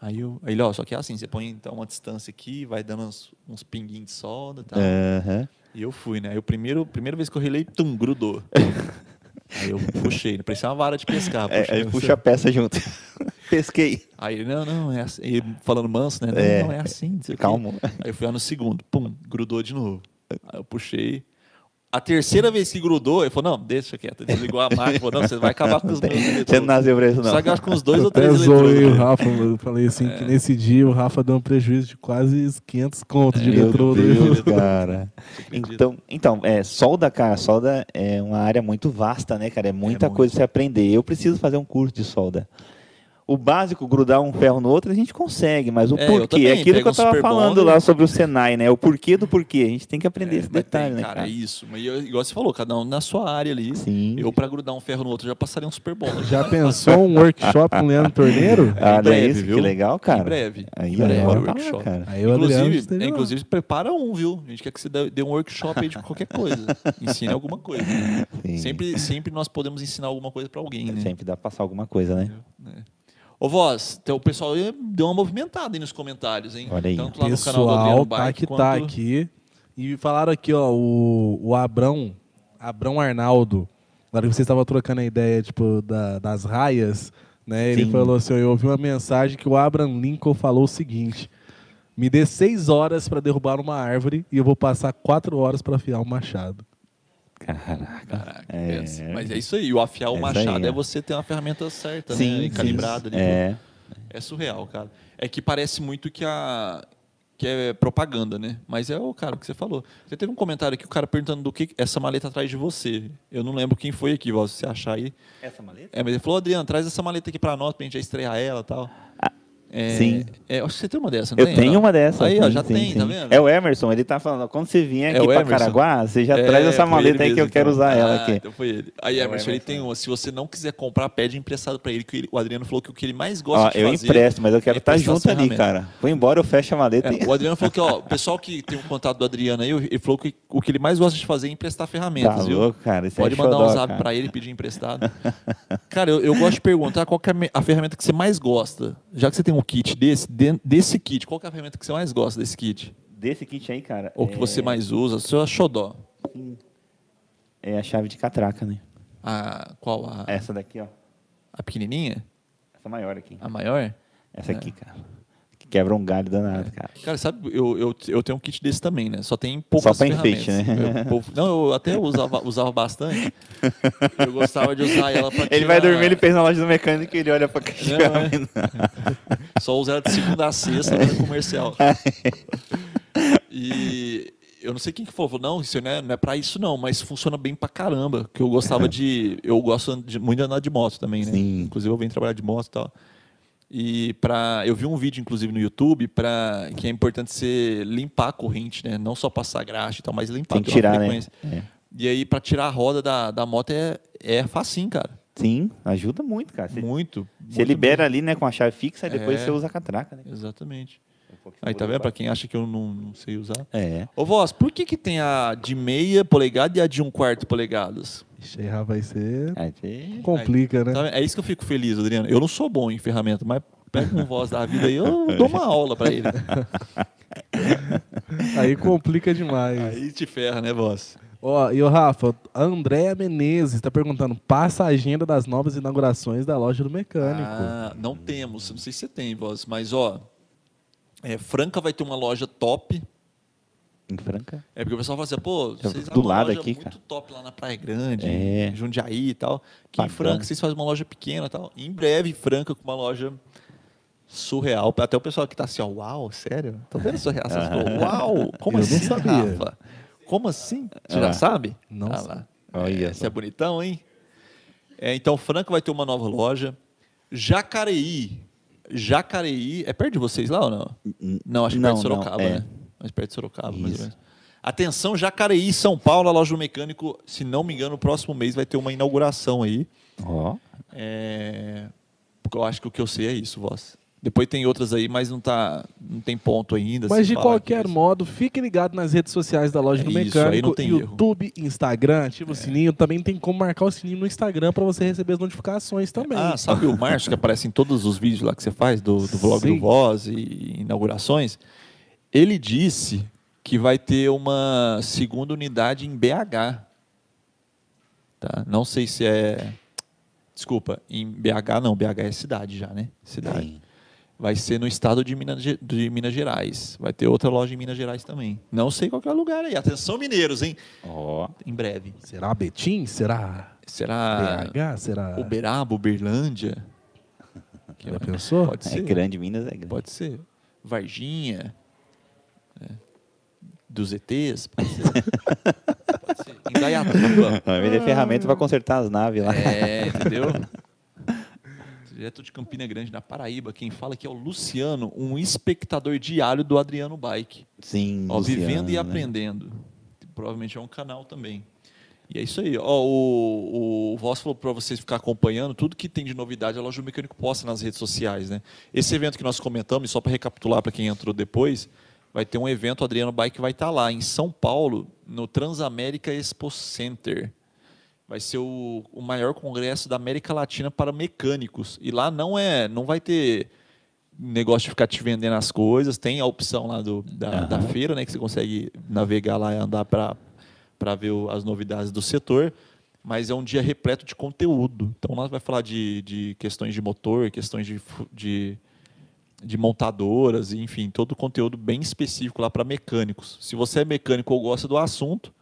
Speaker 1: Aí eu, aí ele, ó, só que é assim, você põe então uma distância aqui, vai dando uns, uns pinguinhos de solda e tal.
Speaker 3: Aham.
Speaker 1: E eu fui, né? Eu primeiro, primeira vez que eu relei, tum, grudou. Aí eu puxei, parecia uma vara de pescar.
Speaker 3: É,
Speaker 1: puxei,
Speaker 3: aí
Speaker 1: assim.
Speaker 3: puxa a peça junto. Pesquei.
Speaker 1: Aí ele, não, não, é assim. E falando manso, né? Não,
Speaker 3: É.
Speaker 1: não é assim. não sei o quê.
Speaker 3: Calmo.
Speaker 1: Aí eu fui lá no segundo, pum, grudou de novo. Aí eu puxei. A terceira vez que grudou, ele falou, não, deixa quieto. Desligou a máquina, falou, não, você vai acabar com os meus
Speaker 3: Você não nasceu pra isso, não.
Speaker 1: Só que eu acho que uns dois
Speaker 2: eu
Speaker 1: ou
Speaker 2: até
Speaker 1: três
Speaker 2: zoei o
Speaker 1: eletrodos. É.
Speaker 2: Rafa, eu falei assim que nesse dia o Rafa deu um prejuízo de quase 500 contos de
Speaker 3: Meu
Speaker 2: eletrodo.
Speaker 3: Deus, cara.
Speaker 1: acredita?
Speaker 3: Então, então é, solda, cara, solda é uma área muito vasta, né, cara? É muita
Speaker 1: muito.
Speaker 3: coisa pra você aprender. Eu preciso fazer um curso de solda. O básico, grudar um ferro no outro, a gente consegue, mas o
Speaker 1: É, eu
Speaker 3: porquê?
Speaker 1: também,
Speaker 3: É aquilo que
Speaker 1: pega
Speaker 3: eu
Speaker 1: um
Speaker 3: tava
Speaker 1: Super
Speaker 3: falando
Speaker 1: Bonder.
Speaker 3: lá sobre o Senai, né? O porquê do porquê. A gente tem que aprender
Speaker 1: É,
Speaker 3: esse
Speaker 1: mas
Speaker 3: detalhe,
Speaker 1: tem,
Speaker 3: né,
Speaker 1: cara,
Speaker 3: cara?
Speaker 1: é isso. Mas eu- igual você falou, cada um na sua área ali.
Speaker 3: Sim.
Speaker 1: Eu, pra grudar um ferro no outro, já passaria um super bom.
Speaker 2: Já pensou um workshop com o Leandro Torneiro?
Speaker 3: Ah, não é
Speaker 1: breve,
Speaker 3: isso?
Speaker 1: viu?
Speaker 3: Que legal, cara.
Speaker 1: Em breve.
Speaker 3: Aí,
Speaker 1: em
Speaker 3: ó,
Speaker 1: breve,
Speaker 2: bora
Speaker 1: o
Speaker 3: pra lá,
Speaker 1: workshop.
Speaker 3: cara.
Speaker 2: Aí o Adriano
Speaker 1: inclusive,
Speaker 2: esteve
Speaker 1: é,
Speaker 2: lá.
Speaker 1: inclusive, prepara um, viu? A gente quer que você dê dê um workshop aí de qualquer coisa. Ensine alguma coisa.
Speaker 3: Sim.
Speaker 1: Sempre, sempre nós podemos ensinar alguma coisa pra alguém, né?
Speaker 3: Sempre dá pra passar alguma coisa, né?
Speaker 1: Ô, Voz, então, o pessoal aí deu uma movimentada aí nos comentários, hein?
Speaker 3: Olha aí.
Speaker 1: Tanto lá no canal do
Speaker 2: pessoal
Speaker 1: Adriano
Speaker 2: tá
Speaker 1: Bike
Speaker 2: que
Speaker 1: quanto...
Speaker 2: tá aqui. E falaram aqui, ó, o, o Abrão, Abrão Arnaldo. Na hora que vocês estavam trocando a ideia, tipo, da- das raias, Né? Ele
Speaker 3: Sim.
Speaker 2: falou assim: eu ouvi uma mensagem que o Abraham Lincoln falou o seguinte: me dê seis horas para derrubar uma árvore e eu vou passar quatro horas para afiar um machado.
Speaker 3: Caraca.
Speaker 2: tá.
Speaker 1: Caraca,
Speaker 3: É.
Speaker 1: pensa. Mas é isso aí, o afiar o
Speaker 3: É isso aí,
Speaker 1: machado
Speaker 3: é.
Speaker 1: é você ter uma ferramenta certa,
Speaker 3: Sim,
Speaker 1: né?
Speaker 3: sim.
Speaker 1: Calibrada. ali.
Speaker 3: É.
Speaker 1: É surreal, cara. É que parece muito que a que é propaganda, né? Mas é o cara o que você falou. Você teve um comentário aqui, o cara perguntando do que essa maleta atrás de você. Eu não lembro quem foi aqui, Val, se você achar aí.
Speaker 3: Essa maleta?
Speaker 1: É, mas ele falou, Adriano, traz essa maleta aqui pra nós, pra gente já estrear ela e tal. É,
Speaker 3: Ah, sim.
Speaker 1: é, eu acho que você tem uma dessa, não
Speaker 3: Eu
Speaker 1: tem?
Speaker 3: tenho
Speaker 1: Ela-
Speaker 3: uma dessas.
Speaker 1: Aí, ó,
Speaker 3: sim,
Speaker 1: já
Speaker 3: sim,
Speaker 1: tem, tá
Speaker 3: sim.
Speaker 1: vendo?
Speaker 3: É o Emerson, ele tá falando, ó, quando você vier
Speaker 1: É
Speaker 3: aqui
Speaker 1: o
Speaker 3: pra
Speaker 1: Emerson.
Speaker 3: Caraguá, você já
Speaker 1: É,
Speaker 3: traz essa
Speaker 1: foi ele
Speaker 3: maleta aí que eu
Speaker 1: mesmo,
Speaker 3: quero
Speaker 1: então.
Speaker 3: usar ela
Speaker 1: Ah,
Speaker 3: aqui.
Speaker 1: Então foi ele. Aí,
Speaker 3: É o
Speaker 1: Emerson, ele
Speaker 3: Emerson.
Speaker 1: tem uma. Se você não quiser comprar, pede emprestado pra ele, que ele- o Adriano falou que o que ele mais
Speaker 3: Ó,
Speaker 1: gosta de
Speaker 3: eu
Speaker 1: fazer...
Speaker 3: empresto, mas eu
Speaker 1: é
Speaker 3: quero estar
Speaker 1: prestar as
Speaker 3: junto ali,
Speaker 1: ferramentas.
Speaker 3: cara. Vou embora, eu fecho a maleta. e...
Speaker 1: É, o Adriano falou que, ó, o pessoal que tem um contato do Adriano aí, ele falou que o que ele mais gosta de fazer é emprestar ferramentas,
Speaker 3: Tá
Speaker 1: viu?
Speaker 3: louco, cara. Isso
Speaker 1: Pode
Speaker 3: é
Speaker 1: mandar
Speaker 3: xodó,
Speaker 1: um zap
Speaker 3: cara.
Speaker 1: pra ele e pedir emprestado. cara, eu, eu gosto de perguntar qual que é a me- a ferramenta que você mais gosta. Já que você tem um kit desse, den- desse kit, qual que é a ferramenta que você mais gosta desse kit?
Speaker 3: Desse kit aí, cara.
Speaker 1: Ou que
Speaker 3: é- assim,
Speaker 1: você mais usa? Sua xodó.
Speaker 3: É a chave de catraca, né?
Speaker 1: A, qual? A,
Speaker 3: Essa daqui, ó.
Speaker 1: a pequenininha?
Speaker 3: Essa maior aqui.
Speaker 1: A maior?
Speaker 3: Essa
Speaker 1: é.
Speaker 3: aqui, cara. Que quebra um galho danado, cara.
Speaker 1: Cara, sabe, eu, eu, eu tenho um kit desse também, né? Só tem poucas
Speaker 3: Só pra enfeite,
Speaker 1: ferramentas.
Speaker 3: né?
Speaker 1: Eu- pou- não, eu até usava, usava bastante. Eu gostava de usar ela pra
Speaker 3: Ele vai
Speaker 1: tirar-
Speaker 3: dormir, ele pensa na loja do mecânico e ele olha pra
Speaker 1: Não,
Speaker 3: cachorro.
Speaker 1: é. Só usar de segunda a sexta no comercial. E eu não sei quem que falou, falou, não, isso não é, não é pra isso não, mas funciona bem pra caramba. Que eu gostava de. Eu gosto de- muito de andar de moto também, né?
Speaker 3: Sim.
Speaker 1: Inclusive eu venho trabalhar de moto e tal. E pra, eu vi um vídeo, inclusive, no YouTube, pra, que é importante você limpar a corrente, né? Não só passar graxa e tal, mas limpar
Speaker 3: Tem que
Speaker 1: ter uma
Speaker 3: tirar, né?
Speaker 1: frequência. E aí, pra tirar a roda da, da moto é, é facinho, cara.
Speaker 3: Sim, ajuda muito, cara. Você,
Speaker 1: Muito.
Speaker 3: você
Speaker 1: muito
Speaker 3: libera ali, né, com a chave fixa, depois
Speaker 1: É.
Speaker 3: você usa a catraca, né?
Speaker 1: mesmo. Exatamente.
Speaker 3: Um pouco
Speaker 1: Aí tá
Speaker 3: de
Speaker 1: vendo? Pra
Speaker 3: barco.
Speaker 1: quem acha que eu não, não sei usar.
Speaker 3: É.
Speaker 1: Ô, Voz, por que, que tem a de meia polegada e a de um quarto polegadas?
Speaker 2: Ixi, aí vai ser.
Speaker 3: Aí você-
Speaker 2: Complica, né?
Speaker 1: É, Tá vendo? É isso que eu fico feliz, Adriano. Eu não sou bom em ferramenta, mas pega um Voz da vida aí, eu dou uma aula pra ele.
Speaker 2: Aí complica demais.
Speaker 1: Aí te ferra, né, Voz?
Speaker 2: Ó, e o Rafa, a Andréa Menezes tá perguntando: passa a agenda das novas inaugurações da loja do mecânico.
Speaker 1: Ah, não temos. Não sei se você tem, Voz, mas ó. é, Franca vai ter uma loja top.
Speaker 3: Em Franca?
Speaker 1: É porque o pessoal fala assim, pô, vocês
Speaker 3: do
Speaker 1: abrem uma
Speaker 3: lado
Speaker 1: loja
Speaker 3: aqui,
Speaker 1: muito
Speaker 3: cara.
Speaker 1: top lá na Praia Grande,
Speaker 3: É.
Speaker 1: em Jundiaí e tal. Que em
Speaker 3: Bacana.
Speaker 1: Franca vocês fazem uma loja pequena e tal. Em breve, Franca com uma loja surreal. Até o pessoal que tá assim, ó, uau, sério? Tô vendo a sua reação. Você falou, uau, como
Speaker 2: Eu não
Speaker 1: assim,
Speaker 2: sabia.
Speaker 1: Rafa? Como assim? Você
Speaker 3: Ah
Speaker 1: já
Speaker 3: lá.
Speaker 1: sabe?
Speaker 2: Não
Speaker 1: Ah
Speaker 2: sei.
Speaker 1: lá.
Speaker 3: Olha
Speaker 1: É,
Speaker 3: só.
Speaker 1: Você é bonitão, hein? É, então, Franca vai ter uma nova loja. Jacareí. Jacareí. É perto de vocês lá ou não?
Speaker 3: N-
Speaker 1: Não, acho que
Speaker 3: não,
Speaker 1: perto de Sorocaba,
Speaker 3: não, é.
Speaker 1: né? Mais perto de Sorocaba, mais ou
Speaker 3: Isso.
Speaker 1: menos. Atenção, Jacareí, São Paulo, a loja do mecânico, se não me engano, no próximo mês vai ter uma inauguração aí.
Speaker 3: Ó.
Speaker 1: É, Porque eu acho que o que eu sei é isso, voz. Depois tem outras aí, mas não, tá... não tem ponto ainda.
Speaker 2: Mas
Speaker 1: se
Speaker 2: de
Speaker 1: Ah, fala
Speaker 2: qualquer
Speaker 1: que-
Speaker 2: modo, fique ligado nas redes sociais da loja
Speaker 1: É
Speaker 2: do
Speaker 1: isso, aí
Speaker 2: mecânico,
Speaker 1: não tem erro. É.
Speaker 2: YouTube, Instagram, ativa o sininho. Também tem como marcar o sininho no Instagram para você receber as notificações também.
Speaker 1: Ah, sabe o Márcio que aparece em todos os vídeos lá que você faz, do, do vlog
Speaker 2: Sim.
Speaker 1: do Voz e inaugurações? Ele disse que vai ter uma segunda unidade em BH. Tá? Não sei se é. Desculpa, em BH não, BH é cidade já, né? Cidade.
Speaker 3: Sim.
Speaker 1: Vai ser no estado de Minas, Ge- de Minas Gerais. Vai ter outra loja em Minas Gerais também. Não sei qual que é o lugar aí. Atenção, mineiros, hein?
Speaker 3: Ó.
Speaker 1: Em breve.
Speaker 2: Será Betim? Será
Speaker 1: Será
Speaker 2: BH? Será.
Speaker 1: Uberaba, Uberlândia? Que
Speaker 2: Já pensou?
Speaker 1: Pode
Speaker 3: É
Speaker 1: ser.
Speaker 3: grande, Minas é grande.
Speaker 1: Pode ser. Varginha. né? Dos ETs. Pode ser. pode ser. Indaiatuba.
Speaker 3: Vai vender ferramenta pra consertar as naves lá.
Speaker 1: É, entendeu? Direto de Campina Grande, na Paraíba, quem fala que é o Luciano, um espectador diário do Adriano Bike.
Speaker 3: Sim.
Speaker 1: Ó,
Speaker 3: Luciano,
Speaker 1: vivendo e
Speaker 3: né?
Speaker 1: aprendendo. Provavelmente é um canal também. E é isso aí. Ó, o, o Voz falou para vocês ficar acompanhando tudo que tem de novidade a loja do mecânico posta nas redes sociais, né? Esse evento que nós comentamos, e só para recapitular para quem entrou depois, vai ter um evento, o Adriano Bike vai estar lá em São Paulo, no Transamérica Expo Center. Vai ser o, o maior congresso da América Latina para mecânicos. E lá não é, não vai ter negócio de ficar te vendendo as coisas. Tem a opção lá do, da, da feira, né? Que você consegue navegar lá e andar para ver o- as novidades do setor. mas é um dia repleto de conteúdo. Então, nós vai falar de, de questões de motor, questões de, de, de montadoras, enfim, todo o conteúdo bem específico lá para mecânicos. Se você é mecânico ou gosta do assunto,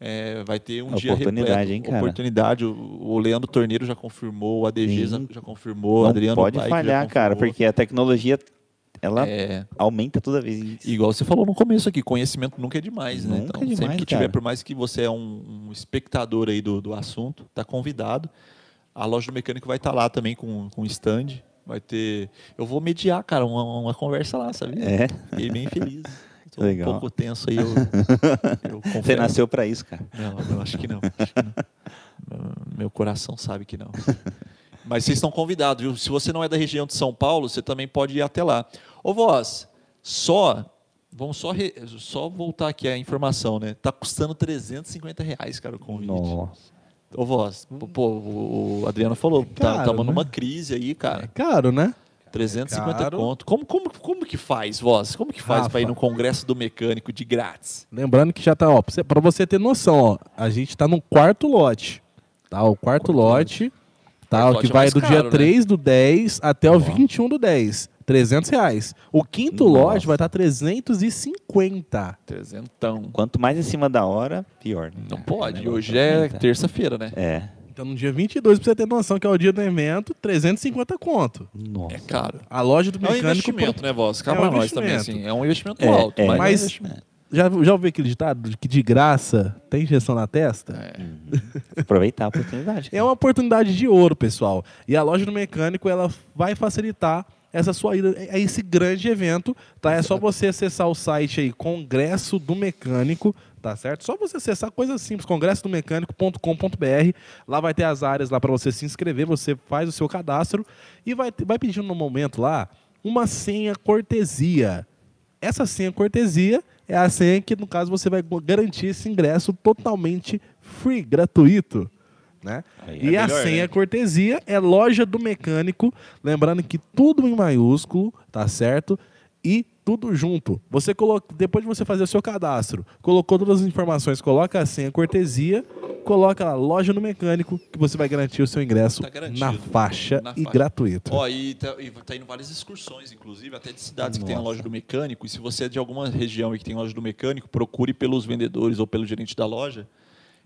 Speaker 1: é, vai ter um
Speaker 3: É
Speaker 1: dia
Speaker 3: oportunidade,
Speaker 1: repleto,
Speaker 3: hein, cara?
Speaker 1: oportunidade. O, o Leandro Torneiro já confirmou, o ADG já,
Speaker 3: Sim.
Speaker 1: já confirmou, o
Speaker 3: Não
Speaker 1: Adriano
Speaker 3: pode
Speaker 1: Bike já
Speaker 3: falhar, cara,
Speaker 1: confirmou.
Speaker 3: porque a tecnologia ela
Speaker 1: É,
Speaker 3: aumenta toda vez.
Speaker 1: igual você falou no começo aqui, conhecimento nunca é demais, né?
Speaker 3: Nunca
Speaker 1: então,
Speaker 3: é demais,
Speaker 1: sempre que tiver,
Speaker 3: cara.
Speaker 1: por mais que você é um, um espectador aí do, do assunto, tá convidado. A loja do mecânico vai estar lá também com, com stand. Vai ter. Eu vou mediar, cara, uma, uma conversa lá, sabe?
Speaker 3: É,
Speaker 1: Fiquei bem feliz. Tô
Speaker 3: Legal.
Speaker 1: um pouco tenso aí. Eu, eu
Speaker 3: você
Speaker 1: confesso.
Speaker 3: nasceu pra isso, cara.
Speaker 1: Não, eu acho que não. acho que não. Meu coração sabe que não. Mas vocês estão convidados, viu? Se você não é da região de São Paulo, você também pode ir até lá. Ô, Voz, só. Vamos só, re- só voltar aqui a informação, né? Tá custando 350 reais, cara, o convite.
Speaker 3: Nossa.
Speaker 1: Ô, Voz, pô, o o Adriano falou, tá,
Speaker 2: caro,
Speaker 1: tamo
Speaker 2: né?
Speaker 1: numa crise aí,
Speaker 2: É
Speaker 1: cara.
Speaker 2: caro, né?
Speaker 1: 350
Speaker 2: caro.
Speaker 1: conto. Como, como, como que faz, Voz? Como que faz para ir
Speaker 2: Rafa.
Speaker 1: no Congresso do Mecânico de grátis?
Speaker 2: Lembrando que já tá, ó, pra você- pra você ter noção, ó, a gente tá no quarto lote, tá? O quarto,
Speaker 1: Quarto
Speaker 2: lote, tá?
Speaker 1: Quarto
Speaker 2: o que
Speaker 1: lote é
Speaker 2: vai
Speaker 1: mais
Speaker 2: do
Speaker 1: caro,
Speaker 2: dia
Speaker 1: né?
Speaker 2: 3 do 10 até o 21 do 10, 300 reais. O quinto
Speaker 3: Nossa.
Speaker 2: lote vai estar tá 350.
Speaker 1: Trezentão.
Speaker 3: Quanto mais em cima da hora, pior. né?
Speaker 1: Não pode.
Speaker 3: negócio
Speaker 1: Hoje é
Speaker 3: aumenta.
Speaker 1: terça-feira, né?
Speaker 3: É.
Speaker 2: Então no dia 22, pra você ter noção que é o dia do evento, 350 conto.
Speaker 3: Nossa.
Speaker 1: É caro.
Speaker 2: A loja do
Speaker 1: É um
Speaker 2: mecânico...
Speaker 1: investimento, né, Voz? Acaba
Speaker 2: É um
Speaker 1: nós também,
Speaker 2: investimento.
Speaker 1: assim. É um investimento
Speaker 3: É,
Speaker 1: alto,
Speaker 3: é.
Speaker 1: mas,
Speaker 2: Mas-
Speaker 1: é um investimento.
Speaker 2: Já, já ouviu aquele ditado de que de graça tem injeção na testa?
Speaker 3: Aproveitar a oportunidade.
Speaker 2: É uma oportunidade de ouro, pessoal. E a loja do mecânico ela vai facilitar essa sua ida a esse grande evento, tá? É só você acessar o site aí Congresso do Mecânico, tá certo? Só você acessar coisa simples, congressodomecânico.com.br. Lá vai ter as áreas lá para você se inscrever, você faz o seu cadastro e vai vai pedindo no momento lá uma senha cortesia. Essa senha cortesia é a senha que no caso você vai garantir esse ingresso totalmente free, gratuito, né?
Speaker 3: Aí é
Speaker 2: E a
Speaker 3: melhor,
Speaker 2: senha
Speaker 3: né?
Speaker 2: cortesia é loja do mecânico. Lembrando que tudo em maiúsculo, tá certo? E tudo junto. Você coloca, depois de você fazer o seu cadastro, colocou todas as informações, coloca a senha cortesia, coloca lá loja do mecânico que você vai garantir o seu ingresso
Speaker 1: Tá garantido.
Speaker 2: na faixa
Speaker 1: Na
Speaker 2: e
Speaker 1: faixa.
Speaker 2: gratuito.
Speaker 1: Ó, e tá, e tá indo várias excursões, inclusive, até de cidades que tem a
Speaker 3: Nossa.
Speaker 1: loja do mecânico. E se você é de alguma região e que tem loja do mecânico, procure pelos vendedores ou pelo gerente da loja,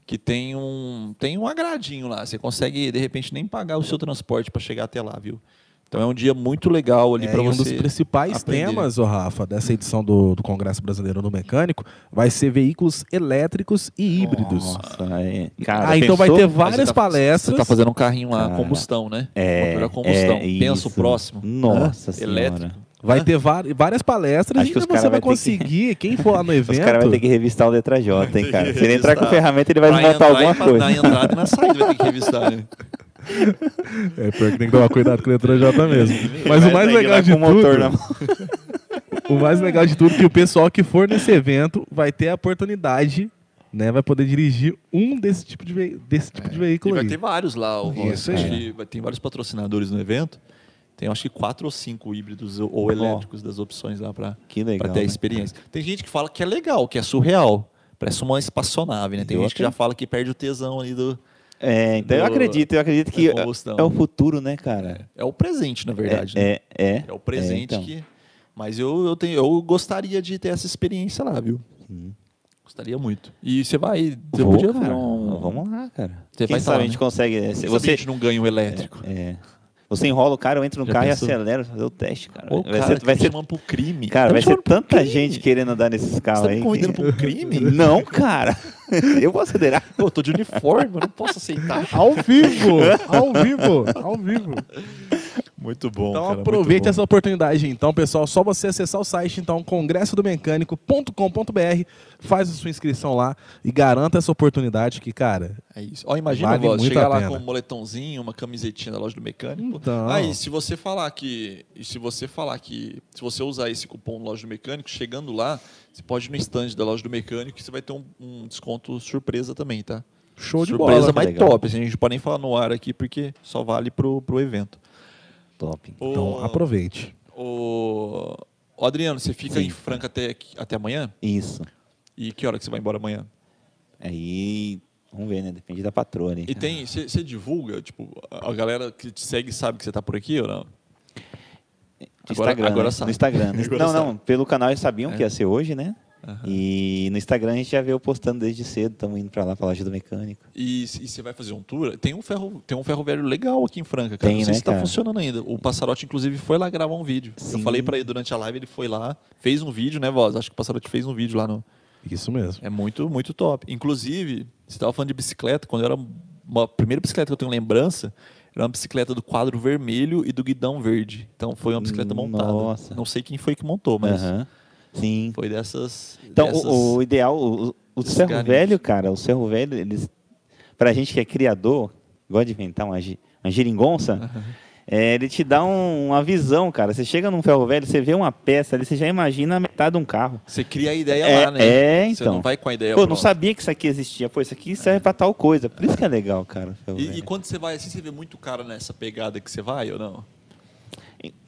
Speaker 1: que tem um, tem um agradinho lá. Você consegue, de repente, nem pagar o seu transporte para chegar até lá, viu? Então é um dia muito legal ali
Speaker 2: É,
Speaker 1: para
Speaker 2: e um dos
Speaker 1: você.
Speaker 2: principais
Speaker 1: aprender.
Speaker 2: temas, ô Rafa, dessa edição do, do Congresso Brasileiro do Mecânico vai ser veículos elétricos e híbridos.
Speaker 3: Nossa, é. Cara,
Speaker 2: ah, então vai
Speaker 3: pensou?
Speaker 1: Mas
Speaker 2: ter
Speaker 1: você
Speaker 2: várias
Speaker 1: tá-
Speaker 2: palestras.
Speaker 1: Você tá fazendo um carrinho lá,
Speaker 3: Cara,
Speaker 1: combustão, né?
Speaker 3: É,
Speaker 1: Motor a combustão.
Speaker 3: é
Speaker 1: Pensa
Speaker 3: isso.
Speaker 1: o próximo.
Speaker 3: Nossa
Speaker 1: né?
Speaker 3: senhora.
Speaker 1: Elétrico.
Speaker 2: Vai ter vari- várias palestras
Speaker 3: Acho
Speaker 2: e ainda
Speaker 3: que os cara
Speaker 2: você vai
Speaker 3: vai ter que-
Speaker 2: conseguir, quem for lá no
Speaker 3: Os
Speaker 2: evento.
Speaker 3: caras vão ter que revistar o letra J, hein, cara. Se ele entrar com
Speaker 1: revistar.
Speaker 3: ferramenta, ele vai
Speaker 1: Pra
Speaker 3: montar
Speaker 1: entrar e
Speaker 3: alguma
Speaker 1: pra-
Speaker 3: coisa.
Speaker 1: Na entrada e na saída vai ter que revistar, né?
Speaker 2: É, porque tem que tomar cuidado com o letra J mesmo. Mas
Speaker 3: Vai
Speaker 2: o mais
Speaker 3: sair de lá
Speaker 2: legal de
Speaker 3: com o motor na
Speaker 2: tudo,
Speaker 3: mão.
Speaker 2: o mais legal de tudo é que o pessoal que for nesse evento vai ter a oportunidade, né, vai poder dirigir um desse tipo de, vei- desse tipo
Speaker 3: É.
Speaker 2: de
Speaker 1: E
Speaker 2: veículo
Speaker 1: vai
Speaker 2: aí.
Speaker 1: ter vários lá. O
Speaker 2: Isso aí.
Speaker 1: acho que vai- tem vários patrocinadores no evento. Tem acho que quatro ou cinco híbridos ou, ou elétricos das opções lá para
Speaker 3: Que legal.
Speaker 1: ter a
Speaker 3: né?
Speaker 1: experiência. Tem gente que fala que é legal, que é surreal. Parece uma espaçonave, né? Tem
Speaker 3: Eu
Speaker 1: gente que já fala que perde o tesão ali do.
Speaker 3: É, então eu
Speaker 1: Do-
Speaker 3: acredito, eu acredito que
Speaker 1: da combustão.
Speaker 3: é o futuro, né, cara?
Speaker 1: É o presente, na verdade. né?
Speaker 3: É, é, é.
Speaker 1: É o presente
Speaker 3: É, então.
Speaker 1: que. Mas eu, eu, tenho, eu gostaria de ter essa experiência lá, viu?
Speaker 3: Sim.
Speaker 1: Gostaria muito. E você vai. Você
Speaker 3: Uhum. Vou,
Speaker 1: podia
Speaker 3: cara.
Speaker 1: fazer um-
Speaker 3: Vamos lá, cara.
Speaker 1: Você
Speaker 3: Quem
Speaker 1: vai
Speaker 3: sabe
Speaker 1: falar,
Speaker 3: a gente
Speaker 1: né?
Speaker 3: consegue. é, se
Speaker 1: Quem sabe a
Speaker 3: Você,
Speaker 1: gente não ganha um elétrico.
Speaker 3: é, você enrola o cara, eu entro no
Speaker 1: Já
Speaker 3: carro
Speaker 1: pensou?
Speaker 3: e acelero fazer o teste, cara.
Speaker 1: Ô,
Speaker 3: vai
Speaker 1: cara,
Speaker 3: ser, vai
Speaker 1: tá me
Speaker 3: ser,
Speaker 1: chamando pro crime.
Speaker 3: cara,
Speaker 1: Tá me
Speaker 3: vai ser
Speaker 1: chamando pro
Speaker 3: tanta
Speaker 1: crime.
Speaker 3: gente querendo andar nesses
Speaker 1: Você tá
Speaker 3: carros aí.
Speaker 1: me convidando
Speaker 3: que-
Speaker 1: pra um crime?
Speaker 3: Não, cara. Eu vou acelerar.
Speaker 1: Pô, eu tô de uniforme, eu não posso aceitar.
Speaker 2: Ao vivo! Ao vivo! Ao vivo!
Speaker 1: Muito bom.
Speaker 2: Então aproveite essa oportunidade então, pessoal. Só você acessar o site então congressodomecânico.com.br, faz a sua inscrição lá e garanta essa oportunidade que, cara,
Speaker 1: É isso. Ó, imagina
Speaker 2: Vale
Speaker 1: vós,
Speaker 2: muito
Speaker 1: chegar
Speaker 2: a
Speaker 1: lá
Speaker 2: pena.
Speaker 1: com um moletomzinho, uma camisetinha da loja do mecânico.
Speaker 2: Então.
Speaker 1: Aí, se você falar que. E se você falar que. Se você usar esse cupom loja do mecânico, chegando lá, você pode ir no stand da loja do mecânico e você vai ter um, um desconto surpresa também, tá?
Speaker 2: show de
Speaker 1: surpresa
Speaker 2: bola.
Speaker 3: que
Speaker 1: mais
Speaker 3: legal.
Speaker 1: top. assim, a gente não pode nem falar no ar aqui, porque só vale pro, pro evento.
Speaker 3: Top.
Speaker 1: Ô,
Speaker 2: Então aproveite.
Speaker 1: ô, ô, Adriano, você fica
Speaker 3: Sim.
Speaker 1: em Franca até, até amanhã?
Speaker 3: Isso.
Speaker 1: E que hora que você vai embora amanhã?
Speaker 3: Aí Vamos ver, né? Depende da patroa ali.
Speaker 1: E tem, você divulga, tipo, a a galera que te segue sabe que você tá por aqui ou não?
Speaker 3: Do
Speaker 1: Agora-
Speaker 3: Instagram,
Speaker 1: agora
Speaker 3: né?
Speaker 1: sabe.
Speaker 3: No Instagram.
Speaker 1: Agora
Speaker 3: não,
Speaker 1: sabe. É.
Speaker 3: não. Pelo canal eles sabiam que ia ser hoje, né?
Speaker 1: Aham.
Speaker 3: E no Instagram a gente já veio postando desde cedo. Estamos indo pra lá, pra loja do mecânico.
Speaker 1: E você vai fazer um tour? Tem um, ferro, tem um ferroviário legal aqui em Franca, cara.
Speaker 3: Tem,
Speaker 1: não sei
Speaker 3: né,
Speaker 1: se tá
Speaker 3: cara?
Speaker 1: funcionando ainda. O Passarote, inclusive, foi lá gravar um vídeo. Eu
Speaker 3: Sim.
Speaker 1: falei pra ele durante a live, ele foi lá, fez um vídeo, né, Voz? Acho que o Passarote fez um vídeo lá no.
Speaker 2: Isso mesmo.
Speaker 1: É muito, muito top. Inclusive, você estava falando de bicicleta, quando eu era uma a primeira bicicleta que eu tenho lembrança, era uma bicicleta do quadro vermelho e do guidão verde. Então foi uma bicicleta montada.
Speaker 3: Nossa.
Speaker 1: Não sei quem foi que montou, mas
Speaker 3: Aham. Sim.
Speaker 1: foi dessas.
Speaker 3: Então,
Speaker 1: dessas-
Speaker 3: o, o ideal, o, o- o
Speaker 1: desses
Speaker 3: Cerro
Speaker 1: garimpo.
Speaker 3: Velho, cara, o Cerro Velho, eles, pra gente que é criador, gosta de inventar uma, gi- uma geringonça, é, ele te dá um- uma visão, cara. Você chega num Ferro Velho, você vê uma peça ali, você já imagina a metade de um carro.
Speaker 1: Você cria a ideia
Speaker 3: É,
Speaker 1: lá, né?
Speaker 3: é,
Speaker 1: Você
Speaker 3: então.
Speaker 1: não vai com a ideia.
Speaker 3: Pô, não
Speaker 1: pronta.
Speaker 3: sabia que isso aqui existia. Pô, isso aqui serve pra tal coisa. Por isso que é legal, cara. Ferro
Speaker 1: E, e
Speaker 3: Velho.
Speaker 1: quando você vai assim, você vê muito cara nessa pegada que você vai ou não?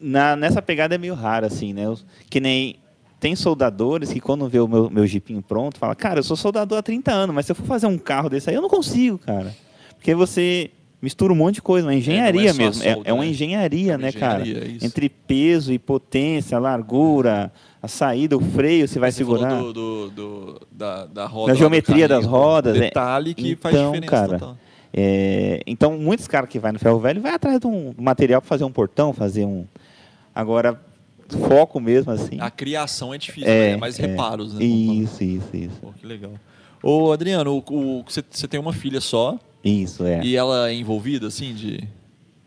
Speaker 3: Na, nessa pegada é meio raro, assim, né? Os- Que nem. Tem soldadores que quando vê o meu, meu jipinho pronto, fala, cara, eu sou soldador há 30 anos, mas se eu for fazer um carro desse aí, eu não consigo, cara. Porque você mistura um monte de coisa, uma engenharia
Speaker 1: É, não é só
Speaker 3: mesmo. É-
Speaker 1: solda,
Speaker 3: é, uma
Speaker 1: né?
Speaker 3: engenharia,
Speaker 1: É uma
Speaker 3: né, cara?
Speaker 1: engenharia, isso.
Speaker 3: Entre peso e potência, largura, a saída, o freio, se vai
Speaker 1: Você falou
Speaker 3: segurar.
Speaker 1: do, do- do- da, da roda.
Speaker 3: Da
Speaker 1: lá do
Speaker 3: geometria das
Speaker 1: carrinho,
Speaker 3: rodas, é.
Speaker 1: Detalhe que faz
Speaker 3: Então,
Speaker 1: diferença
Speaker 3: cara,
Speaker 1: total.
Speaker 3: É, então, muitos caras que vai no ferro velho vai atrás de um material para fazer um portão, fazer um. Agora, foco mesmo, assim.
Speaker 1: A criação é difícil,
Speaker 3: É,
Speaker 1: né? é mais
Speaker 3: é.
Speaker 1: reparos, né? Vamos falar.
Speaker 3: Isso, isso, isso.
Speaker 1: Pô, que legal. Ô, Adriano, o- o- você você tem uma filha só
Speaker 3: Isso, é.
Speaker 1: e ela é envolvida, assim, de
Speaker 3: então,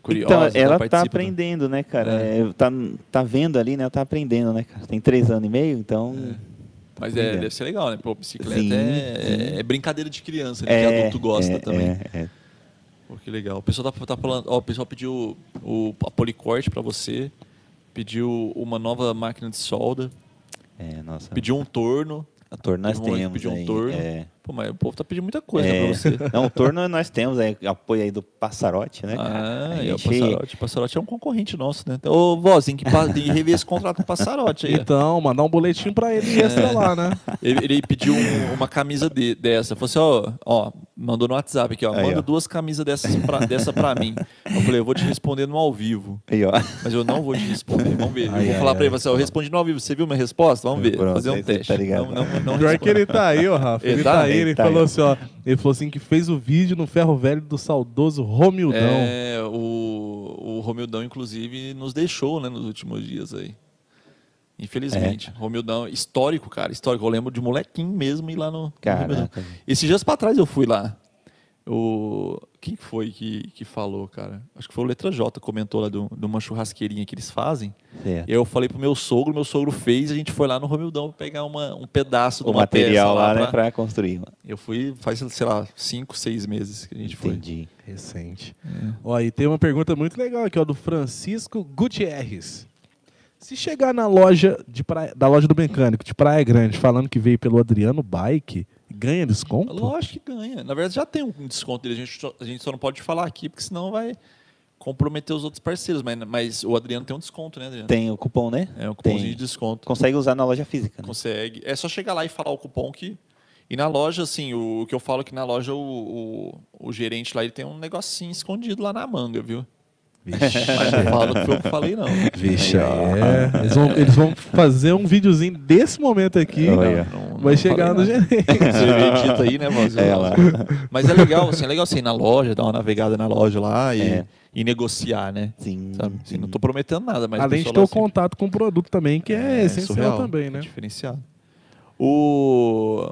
Speaker 1: curiosa? né,
Speaker 3: ela tá
Speaker 1: participa do-
Speaker 3: aprendendo, né, cara? É, tá, tá vendo ali, né? Tá aprendendo, né, cara? Tem três anos e meio, então. tá
Speaker 1: Mas é,
Speaker 3: aprendendo.
Speaker 1: deve ser legal, né? Pô, bicicleta
Speaker 3: Sim,
Speaker 1: é,
Speaker 3: sim.
Speaker 1: é brincadeira de criança, né? que adulto gosta
Speaker 3: é,
Speaker 1: também.
Speaker 3: é, é.
Speaker 1: Pô, que legal. O pessoal tá, tá falando, ó, o pessoal pediu o, a policorte pra você, pediu uma nova máquina de solda,
Speaker 3: É, nossa.
Speaker 1: pediu um torno. A
Speaker 3: torno nós temos.
Speaker 1: Pediu um
Speaker 3: aí,
Speaker 1: torno.
Speaker 3: é.
Speaker 1: Pô, mas o povo tá pedindo muita coisa né,
Speaker 3: É.
Speaker 1: pra você.
Speaker 3: Não, o torno nós temos aí, apoio aí do Passarote, né, cara?
Speaker 1: Ah,
Speaker 3: A
Speaker 1: e é o
Speaker 3: gente-
Speaker 1: Passarote. O Passarote é um concorrente nosso, né? Então, Ô, voz, tem que, pa- tem que rever esse contrato com o Passarote aí. ó.
Speaker 2: Então, mandar um boletim pra ele extra lá, né?
Speaker 1: Ele, ele pediu um- uma camisa de- dessa. Falou assim, ó, ó, mandou no WhatsApp aqui, ó.
Speaker 3: Aí,
Speaker 1: manda
Speaker 3: ó.
Speaker 1: duas camisas dessas pra, dessa pra mim. Eu falei, eu vou te responder no ao vivo.
Speaker 3: Aí, ó.
Speaker 1: Mas eu não vou te responder. Vamos ver. eu
Speaker 3: Ai,
Speaker 1: vou
Speaker 3: ai,
Speaker 1: falar pra
Speaker 3: ai.
Speaker 1: ele, assim, ó, eu respondi no ao vivo. Você viu minha resposta? Vamos ver.
Speaker 3: Pronto,
Speaker 1: fazer um
Speaker 3: aí você
Speaker 1: teste.
Speaker 3: tá ligado.
Speaker 1: Não, não, não
Speaker 2: Pior que
Speaker 1: responde.
Speaker 2: ele tá aí, ó, Rafa. Ele,
Speaker 1: Ele
Speaker 2: tá,
Speaker 1: Então, tá,
Speaker 2: aí,
Speaker 3: ele
Speaker 2: ele
Speaker 3: tá
Speaker 2: falou
Speaker 3: aí.
Speaker 2: assim, ó. Ele falou assim que fez o vídeo no ferro velho do saudoso Romildão.
Speaker 1: É, o, o Romildão, inclusive, nos deixou, né, nos últimos dias aí.
Speaker 3: É.
Speaker 1: Infelizmente. Romildão, histórico, cara, histórico. Eu lembro de molequinho mesmo ir lá no. no Romildão.
Speaker 3: Caraca.
Speaker 1: Esses dias pra trás eu fui lá. O... Quem que foi que, que falou, cara? Acho que foi o Letra J, comentou lá do- de uma churrasqueirinha que eles fazem.
Speaker 3: Certo.
Speaker 1: E aí eu falei pro meu sogro, meu sogro fez, a gente foi lá no Romildão pegar uma, um pedaço do
Speaker 3: O material lá, né,
Speaker 1: pra-
Speaker 3: pra construir.
Speaker 1: Eu fui faz, sei lá, cinco, seis meses que a gente foi.
Speaker 3: Entendi.
Speaker 2: Recente.
Speaker 1: É.
Speaker 2: Ó, e tem uma pergunta muito legal aqui, ó, do Francisco Gutierrez. Se chegar na loja de praia- da loja do mecânico de Praia Grande falando que veio pelo Adriano Bike, ganha desconto?
Speaker 1: Lógico que ganha. Na verdade, já tem um desconto dele. A gente só, a gente só não pode falar aqui, porque senão vai comprometer os outros parceiros. Mas, mas o Adriano tem um desconto, né, Adriano?
Speaker 3: Tem o cupom, né?
Speaker 1: É um cupomzinho
Speaker 3: Tem.
Speaker 1: de desconto.
Speaker 3: Consegue usar na loja física. Né?
Speaker 1: Consegue. É só chegar lá e falar o cupom que. E na loja, assim, o, o que eu falo é que na loja o, o, o gerente lá ele tem um negocinho escondido lá na manga, viu?
Speaker 2: Vixe.
Speaker 3: É.
Speaker 1: Mas não falo que foi eu que falei, não.
Speaker 2: Vixe, é. Eles vão, eles vão fazer um videozinho desse momento aqui.
Speaker 3: Olha.
Speaker 1: Não- não
Speaker 2: Vai chegar no
Speaker 1: falei nada.
Speaker 2: gerente.
Speaker 1: Você edita aí, né, Voz?
Speaker 3: É, lá.
Speaker 1: Mas é legal, assim, é legal você ir na loja, dar uma navegada na loja lá e,
Speaker 3: É.
Speaker 1: e negociar, né?
Speaker 3: Sim.
Speaker 1: Sabe? Assim,
Speaker 3: sim.
Speaker 1: não tô prometendo nada, mas. o
Speaker 2: Uhum. Além de
Speaker 1: pessoal
Speaker 2: ter
Speaker 1: lá
Speaker 2: o
Speaker 1: sempre-
Speaker 2: contato com o produto também, que é, essencial
Speaker 1: surreal,
Speaker 2: também,
Speaker 1: é
Speaker 2: né?
Speaker 1: diferenciado. O...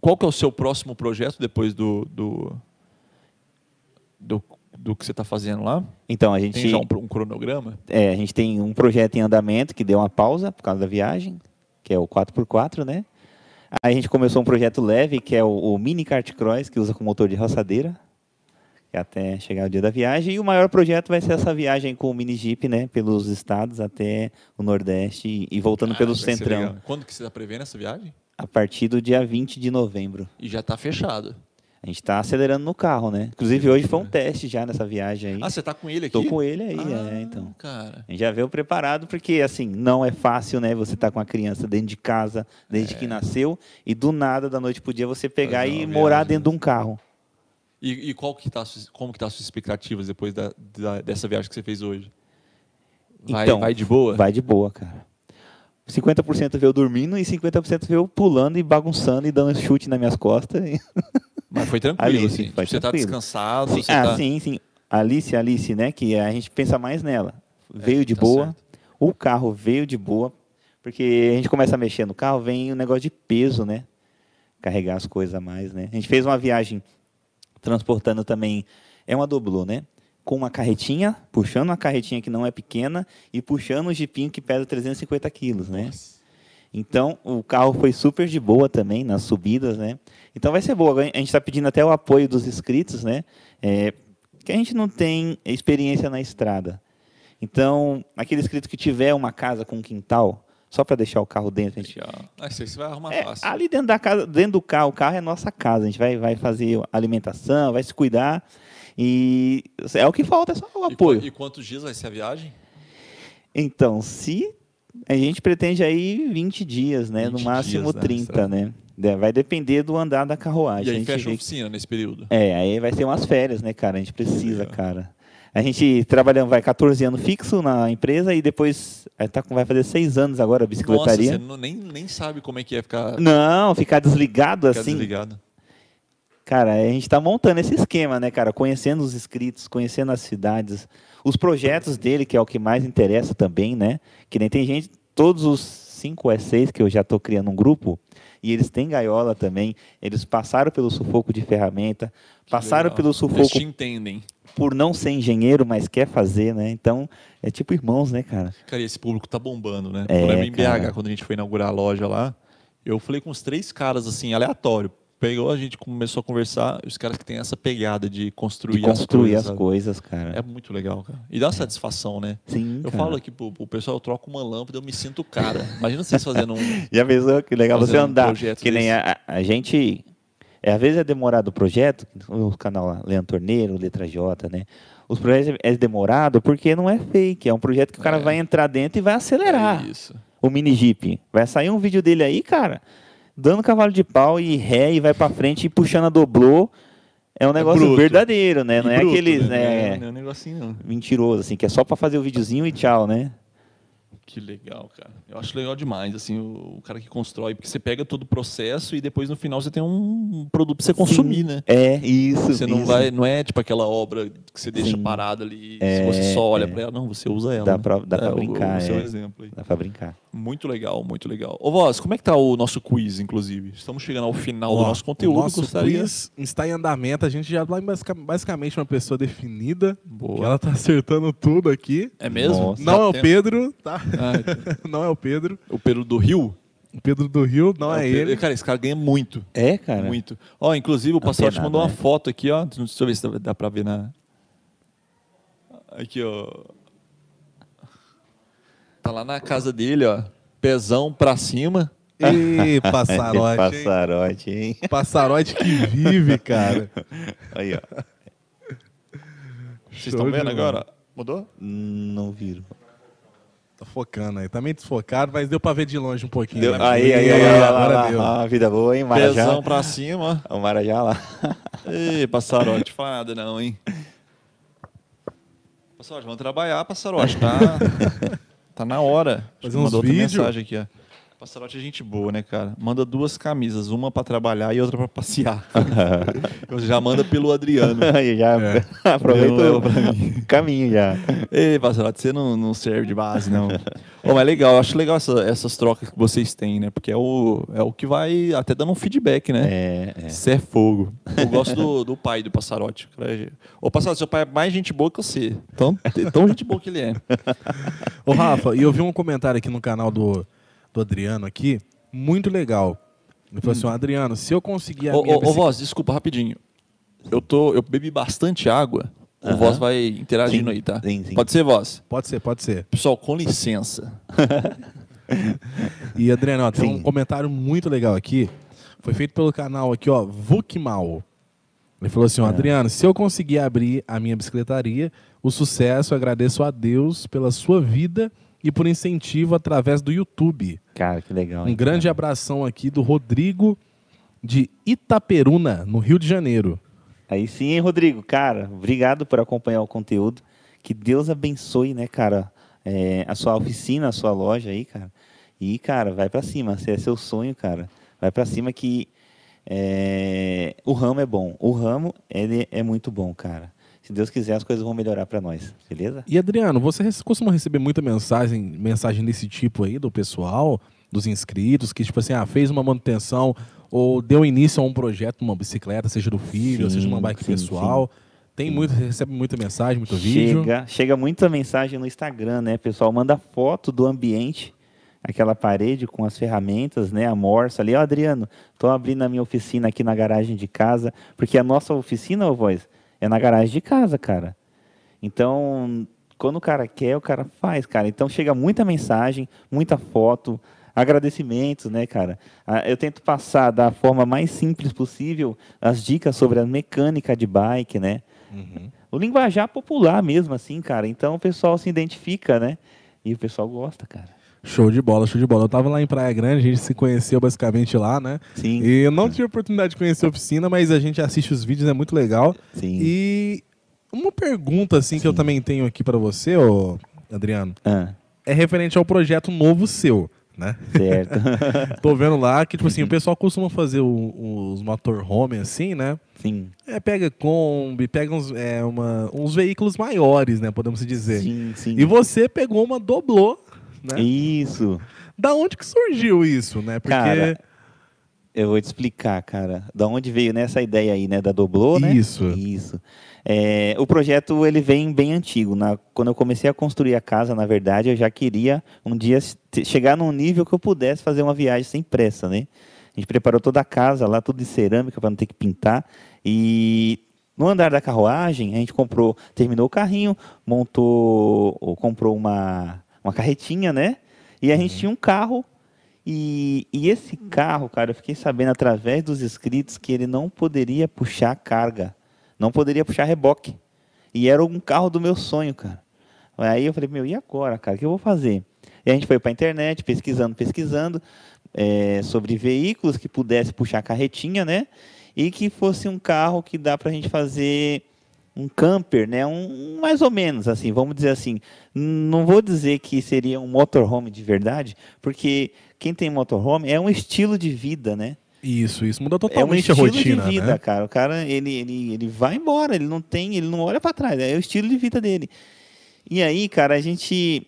Speaker 1: Qual que é o seu próximo projeto depois do. do, do, do que você está fazendo lá?
Speaker 3: Então, a gente.
Speaker 1: Tem já um, pro- um cronograma?
Speaker 3: É, a gente tem um projeto em andamento que deu uma pausa por causa da viagem, que é o 4x4, né? Aí a gente começou um projeto leve, que é o, o Mini Kart Cross, que usa com motor de roçadeira, que é até chegar o dia da viagem. E o maior projeto vai ser essa viagem com o Mini Jeep, né? Pelos estados até o Nordeste e, e voltando pelo
Speaker 1: Ah, vai ser
Speaker 3: Centrão.
Speaker 1: legal. Quando que você está prevendo essa viagem?
Speaker 3: A partir do dia 20 de novembro.
Speaker 1: E já está fechado.
Speaker 3: A gente está acelerando no carro, né? Inclusive, hoje foi um teste já nessa viagem aí.
Speaker 1: Ah, você está com ele aqui?
Speaker 3: Tô com ele aí,
Speaker 1: Ah,
Speaker 3: é, então.
Speaker 1: Cara.
Speaker 3: A gente já veio preparado, porque assim, não é fácil, né? Você tá com a criança dentro de casa, desde que nasceu, e do nada, da noite pro dia, você pegar
Speaker 1: É. Fazer uma
Speaker 3: e morar
Speaker 1: viagem, né?
Speaker 3: dentro de um carro.
Speaker 1: E, e qual que tá, a sua- como que tá as suas expectativas depois da, da- dessa viagem que você fez hoje? Vai,
Speaker 3: Então,
Speaker 1: vai de boa?
Speaker 3: Vai de boa, cara. 50% vê eu dormindo e 50% vê eu pulando e bagunçando e dando chute nas minhas costas. E-
Speaker 1: Mas foi tranquilo,
Speaker 3: Ali,
Speaker 1: assim.
Speaker 3: sim, foi
Speaker 1: você está tá
Speaker 3: tranquilo.
Speaker 1: descansado,
Speaker 3: Sim,
Speaker 1: você
Speaker 3: ah,
Speaker 1: tá-
Speaker 3: sim, sim. Alice, Alice, né? Que a gente pensa mais nela. Veio de
Speaker 1: tá
Speaker 3: boa.
Speaker 1: certo.
Speaker 3: O carro veio de boa. Porque a gente começa a mexer no carro, vem o negócio de peso, né? Carregar as coisas a mais, né? A gente fez uma viagem transportando também. É uma doblô, né? Com uma carretinha, puxando uma carretinha que não é pequena e puxando um jipinho que pesa 350 quilos, né? Então, o carro foi super de boa também nas subidas, né? Então vai ser boa. A gente está pedindo até o apoio dos inscritos, né? É, que a gente não tem experiência na estrada. Então, aquele inscrito que tiver uma casa com um quintal, só para deixar o carro dentro, a gente
Speaker 1: Ah, isso aí você vai arrumar
Speaker 3: é,
Speaker 1: fácil.
Speaker 3: ali dentro da casa, dentro do carro, o carro é nossa casa. A gente vai, vai fazer alimentação, vai se cuidar. E é o que falta, é só o
Speaker 1: E
Speaker 3: apoio.
Speaker 1: qua- E, quantos dias vai ser a viagem?
Speaker 3: Então, se a gente pretende aí 20 dias, né?
Speaker 1: 20
Speaker 3: no máximo
Speaker 1: dias, né?
Speaker 3: 30, né? De- Vai depender do andar da carruagem.
Speaker 1: E
Speaker 3: a
Speaker 1: aí
Speaker 3: gente
Speaker 1: fecha a
Speaker 3: vê-
Speaker 1: oficina nesse período.
Speaker 3: É, aí vai ser umas férias, né, cara? A gente precisa,
Speaker 1: Legal.
Speaker 3: cara. A gente trabalhando, vai 14 anos fixo na empresa e depois aí tá, com- vai fazer 6 anos agora a
Speaker 1: Nossa, Então, assim, você
Speaker 3: bicicletaria.
Speaker 1: não- nem, nem sabe como é que é ficar,
Speaker 3: Assim, Não, ficar desligado
Speaker 1: ficar
Speaker 3: assim.
Speaker 1: desligado.
Speaker 3: Cara, a gente está montando esse esquema, né, cara? Conhecendo os inscritos, conhecendo as cidades, os projetos dele, que é o que mais interessa também, né? Que nem tem gente, todos os cinco E6 que eu já estou criando um grupo, e eles têm gaiola também, eles passaram pelo sufoco de ferramenta, passaram
Speaker 1: Legal.
Speaker 3: pelo
Speaker 1: Eles
Speaker 3: sufoco
Speaker 1: te entendem.
Speaker 3: por não ser engenheiro, mas quer fazer, né? Então, é tipo irmãos, né, cara?
Speaker 1: Cara, e esse público tá bombando, né?
Speaker 3: É,
Speaker 1: Eu lembro em BH,
Speaker 3: cara.
Speaker 1: quando a gente foi inaugurar a loja lá, eu falei com os três caras, assim, aleatório. Pegou, a gente começou a conversar, os caras que têm essa pegada de construir,
Speaker 3: De construir
Speaker 1: as coisas.
Speaker 3: as coisas, né? cara.
Speaker 1: sabe? É muito legal, cara. E dá satisfação, né?
Speaker 3: Sim,
Speaker 1: Eu
Speaker 3: cara.
Speaker 1: falo aqui pro, pro pessoal, eu troco uma lâmpada, eu me sinto o cara. Imagina vocês fazendo um.
Speaker 3: Já pensou que legal
Speaker 1: Fazer
Speaker 3: você
Speaker 1: um
Speaker 3: andar?
Speaker 1: projeto
Speaker 3: que nem
Speaker 1: desse.
Speaker 3: a, a- a gente. É, às vezes é demorado o projeto, o canal lá, Leandro Torneiro, Letra J, né? Os projetos é é demorado porque não é fake, é um projeto que o cara
Speaker 1: É.
Speaker 3: vai entrar dentro e vai acelerar
Speaker 1: É Isso.
Speaker 3: o mini jeep. Vai sair um vídeo dele aí, cara, dando cavalo de pau e ré e vai pra frente e puxando a doblô. É um negócio
Speaker 1: bruto.
Speaker 3: verdadeiro, né?
Speaker 1: E
Speaker 3: não é
Speaker 1: bruto,
Speaker 3: aqueles,
Speaker 1: Não
Speaker 3: né?
Speaker 1: é- Não é um negocinho, não.
Speaker 3: Mentiroso, assim, que é só pra fazer o videozinho e tchau, né?
Speaker 1: Que legal, cara. Eu acho legal demais, assim, o, o cara que constrói, porque você pega todo o processo e depois no final você tem um produto pra você consumir,
Speaker 3: Sim.
Speaker 1: né?
Speaker 3: É, isso.
Speaker 1: Você não
Speaker 3: isso.
Speaker 1: vai, não é tipo aquela obra que você deixa
Speaker 3: Sim. É,
Speaker 1: parada ali, se você só olha pra ela, não, você usa ela.
Speaker 3: Dá
Speaker 1: né?
Speaker 3: pra- dá pra
Speaker 1: o-
Speaker 3: brincar,
Speaker 1: O seu
Speaker 3: é.
Speaker 1: exemplo aí.
Speaker 3: Dá pra brincar.
Speaker 1: Muito legal, muito legal. Ô, Voz, como é que tá o nosso quiz, inclusive? Estamos chegando ao final do
Speaker 2: Ó,
Speaker 1: nosso conteúdo,
Speaker 2: o nosso
Speaker 1: gostaria.
Speaker 2: quiz está em andamento. A gente já é basica- basicamente uma pessoa definida.
Speaker 1: Boa.
Speaker 2: Ela tá acertando tudo aqui.
Speaker 1: É mesmo?
Speaker 3: Nossa.
Speaker 2: não é o
Speaker 1: Tá tendo-
Speaker 2: Pedro, tá?
Speaker 1: Ah,
Speaker 2: Não é o Pedro.
Speaker 1: o Pedro do Rio?
Speaker 2: O Pedro do Rio, não é,
Speaker 1: o Pedro-
Speaker 2: ele.
Speaker 1: Cara, esse cara ganha muito.
Speaker 3: É, cara.
Speaker 1: Muito. Ó, inclusive o Pastor te
Speaker 3: Antenado,
Speaker 1: mandou uma
Speaker 3: né?
Speaker 1: foto aqui, ó. Deixa eu ver se dá, dá pra ver na. Aqui, ó. Tá lá na casa dele, ó. Pezão pra cima.
Speaker 2: Ih,
Speaker 3: É,
Speaker 2: passarote, hein?
Speaker 3: Passarote, hein?
Speaker 2: Passarote que vive, cara.
Speaker 3: Aí, ó.
Speaker 1: Vocês estão vendo agora? Mudou?
Speaker 3: Não viram.
Speaker 2: Tá focando aí. Tá meio desfocado, mas deu pra ver de longe um pouquinho.
Speaker 3: Deu-
Speaker 2: né?
Speaker 3: Aí, aí, aí, aí, lá, lá, lá, lá, vida boa, hein, Marajá?
Speaker 1: Pezão pra cima,
Speaker 3: O Marajá lá.
Speaker 1: ó. Ê, passarote, fala nada não, hein? Passarote, vamos trabalhar, passarote. Tá, tá na hora. Acho que
Speaker 2: Fazer uns
Speaker 1: mandou outra
Speaker 2: vídeo.
Speaker 1: mensagem aqui, ó. Passarote é gente boa, né, cara? Manda duas camisas, uma pra trabalhar e outra pra passear. Você já manda pelo Adriano.
Speaker 3: Aí já
Speaker 2: É.
Speaker 3: aproveita
Speaker 1: Hum. Eu levo
Speaker 3: o
Speaker 1: pra
Speaker 3: caminho já.
Speaker 1: Ei, Passarote, você não, não serve de base, não. Ô, mas legal, eu acho legal essa- essas trocas que vocês têm, né? Porque é o, é o que vai até dando um feedback, né?
Speaker 3: É, é.
Speaker 1: Cê é fogo. Eu gosto do, do pai do Passarote. O cara é- Ô, Passarote, seu pai é mais gente boa que você.
Speaker 3: Então,
Speaker 1: Tão, tão gente boa que ele é.
Speaker 2: Ô, Rafa, e eu vi um comentário aqui no canal do, do Adriano aqui, muito legal. Ele falou assim, ó, Adriano, se eu conseguir a
Speaker 1: Ô,
Speaker 2: minha
Speaker 1: ô, ô,
Speaker 2: bicicleta...
Speaker 1: Voz, desculpa, rapidinho. Eu, tô, eu bebi bastante água. O
Speaker 3: Aham.
Speaker 1: Voz vai interagindo
Speaker 3: Sim,
Speaker 1: aí, tá?
Speaker 3: sim, sim.
Speaker 1: Pode ser, Voz?
Speaker 2: Pode ser, pode ser.
Speaker 1: Pessoal, com licença.
Speaker 2: E, Adriano, ó, tem
Speaker 3: Sim.
Speaker 2: um comentário muito legal aqui. Foi feito pelo canal aqui, ó, Vukmal. Ele falou
Speaker 3: É.
Speaker 2: assim, ó, Adriano, se eu conseguir abrir a minha bicicletaria, o sucesso, eu agradeço a Deus pela sua vida e por incentivo através do YouTube.
Speaker 3: Cara, que legal.
Speaker 2: Um
Speaker 3: hein,
Speaker 2: grande abração aqui do Rodrigo de Itaperuna, no Rio de Janeiro.
Speaker 3: cara. Aí sim, hein, Rodrigo, cara, obrigado por acompanhar o conteúdo. Que Deus abençoe, né, cara, é, a sua oficina, a sua loja aí, cara. E, cara, vai para cima. Se é seu sonho, cara, vai para cima que é, o ramo é bom. O ramo, ele é muito bom, cara. Se Deus quiser, as coisas vão melhorar para nós, beleza?
Speaker 2: E Adriano, você rece- costuma receber muita mensagem, mensagem desse tipo aí do pessoal, dos inscritos, que tipo assim, ah, fez uma manutenção ou deu início a um projeto, uma bicicleta, seja do filho,
Speaker 3: Sim,
Speaker 2: seja uma bike
Speaker 3: sim,
Speaker 2: pessoal. Tem muito, recebe muita mensagem, muito vídeo.
Speaker 3: Chega, chega muita mensagem no Instagram, né, pessoal? Manda foto do ambiente, aquela parede com as ferramentas, né? A morsa ali. Ó, Adriano, tô abrindo a minha oficina aqui na garagem de casa, porque a nossa oficina, ô voz, é na garagem de casa, cara. Então, quando o cara quer, o cara faz, cara. Então chega muita mensagem, muita foto, agradecimentos, né, cara? Ah, Eu tento passar da forma mais simples possível as dicas sobre a mecânica de bike, né?
Speaker 2: Uhum.
Speaker 3: O linguajar popular mesmo, assim, cara. Então o pessoal se identifica, né? E o pessoal gosta, cara.
Speaker 2: Show de bola, show de bola. Eu tava lá em Praia Grande, a gente se conheceu basicamente lá, né?
Speaker 3: Sim,
Speaker 2: E eu não tive a oportunidade de conhecer a oficina, mas a gente assiste os vídeos, é muito legal.
Speaker 3: sim.
Speaker 2: E uma pergunta assim que eu também tenho aqui pra você, ô Adriano,
Speaker 3: Ah,
Speaker 2: é referente ao projeto novo seu, né?
Speaker 3: certo.
Speaker 2: Tô vendo lá que, tipo
Speaker 3: Uhum.
Speaker 2: assim, o pessoal costuma fazer o- os motorhome assim, né?
Speaker 3: sim.
Speaker 2: É, pega Kombi, pega uns, é, uma- uns veículos maiores, né? Podemos dizer.
Speaker 3: Sim, sim.
Speaker 2: E você pegou uma doblô, né?
Speaker 3: Isso.
Speaker 2: Da onde que surgiu isso, né? Porque.
Speaker 3: Cara, Eu vou te explicar, cara, da onde veio nessa ideia aí, né, da Doblô, né?
Speaker 2: Isso.
Speaker 3: Isso. É, o projeto ele vem bem antigo. Na, quando eu comecei a construir a casa, na verdade, eu já queria um dia s- te- chegar num nível que eu pudesse fazer uma viagem sem pressa, né? A gente preparou toda a casa lá, tudo de cerâmica para não ter que pintar. E no andar da carruagem, a gente comprou, terminou o carrinho, montou, ou comprou uma, uma carretinha, né? E a gente tinha um carro. E, e esse carro, cara, eu fiquei sabendo através dos inscritos que ele não poderia puxar carga, não poderia puxar reboque. E era um carro do meu sonho, cara. Aí eu falei, meu, e agora, cara? O que eu vou fazer? E a gente foi para a internet, pesquisando, pesquisando, eh, sobre veículos que pudesse puxar carretinha, né? E que fosse um carro que dá para a gente fazer um camper, né? Um, um mais ou menos, assim, vamos dizer assim. Não vou dizer que seria um motorhome de verdade, porque quem tem motorhome é um estilo de vida, né?
Speaker 2: Isso, isso muda
Speaker 3: é um
Speaker 2: totalmente a
Speaker 3: estilo
Speaker 2: rotina.
Speaker 3: de vida,
Speaker 2: né?
Speaker 3: cara. O cara, ele, ele, ele vai embora, ele não tem, ele não olha para trás, é o estilo de vida dele. E aí, cara, a gente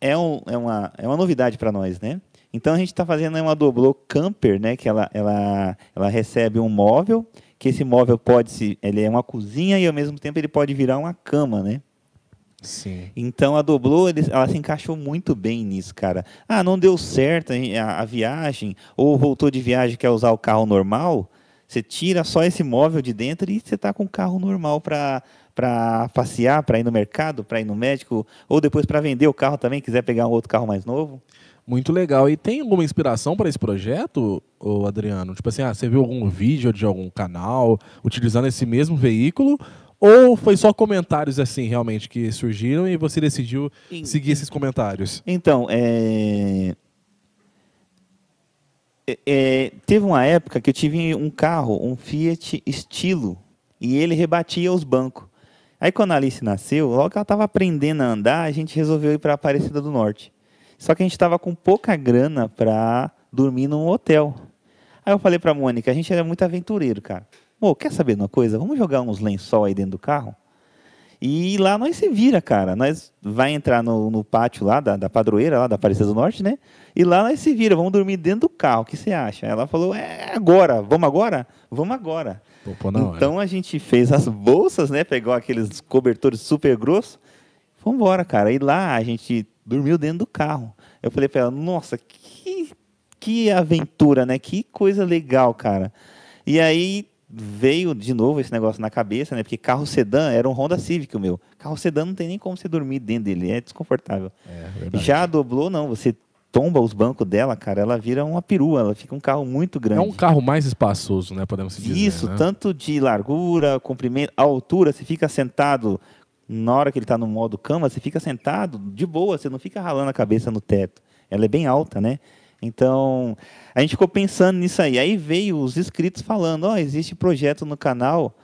Speaker 3: é, um- é uma, é uma novidade para nós, né? Então a gente está fazendo aí uma doblô camper, né? Que ela, ela, ela recebe um móvel, que esse móvel pode se, ele é uma cozinha e ao mesmo tempo ele pode virar uma cama, né?
Speaker 2: Sim.
Speaker 3: Então a Doblô, eles- ela se encaixou muito bem nisso, cara. Ah, não deu certo hein, a, a viagem, ou voltou de viagem e quer usar o carro normal, você tira só esse móvel de dentro e você tá com o carro normal para para passear, para ir no mercado, para ir no médico, ou depois para vender o carro também, quiser pegar um outro carro mais novo.
Speaker 2: Muito legal. E tem alguma inspiração para esse projeto, ô Adriano? Tipo assim, ah, você viu algum vídeo de algum canal utilizando esse mesmo veículo? Ou foi só comentários assim, realmente, que surgiram e você decidiu
Speaker 3: Em-
Speaker 2: seguir esses comentários?
Speaker 3: Então, é... é- é, teve uma época que eu tive um carro, um Fiat Estilo, e ele rebatia os bancos. Aí quando a Alice nasceu, logo que ela estava aprendendo a andar, a gente resolveu ir para Aparecida do Norte. Só que a gente estava com pouca grana para dormir num hotel. Aí eu falei para Mônica, a gente era muito aventureiro, cara. Pô, quer saber de uma coisa? Vamos jogar uns lençol aí dentro do carro? E lá nós se vira, cara. Nós vai entrar no, no pátio lá da, da padroeira, lá da Aparecida do Norte, né? E lá nós se vira, vamos dormir dentro do carro. O que você acha? Ela falou, é agora, vamos agora? Vamos agora.
Speaker 2: Pô, pô, na hora.
Speaker 3: Então a gente fez as bolsas, né? Pegou aqueles cobertores super grossos. Fomos embora, cara. E lá a gente dormiu dentro do carro. Eu falei pra ela, nossa, que, que aventura, né? Que coisa legal, cara. E aí veio de novo esse negócio na cabeça, né? Porque carro sedã era um Honda Civic o meu. Carro sedã não tem nem como você dormir dentro dele, é desconfortável.
Speaker 2: É, verdade.
Speaker 3: Já a Doblô, não. Você tomba os bancos dela, cara, ela vira uma perua, ela fica um carro muito grande.
Speaker 2: É um carro mais espaçoso, né? Podemos dizer.
Speaker 3: Isso,
Speaker 2: né?
Speaker 3: tanto de largura, comprimento, altura, você fica sentado na hora que ele está no modo cama, você fica sentado de boa, você não fica ralando a cabeça no teto. Ela é bem alta, né? Então, a gente ficou pensando nisso aí. Aí veio os inscritos falando, ó, existe projeto no canal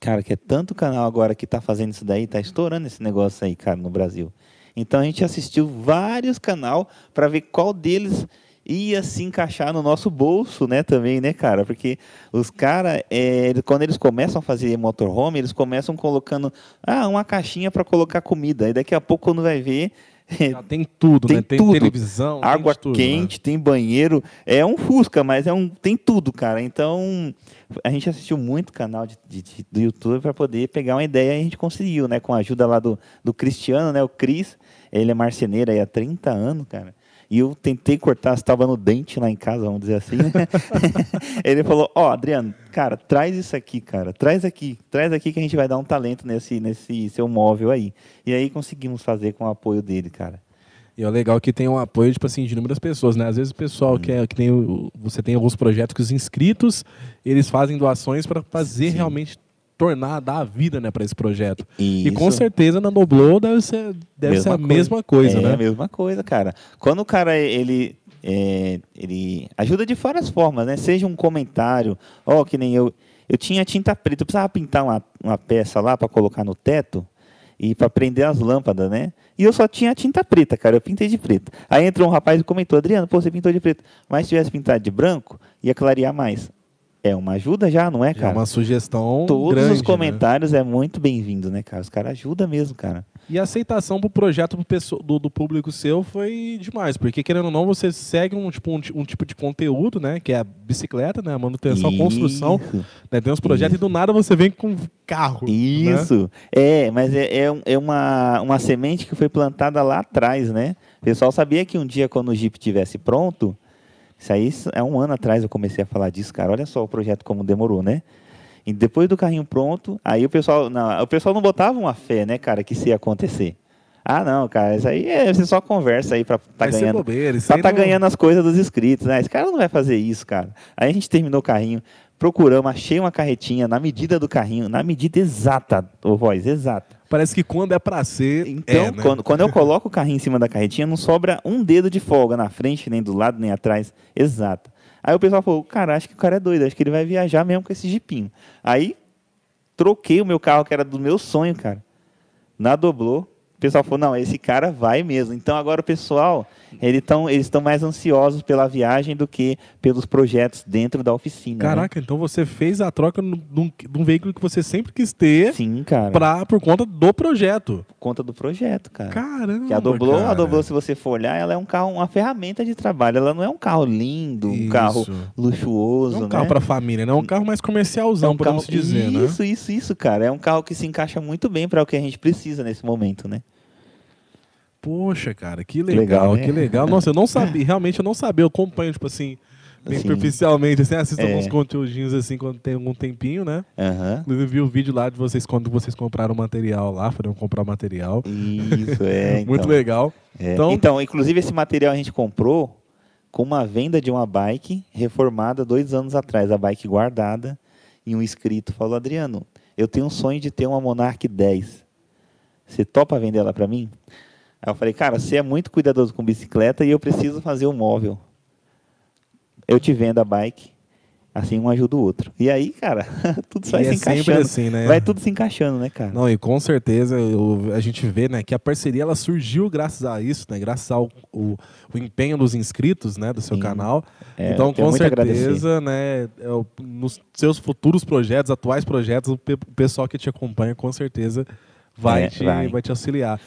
Speaker 3: Cara, que é tanto canal agora que tá fazendo isso daí, tá estourando esse negócio aí, cara, no Brasil. Então a gente assistiu vários canal para ver qual deles ia se encaixar no nosso bolso, né, também, né, cara? Porque os caras, é, quando eles começam a fazer motorhome, eles começam colocando ah, uma caixinha para colocar comida. E daqui a pouco, quando vai ver,
Speaker 2: Já tem tudo,
Speaker 3: Tem
Speaker 2: né? Tem
Speaker 3: tudo.
Speaker 2: televisão, tem
Speaker 3: água
Speaker 2: de tudo, né?
Speaker 3: quente, tem banheiro. É um Fusca, mas é um, tem tudo, cara. Então, a gente assistiu muito canal de, de- de- do YouTube para poder pegar uma ideia e a gente conseguiu, né? Com a ajuda lá do, do Cristiano, né? O Cris, ele é marceneiro aí há 30 anos, cara. E eu tentei cortar, estava no dente lá em casa, vamos dizer assim. né? ele falou: Ó, Adriano, cara, traz isso aqui, cara. Traz aqui, traz aqui que a gente vai dar um talento nesse, nesse seu móvel aí. E aí conseguimos fazer com o apoio dele, cara.
Speaker 2: E é legal que tem um apoio, tipo assim, de inúmeras pessoas, né? Às vezes o pessoal
Speaker 3: Hum.
Speaker 2: que, é, que tem o- você tem alguns projetos que os inscritos, eles fazem doações para fazer realmente tornar, dar a vida, né, para esse projeto. E com
Speaker 3: Isso.
Speaker 2: certeza na Noblow deve ser, deve
Speaker 3: Mesma
Speaker 2: ser a
Speaker 3: coisa.
Speaker 2: mesma coisa,
Speaker 3: é a
Speaker 2: né?
Speaker 3: mesma coisa, cara. Quando o cara, ele, é, ele ajuda de várias formas, né? Seja um comentário, ó, que nem eu. Eu tinha tinta preta, eu precisava pintar uma, uma peça lá para colocar no teto e para prender as lâmpadas, né? E eu só tinha tinta preta, cara. Eu pintei de preto. Aí entrou um rapaz e comentou, Adriano, pô, você pintou de preto. Mas se tivesse pintado de branco, ia clarear mais. É uma ajuda já, não é,
Speaker 2: É
Speaker 3: cara?
Speaker 2: uma sugestão
Speaker 3: Todos
Speaker 2: grande,
Speaker 3: os
Speaker 2: né?
Speaker 3: comentários é muito bem-vindo, né, cara? Os caras ajudam mesmo, cara.
Speaker 2: E a aceitação pro projeto pro pesso- do, do público seu foi demais, porque querendo ou não, você segue um tipo, um, ti- um tipo de conteúdo, né? Que é a bicicleta, né? A manutenção, a construção,
Speaker 3: Isso.
Speaker 2: né? Tem uns projetos e do nada você vem com um carro. né?
Speaker 3: Isso. É, mas é, é, um- é uma, uma semente que foi plantada lá atrás, né? O pessoal sabia que um dia, quando o Jeep tivesse pronto, isso aí s- é um ano atrás eu comecei a falar disso, cara. Olha só o projeto como demorou, né? E depois do carrinho pronto, aí o pessoal, não, o pessoal não botava uma fé, né, cara, que isso ia acontecer. Ah, não, cara, isso aí é você só conversa aí pra tá
Speaker 2: Vai ser
Speaker 3: ganhando.
Speaker 2: bobeira, isso
Speaker 3: Só
Speaker 2: aí
Speaker 3: tá
Speaker 2: não-
Speaker 3: ganhando as coisas dos inscritos, né? Esse cara não vai fazer isso, cara. Aí a gente terminou o carrinho, procuramos, achei uma carretinha na medida do carrinho, na medida exata, ô voz, exata.
Speaker 2: Parece que quando é pra ser.
Speaker 3: Então,
Speaker 2: é, né?
Speaker 3: quando, quando eu coloco o carrinho em cima da carretinha, não sobra um dedo de folga na frente, nem do lado, nem atrás, exata. Aí o pessoal falou, cara, acho que o cara é doido, acho que ele vai viajar mesmo com esse jipinho. Aí, troquei o meu carro, que era do meu sonho, cara. Na Doblô, o pessoal falou, não, esse cara vai mesmo. Então agora o pessoal, ele tão, eles estão mais ansiosos pela viagem do que pelos projetos dentro da oficina. né?
Speaker 2: Caraca, então você fez a troca num- num- de um veículo que você sempre quis ter
Speaker 3: Sim, cara,
Speaker 2: pra, por conta do projeto.
Speaker 3: por conta do projeto, cara.
Speaker 2: Caramba.
Speaker 3: É. Que a Doblô,
Speaker 2: Hum, cara.
Speaker 3: a Doblô, se você for olhar, ela é um carro, uma ferramenta de trabalho. Ela não é um carro lindo, um
Speaker 2: Isso.
Speaker 3: carro
Speaker 2: Não
Speaker 3: luxuoso,
Speaker 2: É um
Speaker 3: né? É um
Speaker 2: carro pra família, né? É um carro mais comercialzão, podemos dizer, né?
Speaker 3: Isso, isso, isso, cara. É um carro que se encaixa muito bem para o que a gente precisa nesse momento, né?
Speaker 2: Poxa, cara, que legal,
Speaker 3: Legal, né?
Speaker 2: que legal. Nossa, eu não sabia, realmente eu não sabia, eu acompanho, tipo assim, bem
Speaker 3: Assim.
Speaker 2: superficialmente, assim, assisto
Speaker 3: É.
Speaker 2: alguns conteúdinhos assim quando tem algum tempinho, né?
Speaker 3: Aham.
Speaker 2: Inclusive, vi o vídeo lá de vocês quando vocês compraram o material lá, foram comprar o material.
Speaker 3: Isso, é.
Speaker 2: Muito
Speaker 3: então.
Speaker 2: legal.
Speaker 3: É,
Speaker 2: Então-
Speaker 3: Então, inclusive, esse material a gente comprou com uma venda de uma bike reformada dois anos atrás, a bike guardada, e um inscrito falou, Adriano, eu tenho um sonho de ter uma Monarch 10. Você topa vender ela para mim? Aí eu falei, cara, você é muito cuidadoso com bicicleta e eu preciso fazer um móvel. Eu te vendo a bike, assim um ajuda o outro. E aí, cara, tudo
Speaker 2: E
Speaker 3: sai
Speaker 2: é
Speaker 3: se
Speaker 2: sempre
Speaker 3: encaixando.
Speaker 2: assim, né?
Speaker 3: Vai tudo se encaixando, né, cara?
Speaker 2: Não, e com certeza eu- a gente vê, né, que a parceria ela surgiu graças a isso, né? Graças ao o, o empenho dos inscritos, né, do seu
Speaker 3: Sim.
Speaker 2: canal.
Speaker 3: É,
Speaker 2: então,
Speaker 3: eu tenho
Speaker 2: com
Speaker 3: muito a agradecer.
Speaker 2: certeza, né, é o- nos seus futuros projetos, atuais projetos, o pe- o pessoal que te acompanha com certeza vai,
Speaker 3: É,
Speaker 2: te, vai.
Speaker 3: vai.
Speaker 2: te auxiliar.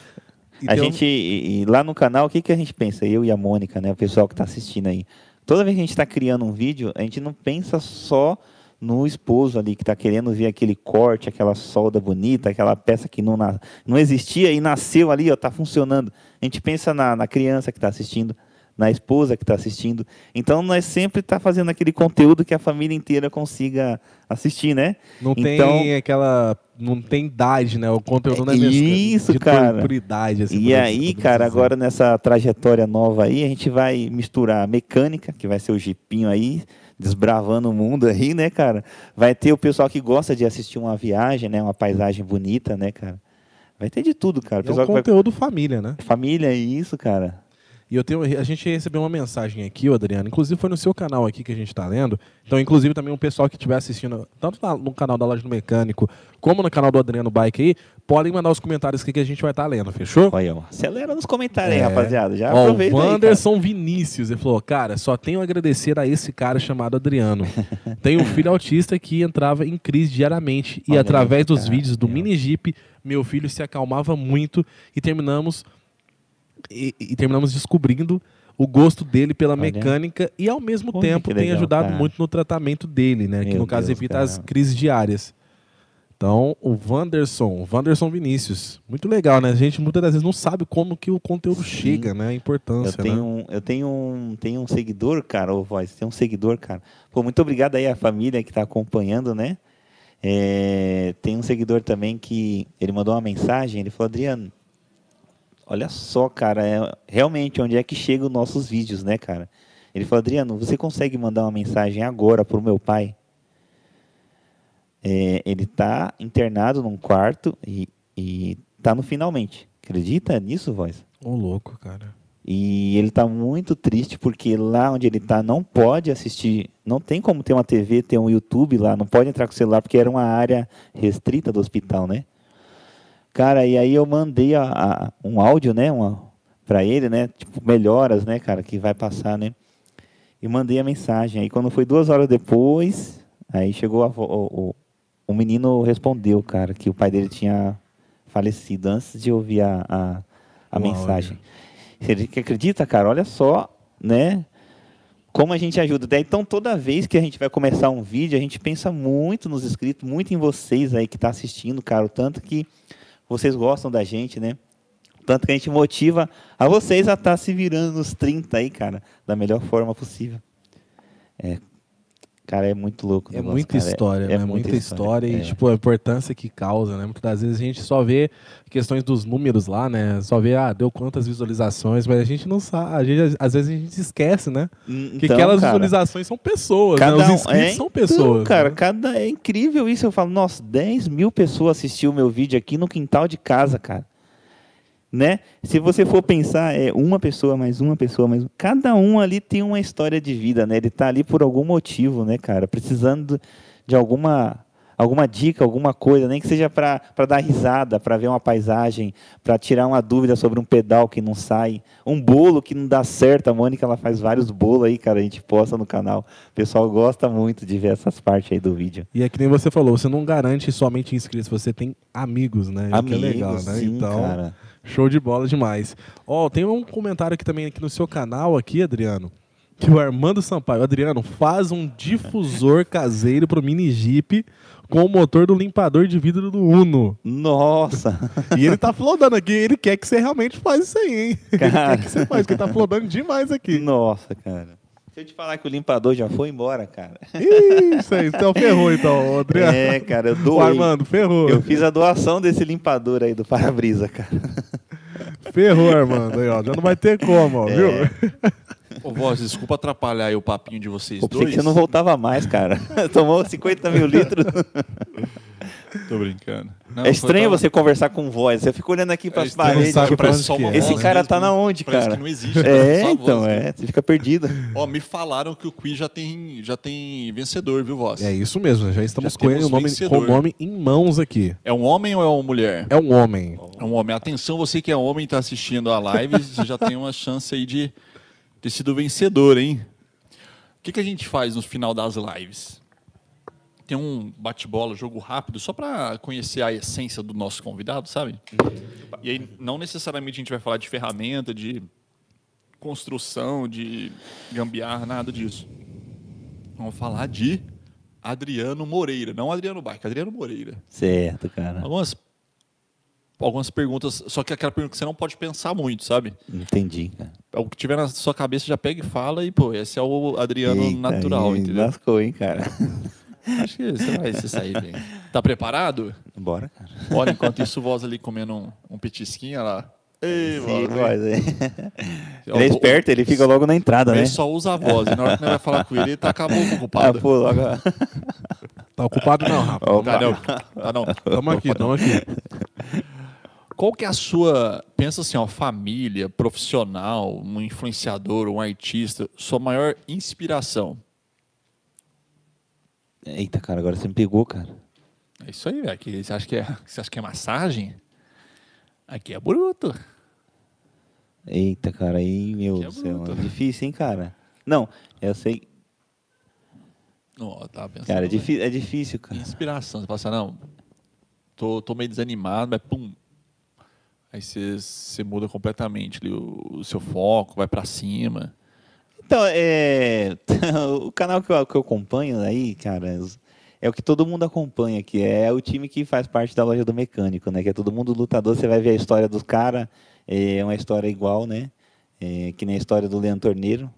Speaker 2: E
Speaker 3: a
Speaker 2: tem um-
Speaker 3: gente, e- e lá no canal, o que, que a gente pensa? Eu e a Mônica, né? O pessoal que está assistindo aí. Toda vez que a gente está criando um vídeo, a gente não pensa só no esposo ali que está querendo ver aquele corte, aquela solda bonita, aquela peça que não, na- não existia e nasceu ali, ó, tá funcionando. A gente pensa na, na criança que está assistindo, na esposa que está assistindo. Então, nós sempre está fazendo aquele conteúdo que a família inteira consiga assistir, né?
Speaker 2: não tem
Speaker 3: então-
Speaker 2: aquela não tem idade, né? O conteúdo não é mesmo-
Speaker 3: Isso,
Speaker 2: de
Speaker 3: cara.
Speaker 2: Por idade, assim,
Speaker 3: E
Speaker 2: por-
Speaker 3: aí,
Speaker 2: podemos
Speaker 3: cara,
Speaker 2: dizer.
Speaker 3: agora nessa trajetória nova aí, a gente vai misturar a mecânica, que vai ser o jipinho aí, desbravando o mundo aí, né, cara? Vai ter o pessoal que gosta de assistir uma viagem, né? Uma paisagem bonita, né, cara? Vai ter de tudo, cara. O
Speaker 2: é um
Speaker 3: pessoal que vai...
Speaker 2: conteúdo família, né?
Speaker 3: Família, é isso, cara.
Speaker 2: E eu tenho, a gente recebeu uma mensagem aqui, ô Adriano. Inclusive foi no seu canal aqui que a gente está lendo. Então, inclusive, também o pessoal que estiver assistindo, tanto na- no canal da Loja do Mecânico, como no canal do Adriano Bike aí, podem mandar os comentários aqui que a gente vai estar lendo, fechou?
Speaker 3: Olha, ó, acelera nos comentários aí,
Speaker 2: É.
Speaker 3: rapaziada. Já
Speaker 2: Ó,
Speaker 3: aproveita
Speaker 2: o
Speaker 3: aí, cara.
Speaker 2: Wanderson Vinícius, ele falou, cara, só tenho a agradecer a esse cara chamado Adriano. Tem um filho autista que entrava em crise diariamente e
Speaker 3: Olha
Speaker 2: através
Speaker 3: aí,
Speaker 2: dos
Speaker 3: cara,
Speaker 2: vídeos do
Speaker 3: meu.
Speaker 2: mini Jeep, meu filho se acalmava muito e terminamos e, e terminamos descobrindo o gosto dele pela
Speaker 3: Olha.
Speaker 2: mecânica e ao mesmo
Speaker 3: Olha
Speaker 2: tempo
Speaker 3: que
Speaker 2: tem
Speaker 3: legal,
Speaker 2: ajudado
Speaker 3: cara.
Speaker 2: muito no tratamento dele, né? que
Speaker 3: Meu
Speaker 2: no caso
Speaker 3: Deus,
Speaker 2: evita
Speaker 3: cara.
Speaker 2: as crises diárias. Então, o Wanderson, o Wanderson Vinícius. Muito legal, né? A gente muitas das vezes não sabe como que o conteúdo chega, né? A
Speaker 3: Eu
Speaker 2: importância,
Speaker 3: tenho,
Speaker 2: né?
Speaker 3: um, eu tenho um, tenho um seguidor, cara, ô Voz, tem um seguidor, cara. Pô, muito obrigado aí à família que tá acompanhando, né? É, tem um seguidor também que ele mandou uma mensagem, ele falou, Adriano, olha só, cara, é, realmente onde é que chegam os nossos vídeos, né, cara? Ele falou, Adriano, você consegue mandar uma mensagem agora pro meu pai? É, ele tá internado num quarto e, e tá no finalmente. Acredita nisso, Voz?
Speaker 2: Ô, louco, cara.
Speaker 3: E ele tá muito triste porque lá onde ele tá não pode assistir, não tem como ter uma TV, ter um YouTube lá, não pode entrar com o celular porque era uma área restrita do hospital, né? Cara, e aí eu mandei a- a- um áudio, né, uma para ele, né, tipo melhoras, né, cara, que vai passar, né? E mandei a mensagem. Aí quando foi duas horas depois, aí chegou a vo- o, o, o menino respondeu, cara, que o pai dele tinha falecido antes de ouvir a, a, a
Speaker 2: O áudio.
Speaker 3: mensagem. Você que acredita, cara? Olha só, né? Como a gente ajuda. Daí, então, toda vez que a gente vai começar um vídeo, a gente pensa muito nos inscritos, muito em vocês aí que tá assistindo, cara. O tanto que vocês gostam da gente, né? O tanto que a gente motiva a vocês a estar se virando nos 30 aí, cara, da melhor forma possível. É. Cara, é muito louco. o
Speaker 2: É
Speaker 3: negócio,
Speaker 2: muita
Speaker 3: cara.
Speaker 2: história, né? Muita, história, e,
Speaker 3: é.
Speaker 2: tipo, a importância que causa, né? Muitas das vezes a gente só vê questões dos números lá, né? Só vê, ah, deu quantas visualizações, mas a gente não sabe. A gente- às vezes a gente esquece, né?
Speaker 3: Então,
Speaker 2: Que aquelas
Speaker 3: cara,
Speaker 2: visualizações são pessoas,
Speaker 3: Cada
Speaker 2: né? Os
Speaker 3: um-
Speaker 2: inscritos
Speaker 3: é,
Speaker 2: são pessoas.
Speaker 3: Então, cara,
Speaker 2: né?
Speaker 3: cada, é incrível isso. Eu falo, nossa, 10 mil pessoas assistiu o meu vídeo aqui no quintal de casa, cara. Né? Se você for pensar, é uma pessoa, mais uma pessoa, mais uma. Cada um ali tem uma história de vida, né? Ele tá ali por algum motivo, né, cara? Precisando de alguma alguma dica, alguma coisa, nem que seja para dar risada, para ver uma paisagem, para tirar uma dúvida sobre um pedal que não sai, um bolo que não dá certo. A Mônica ela faz vários bolos aí, cara, a gente posta no canal. O pessoal gosta muito de ver essas partes aí do vídeo.
Speaker 2: E é que nem você falou, você não garante somente inscritos, você tem amigos, né? O que é legal, né?
Speaker 3: sim,
Speaker 2: então,
Speaker 3: cara.
Speaker 2: show de bola demais. Ó, tem um comentário aqui também aqui no seu canal aqui, Adriano. Que o Armando Sampaio, Adriano, faz um difusor caseiro pro mini Jeep com o motor do limpador de vidro do Uno.
Speaker 3: Nossa,
Speaker 2: E ele tá flodando aqui, ele quer que você realmente faz isso aí, hein? Ele
Speaker 3: Cara.
Speaker 2: quer que você faz, que ele tá flodando demais aqui.
Speaker 3: nossa, cara. Se eu te falar que o limpador já foi embora, cara.
Speaker 2: Ih, Isso aí, então ferrou então, ô, Adriano.
Speaker 3: É, cara, eu
Speaker 2: Ô,
Speaker 3: doei.
Speaker 2: Armando, ferrou.
Speaker 3: Eu fiz a doação desse limpador aí do para-brisa, cara.
Speaker 2: Ferrou, Armando. Aí, ó, já não vai ter como,
Speaker 3: É.
Speaker 2: ó, viu?
Speaker 1: Ô, voz, desculpa atrapalhar aí o papinho de vocês
Speaker 3: Pô, pensei
Speaker 1: dois.
Speaker 3: que você não voltava mais, cara. Tomou 50 mil litros.
Speaker 1: Tô brincando. Não,
Speaker 3: é
Speaker 1: eu
Speaker 3: estranho
Speaker 1: tava-
Speaker 3: você conversar com voz. Você fica olhando aqui para
Speaker 1: É
Speaker 3: as
Speaker 1: estranho,
Speaker 3: paredes.
Speaker 2: sabe
Speaker 1: porque
Speaker 3: tipo,
Speaker 2: pra
Speaker 1: parece
Speaker 2: onde
Speaker 1: só
Speaker 2: que
Speaker 1: uma
Speaker 2: é.
Speaker 1: voz
Speaker 3: Esse cara tá
Speaker 1: mesmo.
Speaker 3: na onde,
Speaker 1: Parece
Speaker 3: cara?
Speaker 1: que não existe. né? Só
Speaker 3: É,
Speaker 1: a voz
Speaker 3: então,
Speaker 1: mesmo.
Speaker 3: é. Você fica perdido.
Speaker 1: Ó, me falaram que o quiz já tem, já tem vencedor, viu, voz?
Speaker 2: É isso mesmo, já estamos
Speaker 1: Já
Speaker 2: com, ele,
Speaker 1: temos
Speaker 2: o nome,
Speaker 1: vencedor.
Speaker 2: com o nome em mãos aqui.
Speaker 1: É um homem ou é uma mulher?
Speaker 2: É um homem.
Speaker 1: É um homem. Atenção, você que é homem e está assistindo a live, você já tem uma chance aí de ter sido vencedor, hein? O que, que a gente faz no final das lives? Tem um bate-bola, jogo rápido, só para conhecer a essência do nosso convidado, sabe? E aí, não necessariamente a gente vai falar de ferramenta, de construção, de gambiarra, nada disso. Vamos falar de Adriano Moreira. Não Adriano Baica, Adriano Moreira.
Speaker 3: Certo, cara.
Speaker 1: Algumas, algumas perguntas, só que aquela pergunta que você não pode pensar muito, sabe?
Speaker 3: Entendi, cara.
Speaker 1: É O que tiver na sua cabeça já pega e fala, e pô, esse é o Adriano
Speaker 3: Eita,
Speaker 1: natural,
Speaker 3: aí,
Speaker 1: entendeu?
Speaker 3: Lascou, hein, cara.
Speaker 1: Acho que você vai se sair bem. Tá preparado?
Speaker 3: Bora, cara.
Speaker 1: Olha, enquanto isso, o Voz ali comendo um, um petisquinho, olha lá. Ei,
Speaker 3: Sim,
Speaker 1: Voz,
Speaker 3: voz, é.
Speaker 1: ó,
Speaker 3: Ele é
Speaker 1: o-
Speaker 3: esperto, ele fica logo na entrada, né?
Speaker 1: Ele só usa a voz, e na hora que nós vai falar com ele, ele tá acabou com o
Speaker 3: Ah,
Speaker 1: culpado.
Speaker 3: pô, logo.
Speaker 2: Tá ocupado não, rapaz.
Speaker 1: Tá
Speaker 3: Opa.
Speaker 1: não, tá não.
Speaker 2: Tamo aqui, tamo aqui.
Speaker 1: Qual que é a sua, pensa assim, ó, família, profissional, um influenciador, um artista, sua maior inspiração?
Speaker 3: Eita, cara, agora você me pegou, cara.
Speaker 1: É isso aí, velho. Aqui, Você acha que é, você acha que é massagem? Aqui é bruto.
Speaker 3: Eita, cara, aí, meu
Speaker 1: Que é
Speaker 3: Deus do céu.
Speaker 1: bruto.
Speaker 3: É difícil, hein, cara? Não, eu sei.
Speaker 1: Não, eu tava pensando.
Speaker 3: Cara, é,
Speaker 1: velho.
Speaker 3: difí- é difícil, cara.
Speaker 1: Inspiração. Você fala assim, ah, não, tô, tô meio desanimado, mas pum. Aí você, você muda completamente ali o, o seu foco, vai pra cima.
Speaker 3: Então, é. o canal que eu, que eu acompanho aí, cara, os- é o que todo mundo acompanha, que é o time que faz parte da loja do mecânico, né? Que é todo mundo lutador, você vai ver a história dos caras, é uma história igual, né? É, que nem a história do Leandro Torneiro,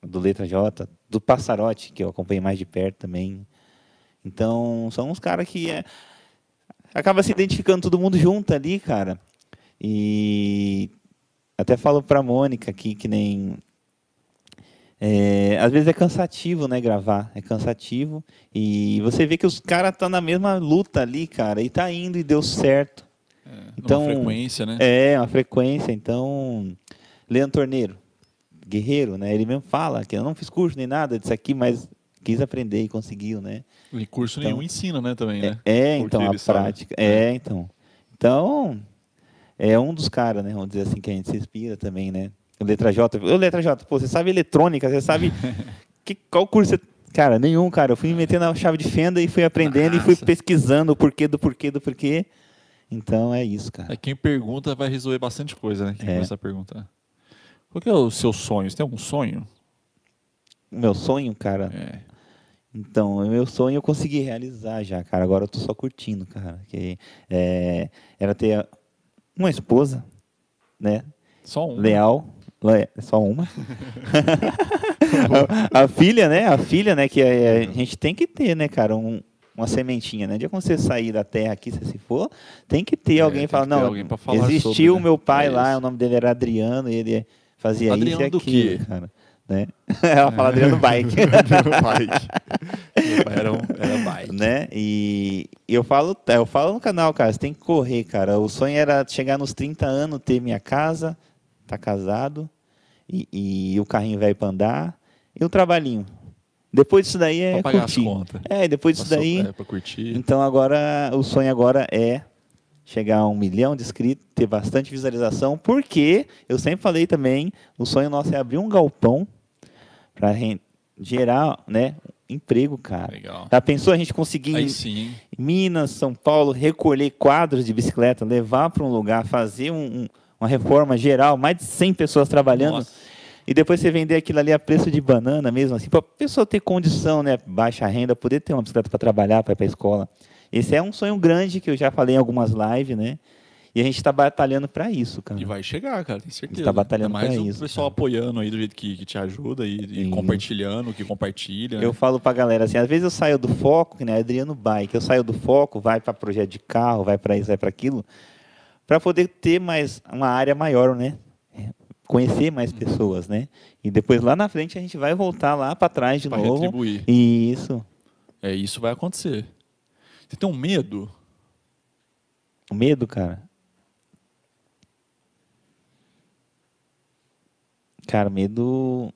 Speaker 3: do Letra J, do Passarote, que eu acompanho mais de perto também. Então, são uns caras que é, acaba se identificando todo mundo junto ali, cara. E até falo pra Mônica aqui, que nem é, às vezes é cansativo, né, gravar. É cansativo. E você vê que os caras estão na mesma luta ali, cara. E tá indo e deu certo. Então,
Speaker 1: Numa frequência, né?
Speaker 3: É, uma frequência. Então, Leandro Torneiro, guerreiro, né? Ele mesmo fala que eu não fiz curso nem nada disso aqui, mas quis aprender e conseguiu, né?
Speaker 1: E curso
Speaker 3: então-
Speaker 1: nenhum ensina, né, também, né?
Speaker 3: É,
Speaker 1: Porque
Speaker 3: então, a
Speaker 1: ele sabe.
Speaker 3: prática. É, então. Então, é um dos caras, né? Vamos dizer assim, que a gente se inspira também, né? O Letra J. Ô, Letra J, pô, você sabe eletrônica, você sabe. que, qual curso você. Cara, nenhum, cara. Eu fui me metendo na chave de fenda e fui aprendendo e fui
Speaker 1: Nossa.
Speaker 3: pesquisando o porquê do porquê do porquê. Então é isso, cara.
Speaker 1: É, quem pergunta vai resolver bastante coisa, né? Quem
Speaker 3: É.
Speaker 1: começa a perguntar. Qual que é o seu sonho? Você tem algum sonho?
Speaker 3: O meu sonho, cara.
Speaker 1: É.
Speaker 3: Então, o meu sonho eu consegui realizar já, cara. Agora eu tô só curtindo, cara. Que, é, era ter uma esposa, né?
Speaker 1: Só um.
Speaker 3: Leal. Le- Só uma. a, a filha, né? A filha, né? Que é- a gente tem que ter, né, cara? Um, uma sementinha, né? De quando você sair da terra aqui, se você for, tem que ter
Speaker 1: É,
Speaker 3: alguém
Speaker 1: tem
Speaker 3: que fala,
Speaker 1: que ter
Speaker 3: não,
Speaker 1: alguém pra falar
Speaker 3: existiu
Speaker 1: sobre, né?
Speaker 3: meu pai
Speaker 1: É
Speaker 3: lá,
Speaker 1: isso.
Speaker 3: o nome dele era Adriano, e ele fazia isso e
Speaker 1: Adriano do
Speaker 3: aquilo,
Speaker 1: quê?
Speaker 3: cara. Né? Ela fala Adriano Bike.
Speaker 1: Meu pai. Meu pai era, um, era bike.
Speaker 3: né? E eu falo, é, eu falo no canal, cara, você tem que correr, cara. O sonho era chegar nos 30 anos, ter minha casa, tá casado, e, e o carrinho velho pra andar, e o trabalhinho. Depois disso daí é
Speaker 1: pra pagar
Speaker 3: curtir.
Speaker 1: as contas.
Speaker 3: É, depois disso
Speaker 1: Pra so-
Speaker 3: daí.
Speaker 1: é, pra curtir.
Speaker 3: Então agora o sonho agora é chegar a um milhão de inscritos, ter bastante visualização, porque eu sempre falei também, o sonho nosso é abrir um galpão para gerar, né, emprego, cara.
Speaker 1: Legal.
Speaker 3: Já pensou a gente conseguir
Speaker 1: Aí
Speaker 3: Tá em
Speaker 1: sim, hein?
Speaker 3: Minas, São Paulo, recolher quadros de bicicleta, levar para um lugar, fazer um- um- uma reforma geral, mais de 100 pessoas trabalhando,
Speaker 1: Nossa.
Speaker 3: e depois você vender aquilo ali a preço de banana mesmo, assim, para a pessoa ter condição, né, baixa renda, poder ter uma bicicleta para trabalhar, para ir para a escola. Esse é um sonho grande que eu já falei em algumas lives, né? E a gente está batalhando para isso, cara.
Speaker 1: E vai chegar, cara, tenho certeza.
Speaker 3: tá batalhando
Speaker 1: Ainda mais
Speaker 3: pra
Speaker 1: o
Speaker 3: isso,
Speaker 1: pessoal apoiando aí do jeito que, que te ajuda e, e
Speaker 3: Isso.
Speaker 1: compartilhando, o que compartilha.
Speaker 3: Eu falo pra galera assim, às vezes eu saio do foco, que nem Adriano Bike, eu saio do foco, vai para projeto de carro, vai para isso, vai para aquilo, para poder ter mais uma área maior, né? Conhecer mais pessoas, né? E depois lá na frente a gente vai voltar lá para trás de
Speaker 1: pra
Speaker 3: novo.
Speaker 1: retribuir.
Speaker 3: E isso,
Speaker 1: É, isso vai acontecer. Você tem um medo?
Speaker 3: o medo, cara. Cara, medo.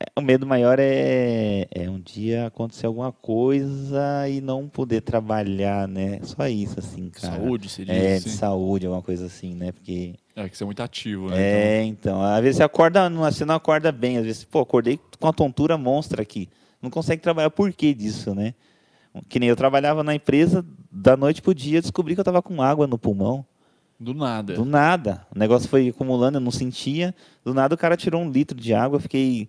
Speaker 3: É, O medo maior é, é um dia acontecer alguma coisa e não poder trabalhar, né? Só isso, assim, cara.
Speaker 1: Saúde, seria
Speaker 3: É, de
Speaker 1: assim?
Speaker 3: saúde, alguma coisa assim, né? Porque.
Speaker 1: É, que você é muito ativo, né?
Speaker 3: É, então. Às vezes você acorda, não- você não acorda bem. Às vezes, pô, acordei com uma tontura monstra aqui. Não consegue trabalhar. Por que disso, né? Que nem eu trabalhava na empresa, da noite pro dia, descobri que eu tava com água no pulmão.
Speaker 1: Então, do nada.
Speaker 3: Do nada. O negócio foi acumulando, eu não sentia. Do nada o cara tirou um litro de água, eu fiquei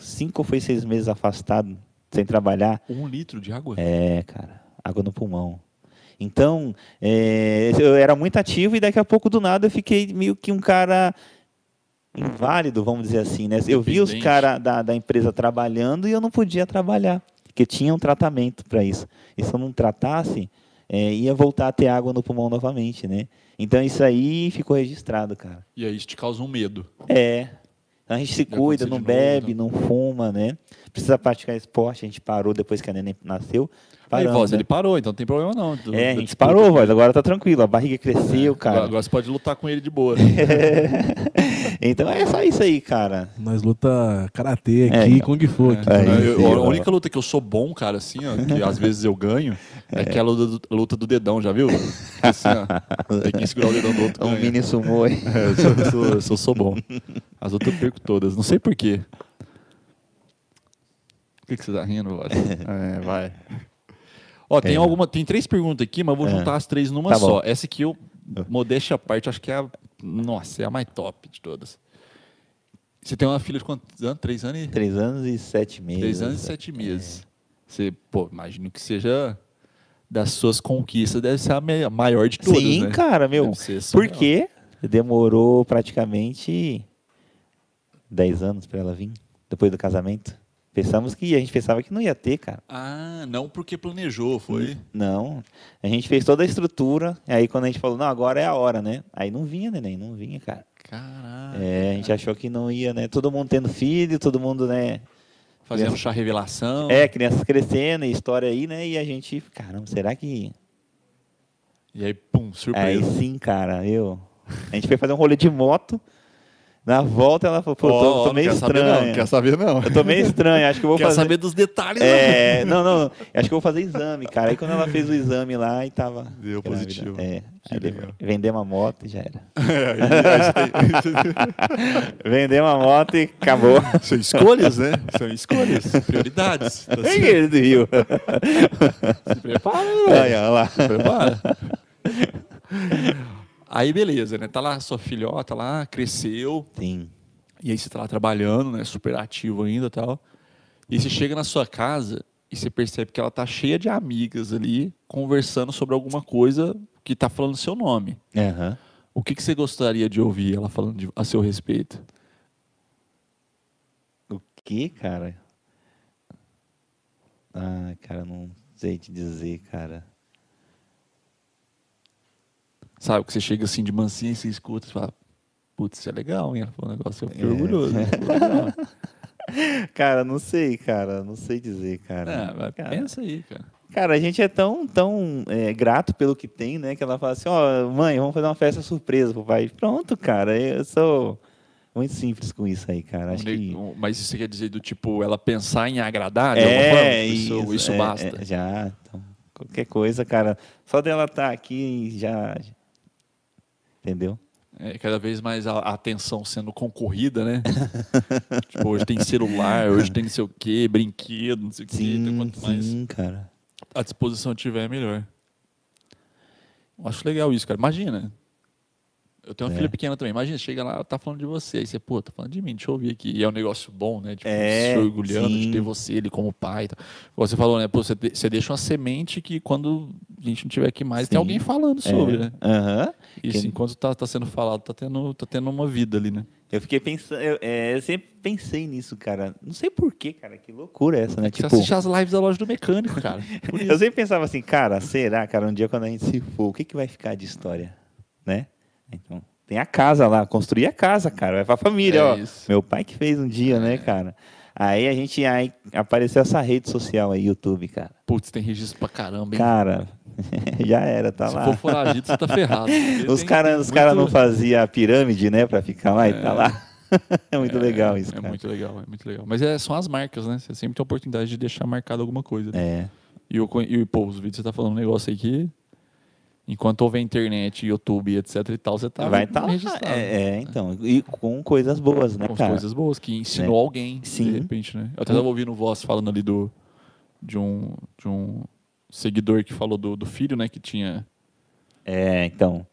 Speaker 3: cinco ou foi seis meses afastado, sem trabalhar.
Speaker 1: Um litro de água?
Speaker 3: É, cara, água no pulmão. Então, é, eu era muito ativo e daqui a pouco do nada eu fiquei meio que um cara inválido, vamos dizer assim, né? Eu vi os
Speaker 1: Dependente.
Speaker 3: caras da, da empresa trabalhando e eu não podia trabalhar, porque tinha um tratamento para isso. E se eu não tratasse, é, ia voltar a ter água no pulmão novamente, né? Então isso aí ficou registrado, cara.
Speaker 1: E aí isso te causa um medo.
Speaker 3: É. Então a gente se cuida, não bebe, não fuma, né? Precisa praticar esporte, a gente parou depois que a neném nasceu.
Speaker 1: Aí,
Speaker 3: Paramos,
Speaker 1: voz,
Speaker 3: né?
Speaker 1: ele parou, então não tem problema não. Do-
Speaker 3: É, a
Speaker 1: do-
Speaker 3: gente parou, voz, agora tá tranquilo, a barriga cresceu, cara.
Speaker 1: É, Agora tá você pode lutar com ele de boa.
Speaker 3: então é só isso aí, cara.
Speaker 2: Nós luta karatê
Speaker 3: É,
Speaker 2: aqui,
Speaker 3: então.
Speaker 2: Kung Fu aqui.
Speaker 1: Né?
Speaker 3: É, isso
Speaker 1: Eu-
Speaker 3: aí,
Speaker 1: a
Speaker 3: ó.
Speaker 1: única luta que eu sou bom, cara, assim, ó, que às vezes eu ganho, é aquela luta do, luta do dedão, já viu? Assim, ó, tem que segurar o dedão do outro.
Speaker 3: Um
Speaker 1: ganha.
Speaker 3: mini sumô aí.
Speaker 1: É, eu, sou, eu sou- eu sou- sou bom. As outras eu perco todas, não sei porquê. Por que, que você tá rindo, Wallace? É, vai. Ó, tem,
Speaker 3: É.
Speaker 1: alguma, tem três perguntas aqui, mas eu vou
Speaker 3: É.
Speaker 1: juntar as três numa
Speaker 3: Tá bom. É.
Speaker 1: só. Essa aqui eu, modéstia à parte, acho que é a. Nossa, é a mais top de todas. Você tem uma filha de quantos anos? Três anos e.
Speaker 3: Três anos e sete meses.
Speaker 1: Três anos e sete meses. Você, pô, imagino que seja das suas conquistas, deve ser a me- a maior de todas,
Speaker 3: Sim,
Speaker 1: né?
Speaker 3: cara, meu.
Speaker 1: Deve ser surreal.
Speaker 3: Porque demorou praticamente 10 anos pra ela vir, depois do casamento. Pensamos que a gente pensava que não ia ter, cara.
Speaker 1: Ah, não porque planejou, foi?
Speaker 3: Não. A gente fez toda a estrutura, aí quando a gente falou, não, agora é a hora, né? Aí não vinha, neném, não vinha, cara.
Speaker 1: Caralho.
Speaker 3: É, a gente achou que não ia, né? Todo mundo tendo filho, todo mundo, né?
Speaker 1: Fazendo um chá revelação.
Speaker 3: É, crianças crescendo e história aí, né? E a gente, caramba, será que
Speaker 1: E aí, pum,
Speaker 3: Aí
Speaker 1: surpresa.
Speaker 3: sim, cara, eu. A gente foi fazer um rolê de moto. Na volta ela falou, pô, tô, tô
Speaker 1: Ó, ó, não
Speaker 3: meio
Speaker 1: quer saber não,
Speaker 3: estranho.
Speaker 1: quer saber não.
Speaker 3: Eu tô meio estranho, acho que eu vou
Speaker 1: Quer
Speaker 3: fazer.
Speaker 1: saber dos detalhes, não.
Speaker 3: É, não, não, acho que eu vou fazer exame, cara. Aí quando ela fez o exame lá e tava.
Speaker 1: Deu positivo.
Speaker 3: É,
Speaker 1: Que
Speaker 3: aí deu-
Speaker 1: legal.
Speaker 3: vendemos a moto e já era.
Speaker 1: É, aí- aí- aí-
Speaker 3: Vendemos a moto e acabou.
Speaker 1: São escolhas, né? São escolhas, prioridades. Tá
Speaker 3: Ei,
Speaker 1: certo?
Speaker 3: ele do Rio.
Speaker 1: Se prepara,
Speaker 3: Aí, olha lá.
Speaker 1: Prepara. Aí beleza, né? Tá lá sua filhota lá, cresceu,
Speaker 3: Sim.
Speaker 1: e aí você tá lá trabalhando, né? Super ativo ainda e tal. E você chega na sua casa e você percebe que ela tá cheia de amigas ali, conversando sobre alguma coisa que tá falando seu nome.
Speaker 3: Aham.
Speaker 1: O que, que você gostaria de ouvir ela falando de- a seu respeito?
Speaker 3: O que, cara? Ah, cara, não sei te dizer, cara.
Speaker 1: Sabe, que você chega assim de mansinha e você escuta e fala, putz, isso é legal, hein? Ela falou um negócio, eu fiquei
Speaker 3: É.
Speaker 1: orgulhoso. né? eu fiquei orgulhoso."
Speaker 3: Cara, não sei, cara. Não sei dizer, cara.
Speaker 1: Ah, mas
Speaker 3: cara,
Speaker 1: pensa aí, cara.
Speaker 3: cara, a gente é tão, tão é, grato pelo que tem, né? Que ela fala assim, ó, mãe, vamos fazer uma festa surpresa pro pai. Pronto, cara. Eu sou muito simples com isso aí, cara. Acho
Speaker 1: Um ne-
Speaker 3: que...
Speaker 1: um- Mas isso quer dizer do tipo, ela pensar em agradar de alguma forma?
Speaker 3: É,
Speaker 1: Isso,
Speaker 3: isso,
Speaker 1: isso
Speaker 3: é,
Speaker 1: basta.
Speaker 3: é, já, então, qualquer coisa, cara. Só dela estar aqui já... Entendeu?
Speaker 1: É, cada vez mais a, a atenção sendo concorrida, né? tipo, hoje tem celular, hoje tem não sei o quê, brinquedo, não sei o quê. Então,
Speaker 3: Sim,
Speaker 1: quanto mais
Speaker 3: sim, cara.
Speaker 1: a disposição tiver, é melhor. Eu acho legal isso, cara. Imagina. Eu tenho uma
Speaker 3: É.
Speaker 1: filha pequena também. Imagina, chega lá, ela tá falando de você. Aí você, pô, tá falando de mim, deixa eu ouvir aqui. E é um negócio bom, né? Tipo,
Speaker 3: É,
Speaker 1: se orgulhando de
Speaker 3: sim.
Speaker 1: ter você, ele como pai. e tal. Igual Você falou, né? Pô, você, de- você deixa uma semente que quando a gente não tiver aqui mais, tem
Speaker 3: Sim.
Speaker 1: alguém falando sobre, né?
Speaker 3: É, Aham.
Speaker 1: Isso,
Speaker 3: Quem-
Speaker 1: enquanto tá, tá sendo falado, tá tendo, tá tendo uma vida ali, né?
Speaker 3: Eu fiquei pensando, eu, é, eu sempre pensei nisso, cara. Não sei porquê, cara, que loucura essa, né?
Speaker 1: Você
Speaker 3: Tipo,
Speaker 1: assiste as lives da loja do mecânico, cara. Por isso.
Speaker 3: eu sempre pensava assim, cara, será, cara, um dia quando a gente se for, o que, que vai ficar de história, né? Então, tem a casa lá, construir a casa, cara, vai pra família,
Speaker 1: É
Speaker 3: ó.
Speaker 1: isso. É.
Speaker 3: Meu pai que fez um dia, né, cara? Aí a gente, aí apareceu essa rede social aí, YouTube, cara.
Speaker 1: Putz, tem registro pra caramba, hein?
Speaker 3: Cara, já era, tá
Speaker 1: Se
Speaker 3: lá.
Speaker 1: for foragido, você tá ferrado. Porque
Speaker 3: Os
Speaker 1: tem-
Speaker 3: caras
Speaker 1: tem
Speaker 3: os cara não
Speaker 1: muito-
Speaker 3: faziam a pirâmide, né, pra ficar lá e tá lá. É muito
Speaker 1: É,
Speaker 3: legal isso,
Speaker 1: É
Speaker 3: cara.
Speaker 1: muito legal, é muito legal. Mas é, são as marcas, né? Você sempre tem a oportunidade de deixar marcado alguma coisa.
Speaker 3: É.
Speaker 1: E, eu, con- e pô, os vídeos você tá falando um negócio aí que... Enquanto houver internet, YouTube, etc e tal, você tá
Speaker 3: vai estar
Speaker 1: registrado.
Speaker 3: É, é, então. E com coisas boas, né,
Speaker 1: com as
Speaker 3: cara? É.
Speaker 1: coisas boas, que ensinou alguém,
Speaker 3: Sim.
Speaker 1: de repente, né? Eu até tava ouvindo voz falando ali do, de, um, de um seguidor que falou do, do filho, né? Que tinha...
Speaker 3: É, então.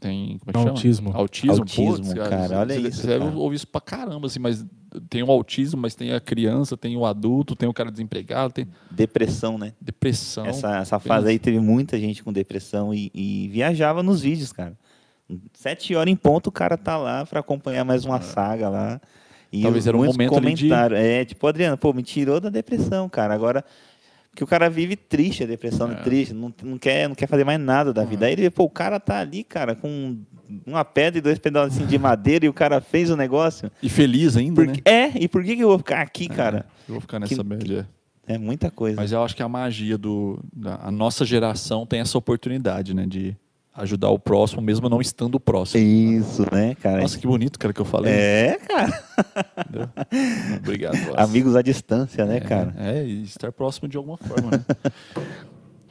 Speaker 1: Tem, como é que chama?
Speaker 2: Autismo.
Speaker 1: Autismo,
Speaker 3: Autismo,
Speaker 1: putz,
Speaker 3: cara,
Speaker 1: você-
Speaker 3: olha
Speaker 1: você,
Speaker 3: isso,
Speaker 1: Você deve
Speaker 3: cara.
Speaker 1: ouvir isso pra caramba, assim, mas tem o autismo, mas tem a criança, tem o adulto, tem o cara desempregado, tem
Speaker 3: Depressão, né?
Speaker 1: Então, depressão.
Speaker 3: essa, essa fase aí teve muita gente com depressão e, e viajava nos vídeos, cara. Sete horas em ponto o cara tá lá pra acompanhar mais uma saga lá. E
Speaker 1: É. Talvez
Speaker 3: os-
Speaker 1: era um
Speaker 3: muitos
Speaker 1: momento ali de-
Speaker 3: comentários. É, tipo, Adriano, pô, me tirou da depressão, cara. Agora, Porque o cara vive triste, a depressão
Speaker 1: É. Uhum.
Speaker 3: triste, não, não, quer, não quer fazer mais nada da vida. Aí ele vê, pô, o cara tá ali, cara, com uma pedra e dois pedaços assim de madeira e o cara fez o negócio.
Speaker 1: E feliz ainda,
Speaker 3: Por
Speaker 1: né?
Speaker 3: que- É, e por que, que eu vou ficar aqui, cara?
Speaker 1: Eu vou ficar nessa
Speaker 3: que-
Speaker 1: média.
Speaker 3: É muita coisa.
Speaker 1: Mas eu acho que a magia do. da- A nossa geração tem essa oportunidade, né? De ajudar o próximo, mesmo não estando o próximo.
Speaker 3: é Isso, né, cara?
Speaker 1: Nossa, que bonito, cara, que eu falei.
Speaker 3: é, cara.
Speaker 1: entendeu? Obrigado, Wallace.
Speaker 3: Amigos à distância, né,
Speaker 1: É,
Speaker 3: cara?
Speaker 1: É, e estar próximo de alguma forma, né?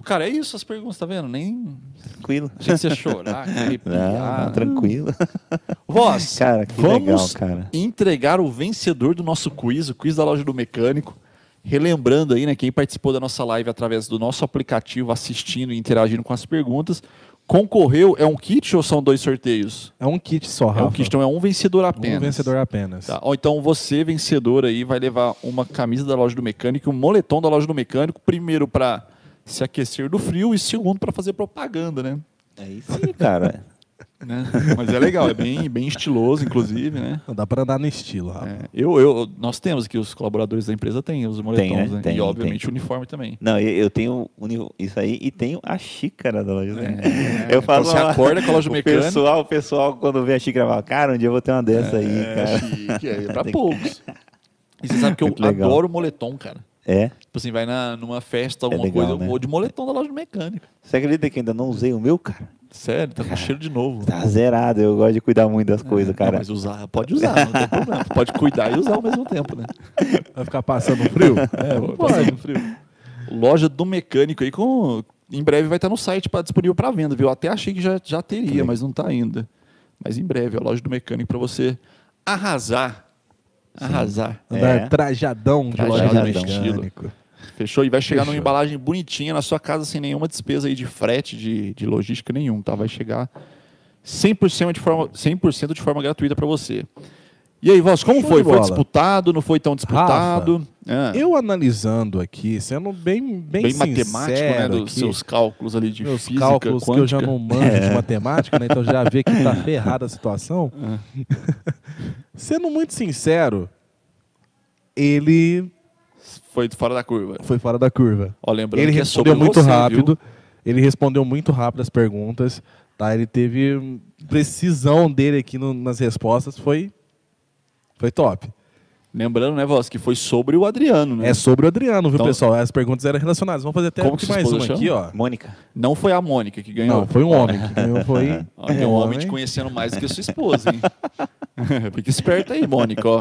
Speaker 1: Cara, é isso as perguntas, tá vendo? Nem.
Speaker 3: é. Tranquilo. Ah.
Speaker 1: A gente ia chorar,
Speaker 3: Não, não,
Speaker 1: arrepiar.
Speaker 3: tranquilo.
Speaker 1: Voz,
Speaker 3: Cara, que
Speaker 1: vamos
Speaker 3: legal, cara.
Speaker 1: entregar o vencedor do nosso quiz, o quiz da loja do mecânico. Relembrando aí, né, quem participou da nossa live através do nosso aplicativo, assistindo e interagindo com as perguntas, concorreu, é um kit ou são dois sorteios?
Speaker 2: É um kit só,
Speaker 1: É
Speaker 2: Rafa.
Speaker 1: um kit, então é um vencedor apenas.
Speaker 2: Um vencedor apenas.
Speaker 1: Tá, ó, então você, vencedor aí, vai levar uma camisa da loja do mecânico, e um moletom da loja do mecânico, primeiro para se aquecer do frio e segundo para fazer propaganda, né?
Speaker 3: É isso aí, cara.
Speaker 1: Né? Mas é legal, é bem, bem estiloso, inclusive, né?
Speaker 2: Não dá pra andar no estilo, Rafa.
Speaker 1: É, eu, eu, nós temos que os colaboradores da empresa têm os moletons,
Speaker 3: né?
Speaker 1: né?
Speaker 3: Tem,
Speaker 1: e obviamente o uniforme também.
Speaker 3: Não, eu, eu tenho o nível- isso aí e tenho a xícara da loja. né?
Speaker 1: É,
Speaker 3: Eu faço
Speaker 1: você
Speaker 3: uma-
Speaker 1: acorda com a loja
Speaker 3: o
Speaker 1: mecânica.
Speaker 3: pessoal, o pessoal, quando vê a xícara, fala, cara, um dia eu vou ter uma dessa aí,
Speaker 1: É,
Speaker 3: cara.
Speaker 1: chique, é pra poucos. E você sabe que eu
Speaker 3: Muito legal.
Speaker 1: adoro moletom, cara.
Speaker 3: É.
Speaker 1: Tipo assim, vai na, numa festa, alguma
Speaker 3: legal,
Speaker 1: coisa, eu
Speaker 3: né?
Speaker 1: vou de moletom da loja do mecânico.
Speaker 3: Você acredita que eu ainda não usei o meu, cara?
Speaker 1: Sério, tá com cheiro de novo.
Speaker 3: Tá zerado, eu gosto de cuidar muito das coisas,
Speaker 1: Não,
Speaker 3: cara.
Speaker 1: mas usar, pode usar, não tem problema. Pode cuidar e usar ao mesmo tempo, né?
Speaker 2: Vai ficar passando frio?
Speaker 1: É, vou passar no frio. Loja do mecânico aí com. Em breve vai estar no site pra, disponível para venda, viu? Até achei que já, já teria, mas não está ainda. Mas em breve, a loja do mecânico para você arrasar. Arrasar.
Speaker 2: Andar
Speaker 3: É.
Speaker 2: trajadão de loja de
Speaker 1: Trajadão.
Speaker 2: mecânico.
Speaker 1: Fechou? E vai chegar numa
Speaker 2: Fechou.
Speaker 1: embalagem bonitinha na sua casa sem nenhuma despesa aí de frete, de, de logística nenhum, tá? Vai chegar 100% de forma, 100 de forma gratuita para você. E aí, Voz, como
Speaker 2: Show
Speaker 1: foi?
Speaker 2: de
Speaker 1: Foi
Speaker 2: bola.
Speaker 1: disputado? Não foi tão disputado? Ah,
Speaker 2: Eu analisando aqui, sendo bem, bem,
Speaker 1: bem
Speaker 2: sincero
Speaker 1: matemático, né? Dos
Speaker 2: aqui,
Speaker 1: seus cálculos ali de
Speaker 2: meus
Speaker 1: física,
Speaker 2: cálculos que eu já
Speaker 1: quântica. É.
Speaker 2: não manjo de matemática, né? Então já vê que tá ferrada a situação.
Speaker 1: É.
Speaker 2: Sendo muito sincero, ele
Speaker 1: Foi fora da curva.
Speaker 2: foi fora da curva.
Speaker 1: Ó, lembrando
Speaker 2: ele
Speaker 1: que é sobre
Speaker 2: respondeu muito
Speaker 1: você,
Speaker 2: rápido. Ele respondeu muito rápido as perguntas, tá? Ele teve precisão dele aqui no- nas respostas, foi foi top.
Speaker 1: viu? Lembrando, né, Voz, que foi sobre o Adriano, né?
Speaker 2: É sobre o Adriano, viu,
Speaker 1: Então-
Speaker 2: pessoal? As perguntas eram relacionadas. Vamos fazer até
Speaker 1: Como que sua
Speaker 2: mais uma
Speaker 1: esposa chama?
Speaker 2: aqui, ó.
Speaker 3: Mônica.
Speaker 1: Não foi a Mônica que ganhou.
Speaker 2: Não, É, foi um homem que ganhou, foi
Speaker 1: Ó, tem um homem te conhecendo mais do que a sua esposa, hein? Fica esperto aí, Mônica, ó.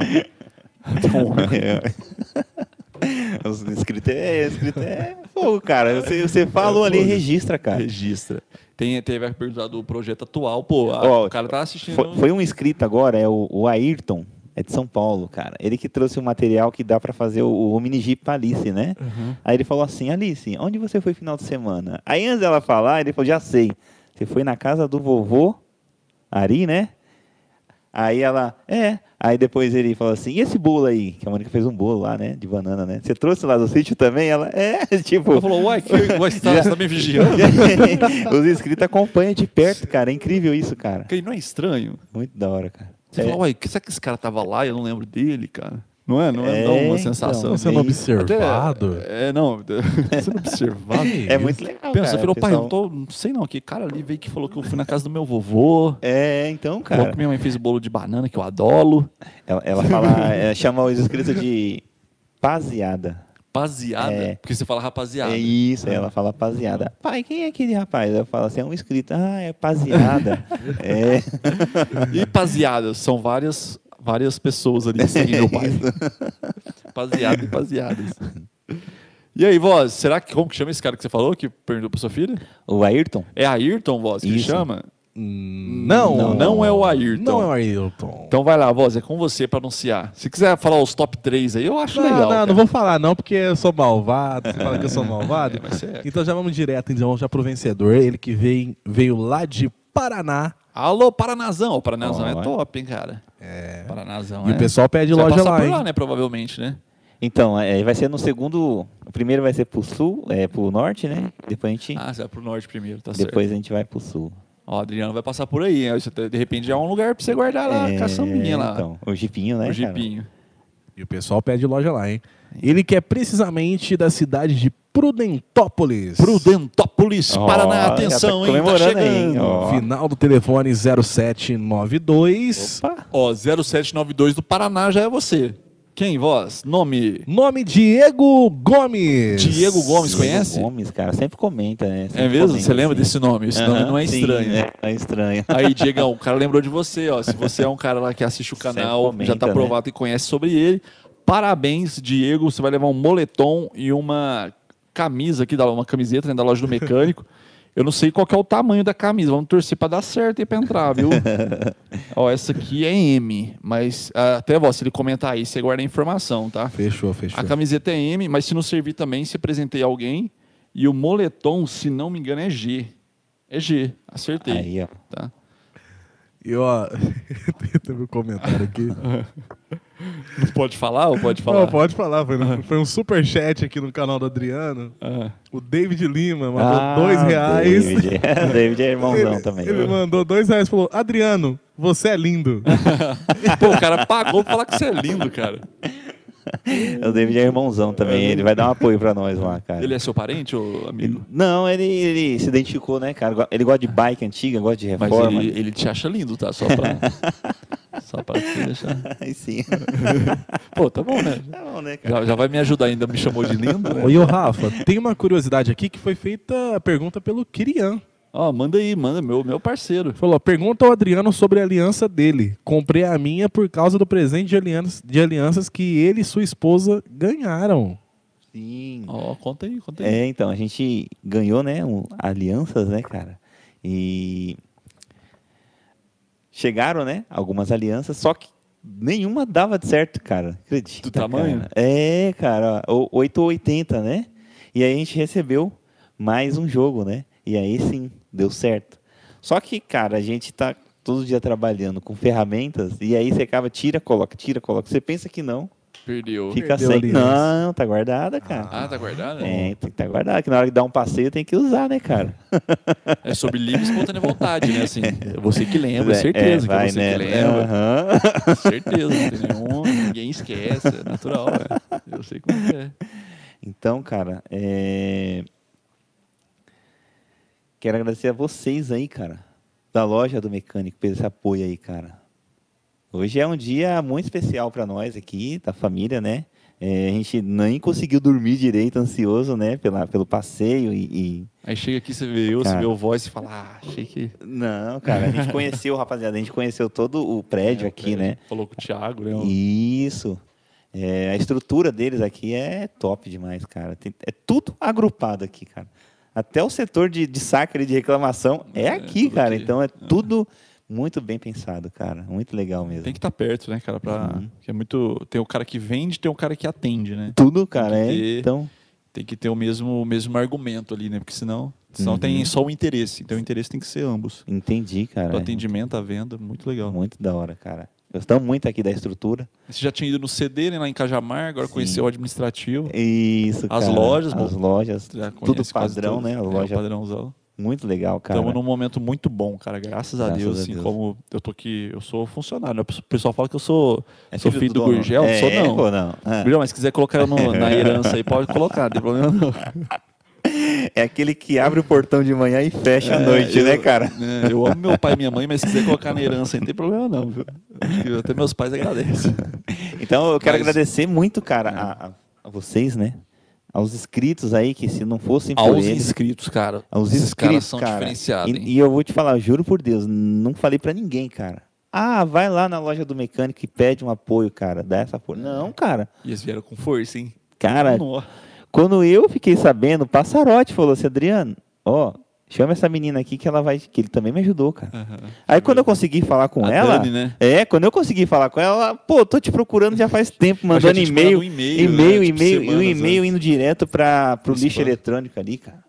Speaker 1: Tem um homem-
Speaker 3: Os inscritos é, inscrito é fogo, cara. Você, você falou ali,
Speaker 1: fogo.
Speaker 3: registra, cara.
Speaker 1: Registra. Tem, teve a pergunta do projeto atual, pô. a-
Speaker 3: Ó,
Speaker 1: o cara tá assistindo.
Speaker 3: Foi, foi um inscrito agora, é o, o Ayrton, é de São Paulo, cara. Ele que trouxe o material que dá pra fazer o, o mini jeep pra Alice, né?
Speaker 1: Uhum.
Speaker 3: Aí ele falou assim, Alice, onde você foi final de semana? Aí antes dela falar, ele falou, já sei. Você foi na casa do vovô, Ari, né? Aí ela, é. Aí depois ele falou assim, e esse bolo aí? Que a Mônica fez um bolo lá, né? De banana, né? Você trouxe lá do sítio também? Ela, é, tipo...
Speaker 1: Ela falou, uai, que, uai você, tá,
Speaker 3: Já-
Speaker 1: você tá me vigiando?
Speaker 3: Os inscritos acompanham de perto, cara. É incrível isso, cara.
Speaker 1: Que não é estranho?
Speaker 3: Muito da hora, cara.
Speaker 1: Você
Speaker 3: É.
Speaker 1: fala, uai, que- será que esse cara tava lá e eu não lembro dele, cara? Não é? Não é,
Speaker 3: É,
Speaker 1: Dá uma
Speaker 3: então.
Speaker 1: sensação. né?
Speaker 2: Sendo
Speaker 3: Até-
Speaker 2: observado.
Speaker 1: É, é, não, sendo observado.
Speaker 3: É muito legal,
Speaker 1: Pensa,
Speaker 3: cara.
Speaker 1: você falou, pai, então.
Speaker 3: pessoal-
Speaker 1: não, tô, não sei não, que cara ali veio que falou que eu fui na casa do meu vovô.
Speaker 3: É, então,
Speaker 1: Falou
Speaker 3: cara.
Speaker 1: que minha mãe fez bolo de banana, que eu adoro.
Speaker 3: Ela, ela fala, é, chama os inscritos de paseada.
Speaker 1: Rapaziada,
Speaker 3: É.
Speaker 1: porque você fala rapaziada.
Speaker 3: É isso, aí
Speaker 1: Ah.
Speaker 3: ela fala paseada. Pai, quem é aquele rapaz? Eu falo assim, é um inscrito. Ah, é paseada. é.
Speaker 1: E rapaziada, são várias, várias pessoas ali que seguem meu pai. Rapaziada e rapaziadas. E aí, Voz, será que, como que chama esse cara que você falou, que perguntou pra sua filha?
Speaker 3: O Ayrton?
Speaker 1: É Ayrton, Voz, que ele
Speaker 3: Isso.
Speaker 1: chama?
Speaker 2: Não,
Speaker 1: Não, não é o Ayrton.
Speaker 2: Não é o Ayrton.
Speaker 1: Então vai lá, Voz, é com você pra anunciar. Se quiser falar os top 3 aí, eu acho
Speaker 2: não,
Speaker 1: é legal.
Speaker 2: não,
Speaker 1: cara.
Speaker 2: não vou falar não, porque eu sou malvado. Você fala que eu sou malvado.
Speaker 1: É, mas você é.
Speaker 2: Então já vamos direto, então, já pro vencedor. Ele que veio, veio lá de Paraná.
Speaker 1: Alô, Paranazão. O Paranazão
Speaker 3: Ó.
Speaker 1: é top, hein, cara? É. Paranazão,
Speaker 2: E
Speaker 1: é.
Speaker 2: o pessoal pede
Speaker 1: Você vai
Speaker 2: loja
Speaker 1: passar
Speaker 2: lá,
Speaker 1: por
Speaker 2: hein?
Speaker 1: lá, né, provavelmente, né?
Speaker 3: Então, é, vai ser no segundo. O primeiro vai ser pro sul, é pro norte, né? Depois a gente,
Speaker 1: Ah, você vai pro norte primeiro, tá certo.
Speaker 3: depois a gente vai pro sul.
Speaker 1: Ó, o Adriano vai passar por aí. hein? Isso até, De repente já é um lugar pra você guardar lá, a
Speaker 3: É,
Speaker 1: caçambinha lá.
Speaker 3: Então, o jipinho,
Speaker 1: o
Speaker 3: né? cara?
Speaker 1: jipinho.
Speaker 2: E o pessoal pede loja lá, hein? Ele que é precisamente da cidade de Prudentópolis.
Speaker 1: Prudentópolis,
Speaker 3: Ó,
Speaker 1: Paraná,
Speaker 3: já tá
Speaker 1: atenção, hein? Tá
Speaker 3: comemorando,
Speaker 1: chegando.
Speaker 3: hein? Ó.
Speaker 2: Final do telefone 0792.
Speaker 3: Opa.
Speaker 1: Ó, 0792 do Paraná já é você. Quem, voz? Nome?
Speaker 2: Nome Diego Gomes.
Speaker 1: Diego Gomes, conhece?
Speaker 3: Diego Gomes, cara, sempre comenta, né? Sempre
Speaker 1: É mesmo?
Speaker 3: comenta,
Speaker 1: Você lembra
Speaker 3: assim.
Speaker 1: desse nome? Esse nome
Speaker 3: Aham,
Speaker 1: não é
Speaker 3: sim,
Speaker 1: estranho.
Speaker 3: é, não é estranho.
Speaker 1: Aí, Diegão, o cara lembrou de você, ó. Se você é um cara lá que assiste o
Speaker 3: Sempre
Speaker 1: canal, já tá
Speaker 3: comenta, né?
Speaker 1: provado e conhece sobre ele. Parabéns, Diego. Você vai levar um moletom e uma camisa aqui, da- uma camiseta né, da loja do mecânico. Eu não sei qual que é o tamanho da camisa. Vamos torcer pra dar certo e pra entrar, viu? ó, essa aqui é M, mas ah, até vó, se ele comentar aí, você guarda a informação, tá?
Speaker 2: Fechou, fechou.
Speaker 1: A camiseta é M, mas se não servir também, se apresentei alguém. E o moletom, se não me engano, é G. É G, acertei.
Speaker 3: Aí, ó.
Speaker 1: Tá?
Speaker 2: E ó, teve um comentário aqui.
Speaker 1: Não pode falar ou pode falar?
Speaker 2: Não, pode falar, foi, no- foi um super chat aqui no canal do Adriano.
Speaker 1: Ah.
Speaker 2: O David Lima mandou
Speaker 3: Ah,
Speaker 2: dois reais.
Speaker 3: David, David é irmãozão
Speaker 2: Ele,
Speaker 3: também.
Speaker 2: ele mandou dois reais e falou: Adriano, você é lindo.
Speaker 1: Pô, o cara pagou pra falar que você é lindo, cara.
Speaker 3: O David é irmãozão também. Ele vai dar um apoio pra nós lá, cara.
Speaker 1: Ele é seu parente ou amigo?
Speaker 3: Não, ele, ele se identificou, né, cara? Go- Ele gosta de bike antiga, gosta de
Speaker 1: Mas
Speaker 3: reforma.
Speaker 1: ele, ele te acha lindo, tá? Só pra. Só pra você deixar.
Speaker 3: Aí sim.
Speaker 1: Pô, tá bom, né?
Speaker 3: tá bom, né, cara?
Speaker 1: Já, já vai me ajudar ainda, me chamou de lindo, né?
Speaker 2: E o Rafa, tem uma curiosidade aqui que foi feita a pergunta pelo Kirian.
Speaker 1: Ó, manda aí, manda, meu, meu parceiro.
Speaker 2: Falou: pergunta ao Adriano sobre a aliança dele. Comprei a minha por causa do presente de alianças, de alianças que ele e sua esposa ganharam.
Speaker 3: Sim.
Speaker 1: Ó, conta aí, conta aí.
Speaker 3: É, então, a gente ganhou, né, um- alianças, né, cara? E chegaram, né, algumas alianças, só que nenhuma dava de certo, cara. Acredita,
Speaker 1: Do tamanho?
Speaker 3: cara? É, cara, o- 8 ou 80, né? E aí a gente recebeu mais um jogo, né? E aí sim, deu certo. Só que, cara, a gente tá todo dia trabalhando com ferramentas e aí você acaba, tira, coloca, tira, coloca. Você pensa que não,
Speaker 1: Perdeu.
Speaker 3: fica
Speaker 2: Perdeu a
Speaker 3: sem.
Speaker 2: aliança.
Speaker 3: Não, tá guardada, cara.
Speaker 1: Ah, tá guardado?
Speaker 3: É, tem que estar guardado, que na hora de dar um passeio tem que usar, né, cara?
Speaker 1: É sobre livre e espontânea vontade, né? Assim, é você que lembra, certeza que é você
Speaker 3: né?
Speaker 1: que lembra. Certeza, não tem nenhum, ninguém esquece, é natural, é. Eu sei como que é.
Speaker 3: Então, cara, é... quero agradecer a vocês aí, cara, da loja do mecânico, pelo esse apoio aí, cara. Hoje é um dia muito especial para nós aqui, da família, né? É, a gente nem conseguiu dormir direito, ansioso, né, pela, pelo passeio e- e
Speaker 1: Aí chega aqui, você vê eu, você
Speaker 3: Cara.
Speaker 1: vê o voz e fala, ah, achei que.
Speaker 3: Não, cara, a gente conheceu, rapaziada, a gente conheceu todo o
Speaker 1: É,
Speaker 3: prédio aqui, né?
Speaker 1: Falou com o Thiago, né?
Speaker 3: Isso. É, a estrutura deles aqui é top demais, cara. Tem- é tudo agrupado aqui, cara. Até o setor de, de sacra e de reclamação é,
Speaker 1: É,
Speaker 3: aqui,
Speaker 1: tudo
Speaker 3: cara.
Speaker 1: aqui.
Speaker 3: Então é tudo muito bem pensado, cara. Muito legal mesmo.
Speaker 1: Tem que estar perto, né, cara? Pra...
Speaker 3: Uhum.
Speaker 1: que é muito. Tem o cara que vende, tem o cara que atende, né?
Speaker 3: Tudo, cara,
Speaker 1: tem
Speaker 3: é.
Speaker 1: que ter.
Speaker 3: Então,
Speaker 1: Tem que ter o mesmo, o mesmo argumento ali, né? Porque senão, senão
Speaker 3: Uhum.
Speaker 1: tem só o interesse. Então o interesse tem que ser ambos.
Speaker 3: entendi, cara. é.
Speaker 1: O atendimento, a venda, muito legal.
Speaker 3: Muito da hora, cara. Gostamos muito aqui da estrutura.
Speaker 1: Você já tinha ido no CD, né, lá em Cajamar, agora
Speaker 3: Sim.
Speaker 1: conheceu o administrativo.
Speaker 3: Isso,
Speaker 1: As
Speaker 3: cara.
Speaker 1: lojas,
Speaker 3: As
Speaker 1: bom,
Speaker 3: lojas.
Speaker 1: Já
Speaker 3: É. Tudo
Speaker 1: conhece quase
Speaker 3: padrão,
Speaker 1: todos.
Speaker 3: né? As
Speaker 1: É, o
Speaker 3: lojas.
Speaker 1: padrãozão.
Speaker 3: Muito legal, cara.
Speaker 1: Estamos num momento muito bom, cara. Graças, a
Speaker 3: Graças
Speaker 1: Deus,
Speaker 3: a
Speaker 1: assim,
Speaker 3: Deus.
Speaker 1: como eu tô aqui, eu sou funcionário. né? O pessoal fala que eu sou,
Speaker 3: É
Speaker 1: sou filho do, Gurgel,
Speaker 3: dono?
Speaker 1: sou
Speaker 3: É,
Speaker 1: não.
Speaker 3: pô, não. Ah,
Speaker 1: Gurgel, mas se quiser colocar eu no- na herança aí, pode colocar, não tem problema não.
Speaker 3: É aquele que abre o portão de manhã e fecha à noite,
Speaker 1: eu-
Speaker 3: né, cara?
Speaker 1: É, eu amo meu pai e minha mãe, mas se quiser colocar na herança aí, não tem problema não. viu? Acho que Até meus pais agradecem.
Speaker 3: Então eu quero
Speaker 1: Mas-
Speaker 3: agradecer muito, cara, a, a- a vocês, né? Aos inscritos aí, que se não fossem por
Speaker 1: Aos
Speaker 3: eles.
Speaker 1: inscritos, cara.
Speaker 3: Aos
Speaker 1: esses caras
Speaker 3: inscritos,
Speaker 1: são
Speaker 3: cara.
Speaker 1: diferenciados, hein?
Speaker 3: E, e eu vou te falar, eu juro por Deus, não falei pra ninguém, cara. Ah, vai lá na loja do mecânico e pede um apoio, cara. Dá essa porra. Não, cara.
Speaker 1: E eles vieram com força, hein?
Speaker 3: Cara,
Speaker 1: Nó.
Speaker 3: Quando eu fiquei sabendo, o Passarote falou assim, Adriano, ó, chama essa menina aqui que ela vai, que ele também me ajudou, cara.
Speaker 1: Aham.
Speaker 3: Aí quando eu consegui falar com
Speaker 1: A
Speaker 3: ela,
Speaker 1: Dani, né?
Speaker 3: é, quando eu consegui falar com ela, ela, pô, tô te procurando já faz tempo,
Speaker 1: Mas já tinha
Speaker 3: mandando
Speaker 1: te
Speaker 3: e-mail,
Speaker 1: mandado um
Speaker 3: e-mail,
Speaker 1: né?
Speaker 3: e-mail,
Speaker 1: Tipo,
Speaker 3: e o
Speaker 1: semanas
Speaker 3: e-mail indo direto para pro
Speaker 1: Spam.
Speaker 3: lixo eletrônico ali, cara.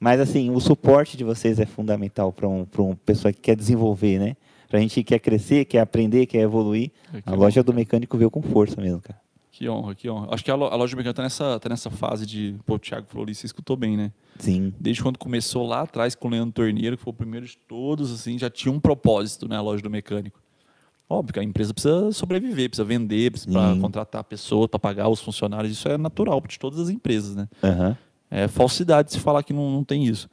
Speaker 3: Mas assim, o suporte de vocês é fundamental para um, pra um pessoa que quer desenvolver, né? Pra gente que quer crescer, quer aprender, quer evoluir.
Speaker 1: antes.
Speaker 3: A loja do mecânico veio com força mesmo, cara.
Speaker 1: Que honra, que honra. Acho que a, lo- a loja mecânica tá nessa, tá nessa fase de. Pô, o Thiago falou ali, você escutou bem, né?
Speaker 3: Sim.
Speaker 1: Desde quando começou lá atrás com o Leandro Torneiro, que foi o primeiro de todos, assim, já tinha um propósito, né? A loja do mecânico. Óbvio que a empresa precisa sobreviver, precisa vender, precisa pra
Speaker 3: Sim.
Speaker 1: contratar pessoas, para pagar os funcionários. Isso é natural de todas as empresas, né?
Speaker 3: Aham.
Speaker 1: É falsidade se falar que não, não tem isso.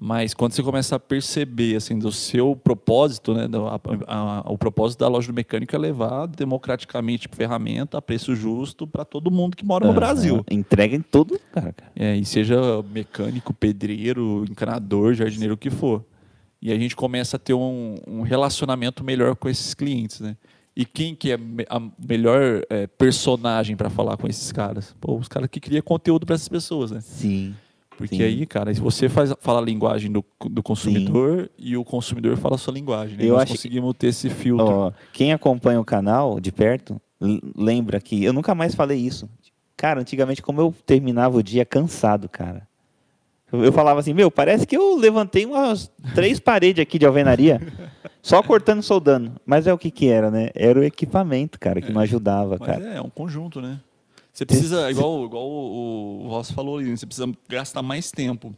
Speaker 1: Mas quando você começa a perceber assim do seu propósito, né, do- a- a- o propósito da loja do mecânico é levar democraticamente ferramenta a preço justo para todo mundo que mora no
Speaker 3: Aham.
Speaker 1: Brasil.
Speaker 3: Entrega em todo lugar, cara.
Speaker 1: É, e seja mecânico, pedreiro, encanador, jardineiro, o que for. E a gente começa a ter um, um relacionamento melhor com esses clientes, né? E quem que é me- a melhor eh, personagem para falar com esses caras? Pô, os caras que criam conteúdo para essas pessoas, né?
Speaker 3: Sim.
Speaker 1: Porque
Speaker 3: Sim.
Speaker 1: aí, cara, se você faz, fala a linguagem do, do consumidor e o consumidor fala a sua linguagem. Né?
Speaker 3: Eu
Speaker 1: Nós
Speaker 3: acho que-
Speaker 1: conseguimos ter esse filtro.
Speaker 3: Ó, quem acompanha o canal de perto l- lembra que eu nunca mais falei isso. Cara, antigamente, como eu terminava o dia cansado, cara. Eu eu falava assim, meu, parece que eu levantei umas três paredes aqui de alvenaria, só cortando e soldando. Mas é o que que era, né? Era o equipamento, cara, que não ajudava,
Speaker 1: Mas
Speaker 3: cara.
Speaker 1: é, é um conjunto, né? Você precisa, igual, igual o, o Ross falou ali, né? você precisa gastar mais tempo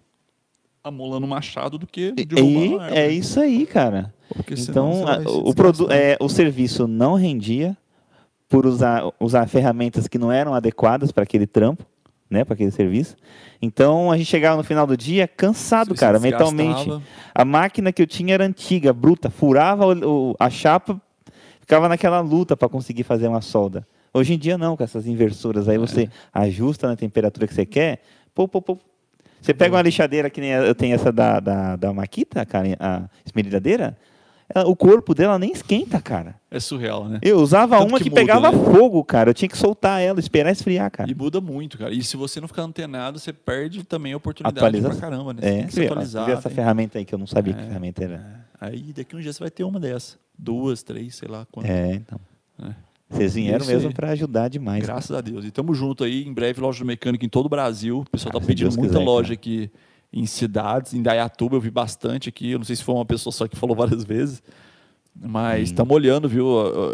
Speaker 1: amolando o machado do que derrubar
Speaker 3: E
Speaker 1: uma
Speaker 3: é
Speaker 1: árvore.
Speaker 3: isso aí, cara.
Speaker 1: Porque senão
Speaker 3: Então,
Speaker 1: você
Speaker 3: a-
Speaker 1: vai se
Speaker 3: o,
Speaker 1: desgastar.
Speaker 3: produ- é, o serviço não rendia por usar, usar ferramentas que não eram adequadas para aquele trampo, né, para aquele serviço. Então, a gente chegava no final do dia cansado,
Speaker 1: Você
Speaker 3: cara,
Speaker 1: se
Speaker 3: mentalmente.
Speaker 1: desgastava.
Speaker 3: A máquina que eu tinha era antiga, bruta, furava o- o- a chapa, ficava naquela luta para conseguir fazer uma solda. Hoje em dia não, com essas inversoras
Speaker 1: É.
Speaker 3: aí você ajusta na temperatura que você quer. Pô, pô, pô. Você pega uma lixadeira que nem eu tenho essa da, da, da Maquita, cara, a esmerilhadeira, ela- o corpo dela nem esquenta, cara.
Speaker 1: É surreal, né?
Speaker 3: Eu usava
Speaker 1: Tanto
Speaker 3: uma que,
Speaker 1: que muda,
Speaker 3: pegava
Speaker 1: né?
Speaker 3: fogo, cara. Eu tinha que soltar ela, esperar esfriar, cara.
Speaker 1: E muda muito, cara. E se você não ficar antenado, você perde também a oportunidade
Speaker 3: Atualiza-
Speaker 1: pra caramba, né? É. Você
Speaker 3: É,
Speaker 1: tem que se
Speaker 3: vê, ó,
Speaker 1: atualizar.
Speaker 3: vê essa
Speaker 1: tem-
Speaker 3: ferramenta aí que eu não sabia que ferramenta era.
Speaker 1: Aí daqui a um dia você vai ter uma dessa. Duas, três, sei lá quantas.
Speaker 3: É, então.
Speaker 1: É.
Speaker 3: Vocês vieram
Speaker 1: Isso
Speaker 3: mesmo
Speaker 1: aí.
Speaker 3: para ajudar demais.
Speaker 1: Graças a Deus. E tamo junto aí. Em breve, loja do mecânico em todo o Brasil. O pessoal
Speaker 3: Cara,
Speaker 1: tá
Speaker 3: Ah, se
Speaker 1: pedindo
Speaker 3: Deus
Speaker 1: muita
Speaker 3: quiser,
Speaker 1: loja
Speaker 3: cara.
Speaker 1: aqui em cidades. Em Dayatuba eu vi bastante aqui. Eu não sei se foi uma pessoa só que falou várias vezes. Mas
Speaker 3: Hum.
Speaker 1: estamos olhando, viu?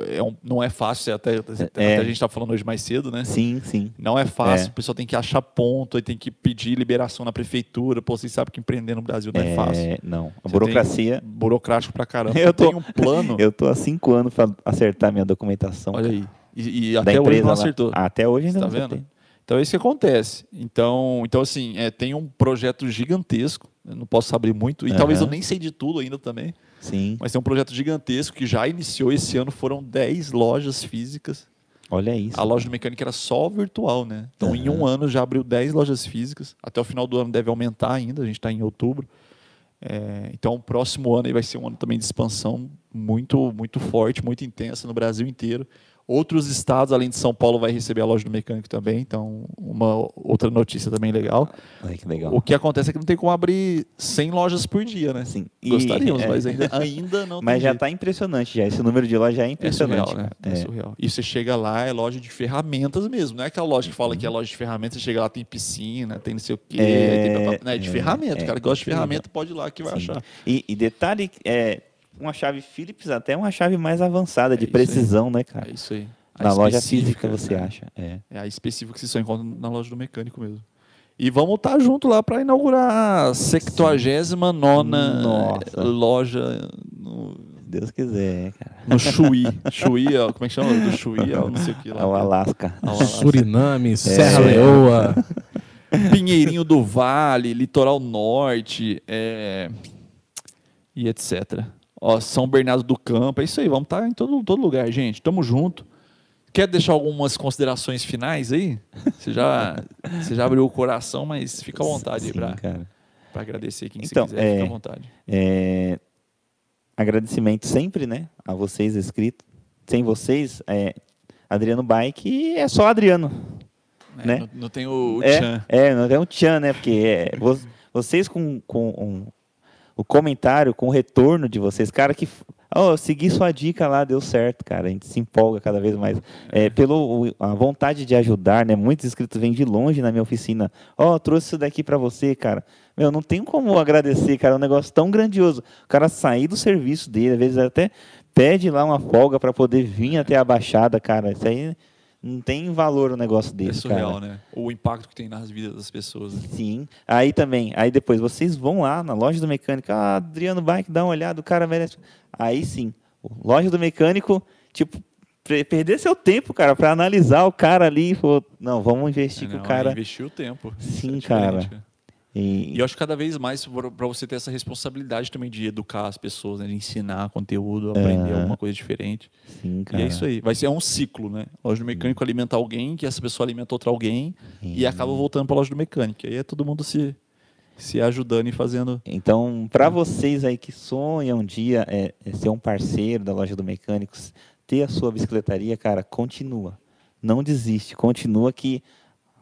Speaker 1: É um- não é fácil, até, até a gente tá falando hoje mais cedo, né?
Speaker 3: Sim, sim.
Speaker 1: Não é fácil,
Speaker 3: É.
Speaker 1: o pessoal tem que achar ponto, aí tem que pedir liberação na prefeitura. Pô, vocês sabem que empreender no Brasil não é, fácil.
Speaker 3: É, não. A
Speaker 1: Você
Speaker 3: burocracia.
Speaker 1: tem burocrático pra caramba.
Speaker 3: Eu
Speaker 1: Eu
Speaker 3: tô-
Speaker 1: tenho um plano.
Speaker 3: Eu tô há cinco anos para acertar minha documentação.
Speaker 1: Olha
Speaker 3: cara,
Speaker 1: aí. E, e
Speaker 3: da
Speaker 1: até hoje
Speaker 3: empresa
Speaker 1: não
Speaker 3: lá. Ah,
Speaker 1: acertou.
Speaker 3: Até hoje
Speaker 1: Você
Speaker 3: ainda
Speaker 1: tá
Speaker 3: não
Speaker 1: vendo?
Speaker 3: acertei.
Speaker 1: Então é isso que acontece. Então, então assim, é, tem um projeto gigantesco. Eu não posso abrir muito. E
Speaker 3: Aham.
Speaker 1: talvez eu nem sei de tudo ainda também.
Speaker 3: Sim.
Speaker 1: Mas tem um projeto gigantesco que já iniciou esse ano. Foram 10 lojas físicas.
Speaker 3: Olha isso.
Speaker 1: A loja do mecânico era só virtual, né? Então, em um ano já abriu 10 lojas físicas. Até o final do ano deve aumentar ainda. A gente está em outubro. É, então, o próximo ano aí vai ser um ano também de expansão muito, muito forte, muito intensa no Brasil inteiro. Outros estados, além de São Paulo, vai receber a loja do mecânico também. Então, uma outra notícia também legal.
Speaker 3: Olha que legal.
Speaker 1: O que acontece é que não tem como abrir 100 lojas por dia, né?
Speaker 3: Sim. E-
Speaker 1: Gostaríamos,
Speaker 3: é.
Speaker 1: mas ainda, ainda não
Speaker 3: Mas
Speaker 1: tem
Speaker 3: já
Speaker 1: jeito.
Speaker 3: tá impressionante já. Esse número de loja já é
Speaker 1: É
Speaker 3: impressionante.
Speaker 1: surreal, né?
Speaker 3: cara.
Speaker 1: É
Speaker 3: É.
Speaker 1: surreal. E você chega lá, é loja de ferramentas mesmo. Não é aquela loja que fala que é loja de ferramentas, você chega lá, tem piscina, tem não sei o quê.
Speaker 3: Uhum. É,
Speaker 1: aí tem blá, blá, blá. Não, é de
Speaker 3: é,
Speaker 1: ferramenta.
Speaker 3: é.
Speaker 1: o cara que gosta de
Speaker 3: Incrível.
Speaker 1: ferramenta, pode ir lá que vai
Speaker 3: Sim.
Speaker 1: achar.
Speaker 3: E, e detalhe, é, uma chave Philips até uma chave mais avançada, de
Speaker 1: É isso aí.
Speaker 3: precisão, né, cara?
Speaker 1: É isso aí. A
Speaker 3: Na loja
Speaker 1: específica,
Speaker 3: física você
Speaker 1: né?
Speaker 3: acha. É.
Speaker 1: É a específica que você só encontra na loja do mecânico mesmo. E vamos estar junto lá para inaugurar a 79
Speaker 3: Nossa.
Speaker 1: loja no,
Speaker 3: Se Deus quiser, cara.
Speaker 1: no Chuí. Chuí, ó, como é que chama? Do Chuí, ó, não sei o que lá. né? É
Speaker 3: Ao É Alasca.
Speaker 1: Ao Alasca.
Speaker 3: É.
Speaker 2: Suriname, Serra Leoa.
Speaker 1: Pinheirinho do Vale, Litoral Norte é, e etc. Ó, São Bernardo do Campo, é isso aí, vamos estar em todo, todo lugar, gente. Tamo junto. Quer deixar algumas considerações finais aí? Você já, você já abriu o coração, mas fica à vontade
Speaker 3: Sim,
Speaker 1: para
Speaker 3: cara.
Speaker 1: agradecer quem
Speaker 3: Então,
Speaker 1: você quiser,
Speaker 3: é,
Speaker 1: fica à vontade.
Speaker 3: É, agradecimento sempre, né? A vocês inscritos. Sem vocês, é, Adriano Bike é só Adriano.
Speaker 1: É,
Speaker 3: né?
Speaker 1: não, não tem o, o Tchan.
Speaker 3: é, é, não é um tchan, né? Porque é, vo- vocês com, com um- o comentário, com o retorno de vocês, cara, que. f- Ó, eu segui sua dica lá, deu certo, cara. A gente se empolga cada vez mais. É, pelo o- a vontade de ajudar, né? Muitos inscritos vêm de longe na minha oficina. Ó, trouxe isso daqui pra você, cara. Meu, não tem como agradecer, cara. É um negócio tão grandioso. O cara sair do serviço dele, às vezes até pede lá uma folga pra poder vir até a baixada, cara. Isso aí não tem valor o negócio
Speaker 1: É
Speaker 3: desse, cara.
Speaker 1: surreal, né? O impacto que tem nas vidas das pessoas. né?
Speaker 3: Sim. Aí também, aí depois vocês vão lá na loja do mecânico, ah, Adriano Bike, dá uma olhada, o cara merece. Aí sim, Loja do mecânico, tipo, pre- perder seu tempo, cara, para analisar o cara ali. Pô, não, vamos investir com
Speaker 1: Não,
Speaker 3: o cara.
Speaker 1: Investiu É, né? o tempo.
Speaker 3: Sim,
Speaker 1: diferente,
Speaker 3: cara.
Speaker 1: né?
Speaker 3: E-
Speaker 1: E eu acho que cada vez mais para você ter essa responsabilidade também de educar as pessoas, né? de ensinar conteúdo, aprender alguma coisa diferente.
Speaker 3: sim, cara.
Speaker 1: E é isso aí. Vai ser um ciclo, né? Loja do mecânico alimenta alguém, que essa pessoa alimenta outra alguém e acaba voltando para loja do mecânico. Aí é todo mundo se, se ajudando e fazendo.
Speaker 3: Então, para vocês aí que sonham um dia é, é ser um parceiro da loja do mecânico, s- ter a sua bicicletaria, cara, continua. Não desiste, continua que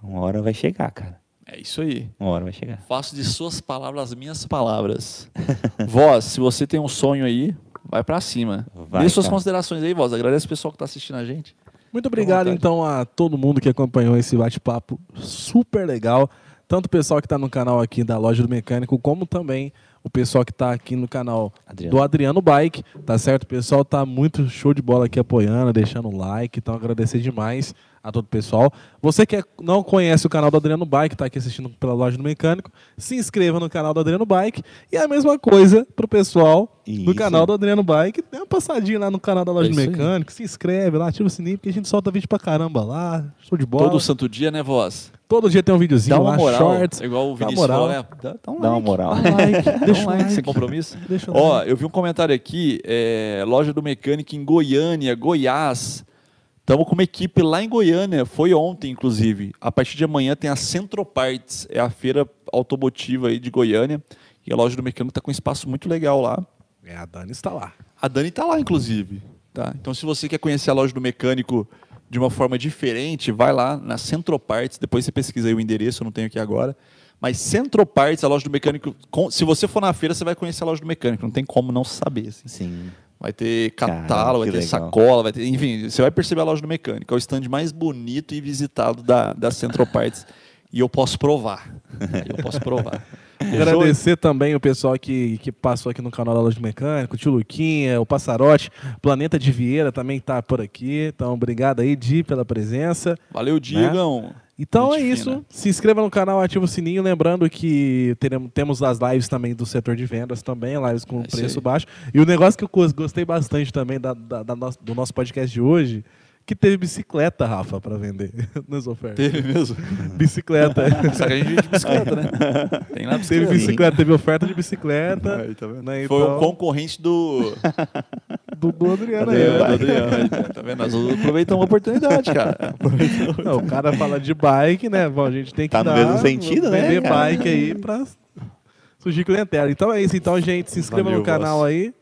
Speaker 3: uma hora vai chegar, cara.
Speaker 1: É isso aí.
Speaker 3: Uma hora vai chegar.
Speaker 1: Faço de suas palavras minhas palavras. Voz, se você tem um sonho aí, vai para cima.
Speaker 3: Vai,
Speaker 1: Dê suas
Speaker 3: cara.
Speaker 1: considerações aí, Voz. Agradeço o pessoal que tá assistindo a gente.
Speaker 2: Muito obrigado,
Speaker 1: vontade.
Speaker 2: então, a todo mundo que acompanhou esse bate-papo super legal. Tanto o pessoal que está no canal aqui da Loja do Mecânico, como também o pessoal que está aqui no canal
Speaker 3: Adriano.
Speaker 2: do Adriano Bike, tá certo? O pessoal tá muito show de bola aqui apoiando, deixando o like, então agradecer demais a todo o pessoal. Você que é- não conhece o canal do Adriano Bike, tá aqui assistindo pela Loja do Mecânico, se inscreva no canal do Adriano Bike. E a mesma coisa pro pessoal
Speaker 3: Isso.
Speaker 2: do canal do Adriano Bike, dê uma passadinha lá no canal da
Speaker 1: É
Speaker 2: Loja do
Speaker 1: isso aí.
Speaker 2: Mecânico, se inscreve lá, ativa o sininho, porque a gente solta vídeo pra caramba lá, show de bola.
Speaker 1: Todo
Speaker 2: Todo,
Speaker 1: santo dia, né, Voz?
Speaker 2: dia tem um videozinho
Speaker 1: Dá uma
Speaker 2: lá,
Speaker 1: moral.
Speaker 2: shorts.
Speaker 1: igual o
Speaker 2: dá
Speaker 1: Vinícius
Speaker 2: moral.
Speaker 1: falou, né? Dá, dá um
Speaker 3: Dá uma
Speaker 1: like.
Speaker 3: moral.
Speaker 2: Dá um like, deixa
Speaker 1: Deixa
Speaker 2: um
Speaker 1: um like,
Speaker 2: like.
Speaker 1: sem compromisso.
Speaker 2: Deixa um
Speaker 1: Ó,
Speaker 2: like.
Speaker 1: eu vi um comentário aqui, é, loja do mecânico em Goiânia, Goiás. Estamos com uma equipe lá em Goiânia, foi ontem, inclusive. A partir de amanhã tem a Centroparts, é a feira automotiva aí de Goiânia. E a loja do mecânico está com um espaço muito legal lá.
Speaker 2: É, a Dani está lá.
Speaker 1: A Dani está lá, inclusive. Tá? Então, se você quer conhecer a loja do mecânico de uma forma diferente, vai lá na Centroparts. Depois você pesquisa aí o endereço, eu não tenho aqui agora. Mas Centroparts, a loja do mecânico. com- se você for na feira, você vai conhecer a loja do mecânico. Não tem como não saber. assim.
Speaker 3: Sim.
Speaker 1: Vai ter
Speaker 3: Caramba,
Speaker 1: catálogo, vai
Speaker 3: que
Speaker 1: ter
Speaker 3: legal.
Speaker 1: sacola, vai ter. Enfim, você vai perceber a loja do mecânico. É o stand mais bonito e visitado da, da Centroparts. e eu posso provar. Eu posso provar. Fechou?
Speaker 2: Agradecer também o pessoal que, que passou aqui no canal da Loja do Mecânico, o Tio Luquinha, o Passarote, Planeta de Vieira também está por aqui. Então, obrigado aí, Di, pela presença.
Speaker 1: Valeu, Digão.
Speaker 3: Né?
Speaker 2: Então
Speaker 1: Gente
Speaker 2: é isso.
Speaker 1: fina.
Speaker 2: Se inscreva no canal, ativa o sininho. Lembrando que teremos, temos as lives também do setor de vendas também, lives com
Speaker 1: É isso
Speaker 2: preço
Speaker 1: aí.
Speaker 2: baixo. E o negócio que eu gos- gostei bastante também da, da- da nossa- do nosso podcast de hoje, que teve bicicleta, Rafa, para vender nas ofertas.
Speaker 1: Teve mesmo.
Speaker 2: Bicicleta.
Speaker 1: Só que a gente vive de bicicleta, né? Tem lá
Speaker 2: teve
Speaker 1: bicicleta.
Speaker 2: bicicleta, teve oferta de bicicleta.
Speaker 1: Aí, tá vendo?
Speaker 2: né,
Speaker 1: Foi
Speaker 2: então-
Speaker 1: um concorrente do,
Speaker 2: Do, do Adriano
Speaker 1: do,
Speaker 2: aí.
Speaker 1: do
Speaker 2: né?
Speaker 1: Adriano. aí, Tá vendo? Nós aproveitamos a oportunidade, cara.
Speaker 2: Não, o cara fala de bike, né? Bom, a gente tem que
Speaker 3: Tá no
Speaker 2: dar,
Speaker 3: mesmo sentido, né,
Speaker 2: vender
Speaker 3: cara?
Speaker 2: bike aí pra surgir clientela. Então é isso. Então, gente, se inscreva
Speaker 1: Valeu,
Speaker 2: no canal
Speaker 1: Voz.
Speaker 2: aí.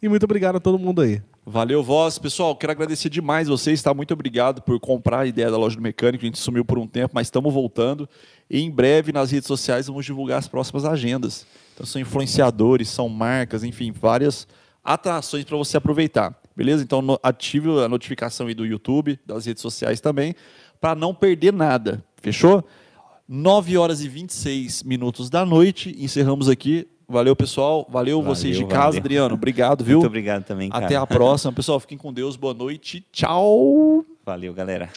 Speaker 2: E muito obrigado a todo mundo aí.
Speaker 1: Valeu, voz. Pessoal, quero agradecer demais vocês, tá? Muito obrigado por comprar a ideia da loja do mecânico. A gente sumiu por um tempo, mas estamos voltando. E em breve, nas redes sociais, vamos divulgar as próximas agendas. Então, são influenciadores, são marcas, enfim, várias atrações para você aproveitar. Beleza? Então, no- ative a notificação aí do YouTube, das redes sociais também, para não perder nada. Fechou? 9 horas e 26 minutos da noite. Encerramos aqui. Valeu, pessoal. Valeu,
Speaker 3: Valeu,
Speaker 1: vocês de casa.
Speaker 3: valeu.
Speaker 1: Adriano, obrigado, viu?
Speaker 3: Muito obrigado também, cara.
Speaker 1: Até a próxima, pessoal. Fiquem com Deus. Boa noite. Tchau.
Speaker 3: Valeu, galera.